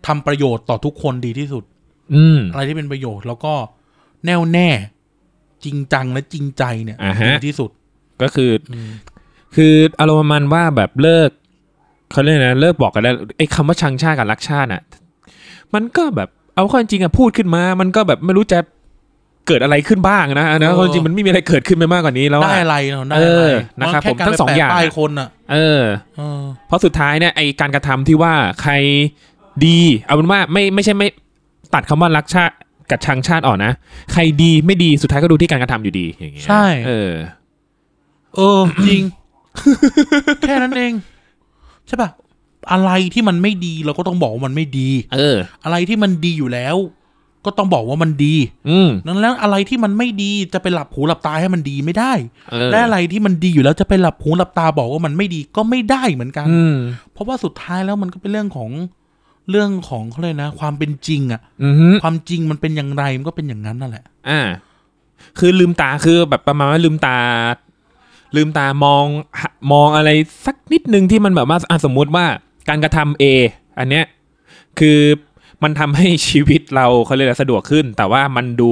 Speaker 1: ทำประโยชน์ต่อทุกคนดีที่สุด
Speaker 2: อืม
Speaker 1: อะไรที่เป็นประโยชน์แล้วก็แน่วแน่จริงจังและจริงใจเนี่ย
Speaker 2: อ่าฮะ
Speaker 1: ดีที่สุด
Speaker 2: ก็คือ คืออารมณ์ประมันว่าแบบเลิกเขาเรียกอะไรนะเลิกบอกกันแล้วไอ้คำว่าชังชาติกับรักชาติน่ะ มันก็แบบเอาความจริงอะพูดขึ้นมา มันก็แบบไม่รู้จะเกิดอะไรขึ้นบ้างนะนะ
Speaker 1: เออ
Speaker 2: ความจริงมันไม่มีอะไรเกิดขึ้นไปมากกว่านี้แล้วอะ
Speaker 1: ได้อะไรเนาะได้อะไร
Speaker 2: เออนะครับ
Speaker 1: แ
Speaker 2: ผมทั้งสองอย่าง
Speaker 1: กรไปแปะป้ายคนอ่ะ
Speaker 2: เออ
Speaker 1: เออ
Speaker 2: เพราะสุดท้ายเนี่ยไอการกระทำที่ว่าใครดีเอาเป็นว่าไม่ไม่ใช่ไม่ตัดคำว่ารักชาติกับชังชาติออกนะใครดีไม่ดีสุดท้ายก็ดูที่การกระทำอยู่ดีอย่างเงี้ย
Speaker 1: ใช่
Speaker 2: เออ
Speaker 1: เออ จ ริง แค่นั้นเอง ใช่ป่ะ อะไรที่มันไม่ดีเราก็ต้องบอกว่ามันไม่ดี
Speaker 2: เออ
Speaker 1: อะไรที่มันดีอยู่แล้ว ก็ต้องบอกว่ามันดี
Speaker 2: อืม
Speaker 1: นั้นแล้วอะไรที่มันไม่ดีจะไปหลับหูหลับตาให้มันดีไม่ได้
Speaker 2: เออ
Speaker 1: และอะไรที่มันดีอยู่แล้วจะไปหลับหูหลับตาบอกว่ามันไม่ดีก็ไม่ได้เหมือนกัน
Speaker 2: อืม
Speaker 1: เพราะว่าสุดท้ายแล้วมันก็เป็นเรื่องของเรื่องของเขาเลยกนะ ความเป็นจริงอะ
Speaker 2: อือฮึ
Speaker 1: ความจริงมันเป็นอย่างไรมันก็เป็นอย่างนั้นนั่นแหละ
Speaker 2: อ่า คือลืมตาคือแบบประมาณว่าลืมตา ลืมตามองหามองอะไรสักนิดนึงที่มันแบบว่าอ่ะสมมุติว่าการกระทำ A อันเนี้ยคือมันทำให้ชีวิตเราเขาเรียกอะไรสะดวกขึ้น แต่ว่ามันดู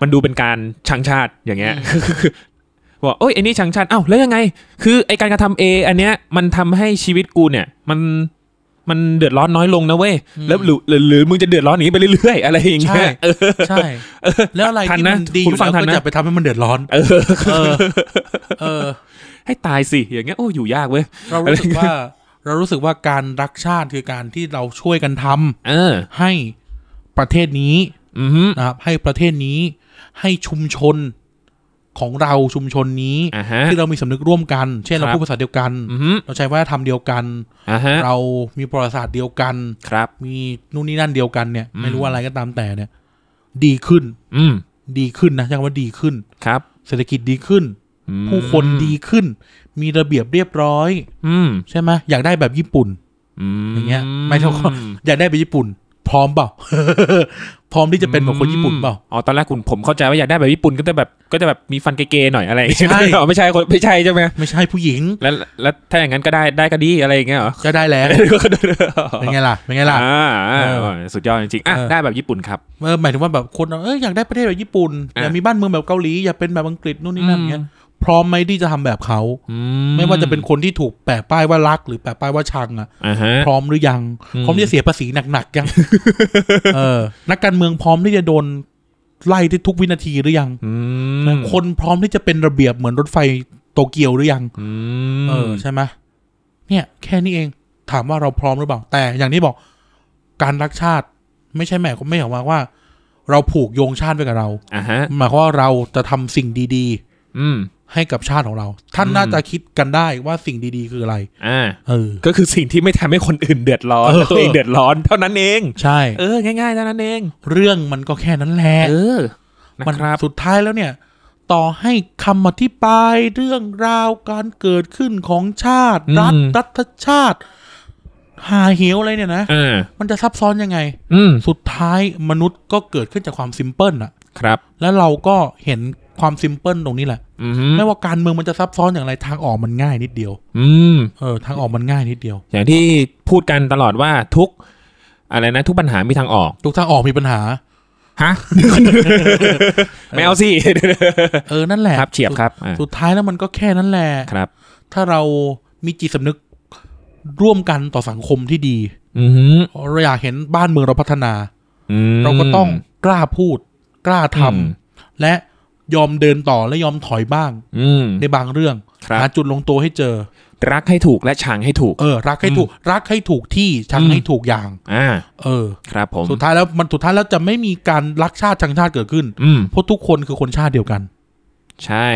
Speaker 2: มันดูเป็นการชังชาติอย่างเงี้ยบอกเอ้ยไอ้นี่ชังชาติอ้าวแล้วยังไง คือไอการกระทำเออันเนี้ยมันทำให้ชีวิตกูเนี่ย มันมันเดือดร้อนน้อยลงนะเว้ยแล้วหรือหรือหรือมึงจะเดือดร้อนอย่างนี้ไปเรื่อยๆอะไรอย่าง
Speaker 1: ใช่
Speaker 2: เงี้ยเออ
Speaker 1: ใช่ แล้วอะไรที่มัน
Speaker 2: ทันนะ
Speaker 1: ดีอ
Speaker 2: คุณ
Speaker 1: ยู่
Speaker 2: ฟัง
Speaker 1: แล้ว
Speaker 2: ทัน
Speaker 1: ก็
Speaker 2: นะ
Speaker 1: จะไปทำให้มันเดือดร้อน
Speaker 2: เออ
Speaker 1: เออ เออ
Speaker 2: ให้ตายสิอย่างเงี้ยโอ้อยู่ยากเว้ย
Speaker 1: เรารู้สึก ว่า เรารู้สึกว่าการรักชาติคือการที่เราช่วยกันทำ
Speaker 2: เออ
Speaker 1: ให้ประเทศนี้
Speaker 2: อือฮึ
Speaker 1: นะครับ ให้ประเทศนี้ ให้ชุมชนของเราชุมชนนี้
Speaker 2: อ่าฮะ
Speaker 1: ที่เรามีสำนึกร่วมกัน เช่นเรา
Speaker 2: ครับ
Speaker 1: พูดภาษาเดียวกัน
Speaker 2: อือฮึ
Speaker 1: เราใช้วัฒนธรรมเดียวกัน
Speaker 2: อ่าฮะ
Speaker 1: เรามีประวัติศาสตร์เดียวกัน
Speaker 2: ครับ
Speaker 1: มีนู่นนี่นั่นเดียวกันเนี่ย
Speaker 2: อืม
Speaker 1: ไม่รู้อะไรก็ตามแต่เนี่ย ดีขึ้น
Speaker 2: อืม
Speaker 1: ดีขึ้นนะใช้คำว่าดีขึ้น
Speaker 2: ครับ
Speaker 1: เศรษฐกิจดีขึ้น
Speaker 2: อืม
Speaker 1: ผู้คนดีขึ้น มีระเบียบเรียบร้อย
Speaker 2: อืม
Speaker 1: ใช่ไหมอยากได้แบบญี่ปุ่น
Speaker 2: อืม
Speaker 1: อย่างเงี้ยไม่เท่าก็อยากได้แบบญี่ปุ่น พร้อมเปล่า พร้อมที่จะเป็นแบบคนญี่ปุ่นเปล่า
Speaker 2: อ๋อตอนแรกคุณผมเข้าใจว่าอยากได้แบบญี่ปุ่นก็จะแบบก็จะแบบมีฟันเกย์ๆหน่อยอะไร
Speaker 1: ไม่ใช่
Speaker 2: อ๋อไม่ใช่คนไม่ใช่ใช่ไหม
Speaker 1: ไม่ใช่ผู้หญิง
Speaker 2: แล้วแล้วถ้าอย่างนั้นก็ได้ได้ก็ดีอะไรอย่างเงี้ยเหรอ
Speaker 1: ก็ได้ แล้วเป็นไงล่ะเป็นไงล่ะ
Speaker 2: อ่าอ่า
Speaker 1: เออ
Speaker 2: สุดยอดจริงๆอ่ะ
Speaker 1: เออ
Speaker 2: ได้แบบญี่ปุ่นครับ
Speaker 1: เออหมายถึงว่าแบบคนเอออยากได้ประเทศแบบญี่ปุ่น
Speaker 2: อ่ะ
Speaker 1: อยากมีบ้านเมืองแบบเกาหลีอยากเป็นแบบอังกฤษนู่นนี่นั่นอย่างเงี้ยพร้อมไหมที่จะทำแบบเขา
Speaker 2: อื
Speaker 1: ไม่ว่าจะเป็นคนที่ถูกแปะป้ายว่ารักหรือแปะป้ายว่าชังอ่ะ
Speaker 2: อ่าฮะ
Speaker 1: พร้อมหรือยัง
Speaker 2: อืม
Speaker 1: พร้อมที่จะเสียภาษีหนักๆยัง เออ นักการเมืองพร้อมที่จะโดนไล่ที่ทุกวินาทีหรือยัง
Speaker 2: อืม
Speaker 1: คนพร้อมที่จะเป็นระเบียบเหมือนรถไฟโตเกียวหรือยัง
Speaker 2: อื
Speaker 1: เออ
Speaker 2: ม
Speaker 1: ใช่ไหมเนี่ย แค่นี้เองถามว่าเราพร้อมหรือเปล่า แต่อย่างที่บอกการรักชาติ ไม่ใช่แหมายความไม่หมายความว่า เราผูกโยงชาติไปกับเรา
Speaker 2: อ่าฮะ
Speaker 1: หมายความว่าเราจะทำสิ่งดี
Speaker 2: อืม
Speaker 1: ให้กับชาติของเรา ท่าน
Speaker 2: อืม
Speaker 1: น่าจะคิดกันได้ว่าสิ่งดีๆ คืออะไร
Speaker 2: อ่า
Speaker 1: เออ
Speaker 2: ก็คือสิ่งที่ไม่ทำให้คนอื่นเดือดร้อน
Speaker 1: เออ
Speaker 2: และตัวเองเดือดร้อนเท่านั้นเอง
Speaker 1: ใช่
Speaker 2: เออ ง่ายๆเท่านั้นเอง
Speaker 1: เรื่องมันก็แค่นั้นแหละ
Speaker 2: เออ
Speaker 1: มั
Speaker 2: นะครับ
Speaker 1: สุดท้ายแล้วเนี่ย ต่อให้คำอธิบายเรื่องราวการเกิดขึ้นของชาติ รัฐ
Speaker 2: อืม
Speaker 1: รัฐชาติ หาเหวอะไรเนี่ยนะ
Speaker 2: อ่า
Speaker 1: มันจะซับซ้อนยังไง
Speaker 2: อืม
Speaker 1: สุดท้ายมนุษย์ก็เกิดขึ้นจากความซิมเพิลอะ
Speaker 2: ครับ
Speaker 1: แล้วเราก็เห็นความซิมเพิลตรงนี้แหละ
Speaker 2: อืม
Speaker 1: ไม่ว่าการเมืองมันจะซับซ้อนอย่างไรทางออกมันง่ายนิดเดียว
Speaker 2: อืม
Speaker 1: เออทางออกมันง่ายนิดเดียว
Speaker 2: อย่างที่พูดกันตลอดว่าทุก อะไรนะ ทุกปัญหามีทางออก
Speaker 1: ทุกทางออกมีปัญ หา
Speaker 2: ฮะ ไม่เอาสิ
Speaker 1: เออนั่นแหละ
Speaker 2: ครับเฉียบครับอ่า
Speaker 1: สุดท้ายแล้วมันก็แค่นั้นแหละ
Speaker 2: ครับ
Speaker 1: ถ้าเรามีจิตสำนึกร่วมกันต่อสังคมที่ดี
Speaker 2: อือหือ
Speaker 1: เราอยากเห็นบ้านเมืองเราพัฒนา
Speaker 2: อืม
Speaker 1: เราก็ต้องกล้าพูด กล้าทำ
Speaker 2: อืม
Speaker 1: และยอมเดินต่อและยอมถอยบ้าง
Speaker 2: อืม
Speaker 1: ในบางเรื่อง
Speaker 2: ครับ
Speaker 1: หาจุดลงตัวให้เจอ
Speaker 2: รักให้ถูกและชังให้ถูก
Speaker 1: เออ รักให้ถูก รักให้ถูกที่ชังให้ถูกอย่าง
Speaker 2: อ่า
Speaker 1: เออ
Speaker 2: ครับผม
Speaker 1: สุดท้ายแล้วมันสุดท้ายแล้วจะไม่มีการรักชาติชังชาติเกิดขึ้น
Speaker 2: อืม
Speaker 1: เพราะทุกคนคือคนชาติเดียวกัน
Speaker 2: ใช่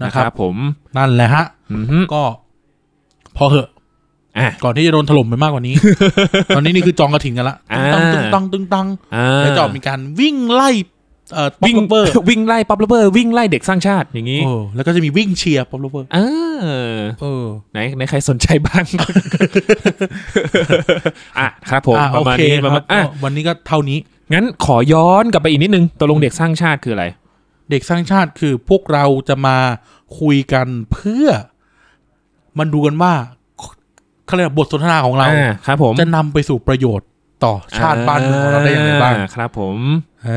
Speaker 2: นะ
Speaker 1: นะค
Speaker 2: ค
Speaker 1: รับ
Speaker 2: รับผม
Speaker 1: นั่นแหละฮะ
Speaker 2: อือหือ
Speaker 1: ก็ พอเหอะ
Speaker 2: อ่ะ
Speaker 1: ก่อนที่จะโดนถล่มไปมากกว่า นี้ ตอนนี้นี่คือจองกระถิ่นกันละ
Speaker 2: อ่า
Speaker 1: ตึ้งตังตึ้งตังตึ้งตัง
Speaker 2: อ่า
Speaker 1: แล้วจะออกมีการวิ่งไล่เอ่อป๊อป
Speaker 2: วิ่ง
Speaker 1: เปอร์
Speaker 2: วิ่งไล่ป๊อปเลเวอร์วิ่งไล่เด็กสร้างชาติอย่างนี้
Speaker 1: เออแล้วก็จะมีวิ่งเชียร์ป๊อปลูเวอร์
Speaker 2: เออ
Speaker 1: เออ
Speaker 2: ไหนไหนใครสนใจบ้าง อ่ะครับผม
Speaker 1: อ่ะ
Speaker 2: ป
Speaker 1: โอ
Speaker 2: ระมาณ
Speaker 1: เค
Speaker 2: นี้
Speaker 1: ค
Speaker 2: ประ
Speaker 1: รั
Speaker 2: มา
Speaker 1: บ
Speaker 2: ณอ่ะ
Speaker 1: วันนี้ก็เท่านี้
Speaker 2: งั้นขอย้อนกลับไปอีกนิดนึงตกลงเด็กสร้างชาติคืออะไร
Speaker 1: เด็กสร้างชาติคือพวกเราจะมาคุยกันเพื่อ มันดูกันว่าเขาเรียกว่าบทสนทนาของเรา
Speaker 2: อ่าครับผม
Speaker 1: จะนำไปสู่ประโยชน์ต่อชาติบ้านเมืองของเราได้อย่างไรบ้าง
Speaker 2: ครับผม
Speaker 1: เอ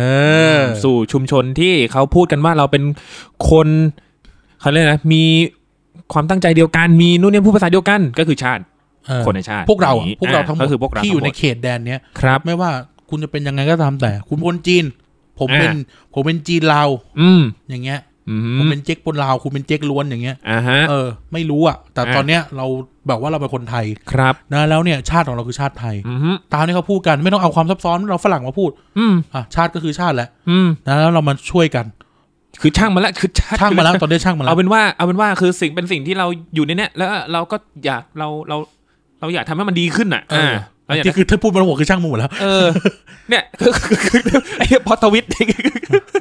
Speaker 1: อ
Speaker 2: สู่ชุมชนที่เขาพูดกันว่าเราเป็นคนเขาเรียกนะมีความตั้งใจเดียวกันมีนู่นนี่พูดภาษาเดียวกันก็คือชาติ
Speaker 1: เออ
Speaker 2: คนในชาติ
Speaker 1: พวกเรา
Speaker 2: อย่
Speaker 1: อะ
Speaker 2: งนี้
Speaker 1: พวกเราทั้งหม
Speaker 2: ก็
Speaker 1: ด
Speaker 2: คือพวกเรา
Speaker 1: ที่อยู่ใน
Speaker 2: ทั้งหมด
Speaker 1: เขตแดนเนี้ย
Speaker 2: ครับ
Speaker 1: ไม่ว่าคุณจะเป็นยังไงก็ตามแต่ คุณเป็นคนจีน ผมเป็น
Speaker 2: อ่า
Speaker 1: ผมเป็นจีนลาว
Speaker 2: อืม
Speaker 1: อย่างเงี้ย
Speaker 2: อื
Speaker 1: ผม
Speaker 2: ม
Speaker 1: เป็นเจ๊กปนลาว คุณเป็นเจ๊กล้วนอย่างเงี้ย
Speaker 2: อ่าฮะ
Speaker 1: เออ ไม่รู้อ่ะ แต่
Speaker 2: อ่า
Speaker 1: ตอนเนี้ยเราแบบว่าเราเป็นคนไทย
Speaker 2: ครับ
Speaker 1: นะแล้วเนี่ยชาติของเราคือชาติไทย
Speaker 2: อืมฮึ
Speaker 1: ตามที่เขาพูดกันไม่ต้องเอาความซับซ้อนเราฝรั่งมาพูด
Speaker 2: อืม
Speaker 1: อ่ะชาติก็คือชาติแหละ
Speaker 2: อืม
Speaker 1: นะแล้วเรามาช่วยกัน
Speaker 2: คือช่างมันละคือช่าง
Speaker 1: ช่างมาแล้วตอนนี้ช่างมาแล้
Speaker 2: เอา
Speaker 1: ว
Speaker 2: เป็นว่าเอาเป็นว่าคือสิ่งเป็นสิ่งที่เราอยู่ในเนี้ยแล้วเราก็อยากเราเราเราอยากทำให้มันดีขึ้นอ่ะอ่าเราอยาก
Speaker 1: ที่คือถ้าพูดมาหัวคือช่างมันหมดแล้ว
Speaker 2: เออ เนี่ย คือคือคือไอ้พอทวิต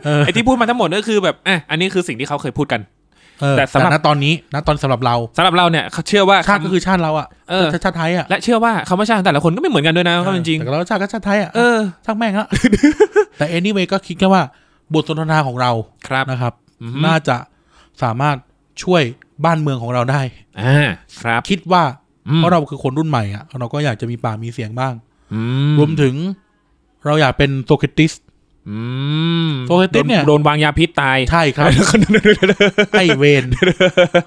Speaker 1: เออ
Speaker 2: ไอ้ที่พูดมาทั้งหมดก็คือแบบอ่ะอันนี้คือสิ่งที่เขาเคยพูดกัน
Speaker 1: เออ
Speaker 2: แต่
Speaker 1: แต่
Speaker 2: สำหรับ
Speaker 1: ณตอนนี้ณตอนสำหรับเรา
Speaker 2: สำหรับเราเนี่ยเขาเชื่อว่า
Speaker 1: ชาติก็คือชาติเราอ่ะ
Speaker 2: เออ
Speaker 1: ชาติชาติไทยอ่ะ
Speaker 2: และเชื่อว่าคำว่าชาติของแต่ละคนก็ไม่เหมือนกันด้วยนะความเป็นจริง
Speaker 1: แต่เราชาติก็ชาติไทยอ่ะ
Speaker 2: เออ
Speaker 1: ช่างแม่งละ แต่ anyway ก็คิดแค่ว่าบทสนทนาของเรา
Speaker 2: ครับ
Speaker 1: นะครับ
Speaker 2: อือฮึ
Speaker 1: น่าจะสามารถช่วยบ้านเมืองของเราได้
Speaker 2: อ่าครับ
Speaker 1: คิดว่า
Speaker 2: อืม
Speaker 1: เพราะเราคือคนรุ่นใหม่อ่ะเราก็อยากจะมีปากมีเสียงบ้าง
Speaker 2: อื
Speaker 1: รวมถึงเราอยากเป็นโซเครติส
Speaker 2: อืม
Speaker 1: โซเครติสเนี่ย
Speaker 2: โดนวางยาพิษตาย
Speaker 1: ใช่ ครับ ไอเวน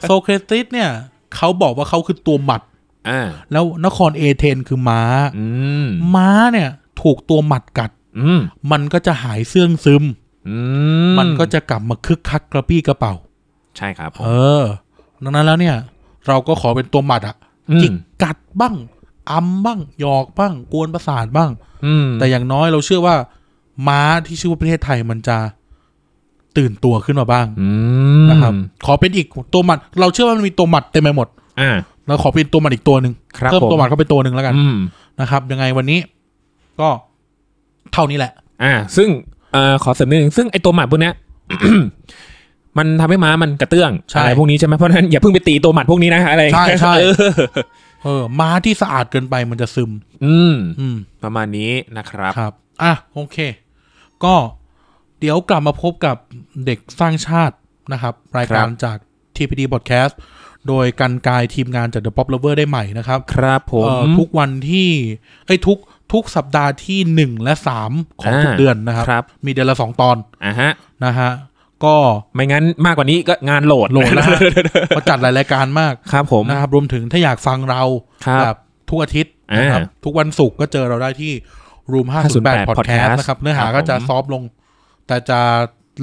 Speaker 1: โซเครติสเนี่ยเขาบอกว่าเขาคือตัวหมัด
Speaker 2: อ่า
Speaker 1: แล้วนครเอเธนคือม้า
Speaker 2: อืม
Speaker 1: ม้าเนี่ยถูกตัวหมัดกัด
Speaker 2: อืม
Speaker 1: มันก็จะหายเสื่องซึม
Speaker 2: อืม
Speaker 1: มันก็จะกลับมาคึกคักกระปี้กระเป๋า
Speaker 2: ใช่ครับผม
Speaker 1: เออ ดังนั้นแล้วเนี่ย เราก็ขอเป็นตัวหมัดอะ
Speaker 2: อืม
Speaker 1: จิกกัดบ้างอำบ้างหยอกบ้าง กวนประสาทบ้าง
Speaker 2: อืม
Speaker 1: แต่อย่างน้อยเราเชื่อว่า ม้าที่ชื่อว่าประเทศไทยมันจะตื่นตัวขึ้นมาบ้าง
Speaker 2: อืม
Speaker 1: นะครับ ขอเป็นอีกตัวหมัด เราเชื่อว่ามันมีตัวหมัดเต็มไปหมด
Speaker 2: อ่า
Speaker 1: เราขอเป็นตัวหมัดอีกตัวหนึ่ง
Speaker 2: ครับ
Speaker 1: เพิ่ม
Speaker 2: ผม
Speaker 1: ตัวหมัดเข้าไปตัวหนึ่งแล้วกัน
Speaker 2: อืม
Speaker 1: นะครับ ยังไงวันนี้ ก็เท่านี้แหละ
Speaker 2: อ่า ซึ่งเอ่อขอเสริมนิดนึงซึ่งไอตัวหมัดพวกเนี้ย มันทำให้ม้ามันกระเตื้อง
Speaker 1: ใช่
Speaker 2: อะไรพวกนี้ใช่ไหมเพราะฉะนั้นอย่าเพิ่งไปตีตัวหมัดพวกนี้นะอะไร
Speaker 1: ใช่ใช่
Speaker 2: เออ
Speaker 1: เออ ม้าที่สะอาดเกินไปมันจะซึม
Speaker 2: อืม
Speaker 1: อืม
Speaker 2: ประมาณนี้นะครับ
Speaker 1: ครับ อ่ะ โอเค ก็เดี๋ยวกลับมาพบกับเด็กสร้างชาตินะครับ รายการ
Speaker 2: ครับ
Speaker 1: จาก TPD Podcast โดยกันกายทีมงานจาก The Pop Lover ได้ใหม่นะครับ
Speaker 2: ครับผม
Speaker 1: เอ่อทุกวันที่เอ้ยทุกทุกสัปดาห์ที่ 1 และ 3 ของ
Speaker 2: อ่า
Speaker 1: ทุกเดือนนะครับ
Speaker 2: ครับ
Speaker 1: มีเดือนละ 2 ตอน
Speaker 2: อ่ะฮะ
Speaker 1: นะฮะ ก็
Speaker 2: ไม่งั้นมากกว่านี้ก็งานโหลด
Speaker 1: โหลดนะฮะเขาจัดหลายรายการมาก
Speaker 2: ครับผม
Speaker 1: นะครับ รวมถึงถ้าอยากฟังเรา
Speaker 2: ครับ
Speaker 1: แบบทุกอาทิตย์นะครับ
Speaker 2: อ่า
Speaker 1: ทุกวันศุกร์ก็เจอเราได้ที่ Room
Speaker 2: 508
Speaker 1: 508 Podcast นะครับ เนื้อหา
Speaker 2: ครับ
Speaker 1: ก็จะ
Speaker 2: ผม
Speaker 1: ซอฟต์ลง แต่จะ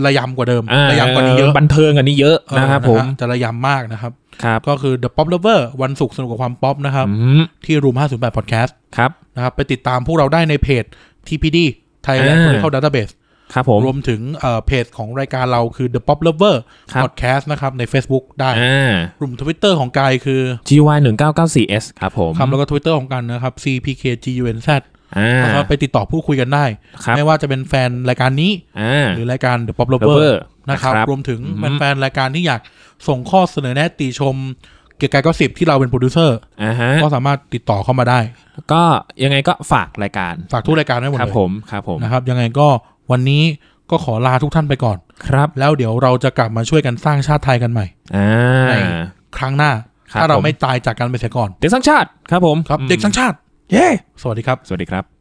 Speaker 1: ระยำกว่าเดิม
Speaker 2: อ่า
Speaker 1: ระยำกว่านี้เยอะ
Speaker 2: บันเทิงกว่านี้เยอะนะครับ
Speaker 1: เออ
Speaker 2: ผม
Speaker 1: ฮจะระยำมากนะครับ
Speaker 2: ครับ
Speaker 1: ก็คือ The Pop Lover วันศุกร์สนุกกับความป๊อปนะครับ
Speaker 2: อืม
Speaker 1: ที่ Room 508 Podcast
Speaker 2: ครับ
Speaker 1: นะครับ ไปติดตามพวกเราได้ในเพจ TPD Thailand
Speaker 2: อ่า
Speaker 1: Political Database
Speaker 2: ครับผม
Speaker 1: รวมถึงเอ่อเพจของรายการเราคือ The Pop Lover
Speaker 2: ครับ
Speaker 1: Podcast นะครับ ใน Facebook ได้
Speaker 2: อ่า
Speaker 1: กลุ่ม Twitter ของกายคือ
Speaker 2: GY 1 9 9 4 S ครับผม
Speaker 1: คำแล้วก็ Twitter ของกันนะครับ CPKGUNZ
Speaker 2: อ่า
Speaker 1: นะครับไปติดต่อพูดคุยกันได้
Speaker 2: ครับ
Speaker 1: ไม่ว่าจะเป็นแฟนรายการนี้
Speaker 2: อ่า
Speaker 1: หรือรายการ The Pop Lover
Speaker 2: Lover
Speaker 1: นะครับ
Speaker 2: นะครับ
Speaker 1: รวมถึง
Speaker 2: อือฮึ
Speaker 1: แฟนๆรายการที่อยากส่งข้อเสนอแนะติชม เกี่ยวกับก็สิบที่เราเป็นโปรดิวเซอร์
Speaker 2: อ่าฮะ
Speaker 1: ก็สามารถติดต่อเข้ามาได้
Speaker 2: ก็ยังไงก็ฝากรายการ
Speaker 1: ฝากทุกรายการไว้หมด
Speaker 2: ครั
Speaker 1: เล
Speaker 2: บ
Speaker 1: ย
Speaker 2: ผมครับผม
Speaker 1: นะครับ ยังไงก็วันนี้ก็ขอลาทุกท่านไปก่อน
Speaker 2: ครับ
Speaker 1: แล้วเดี๋ยวเราจะกลับมาช่วยกันสร้างชาติไทยกันใหม่
Speaker 2: อ่า
Speaker 1: ในครั้งหน้า
Speaker 2: ครับ
Speaker 1: ถ้าเรา
Speaker 2: ผม
Speaker 1: ไม่ตายจากกันไปเสียก่อน
Speaker 2: เด็กสร้างชาติครับผม
Speaker 1: ครับ
Speaker 2: อืม
Speaker 1: เด็กสร้างชาติ
Speaker 2: เย้
Speaker 1: สวัสดีครับ
Speaker 2: สวัสดีครับ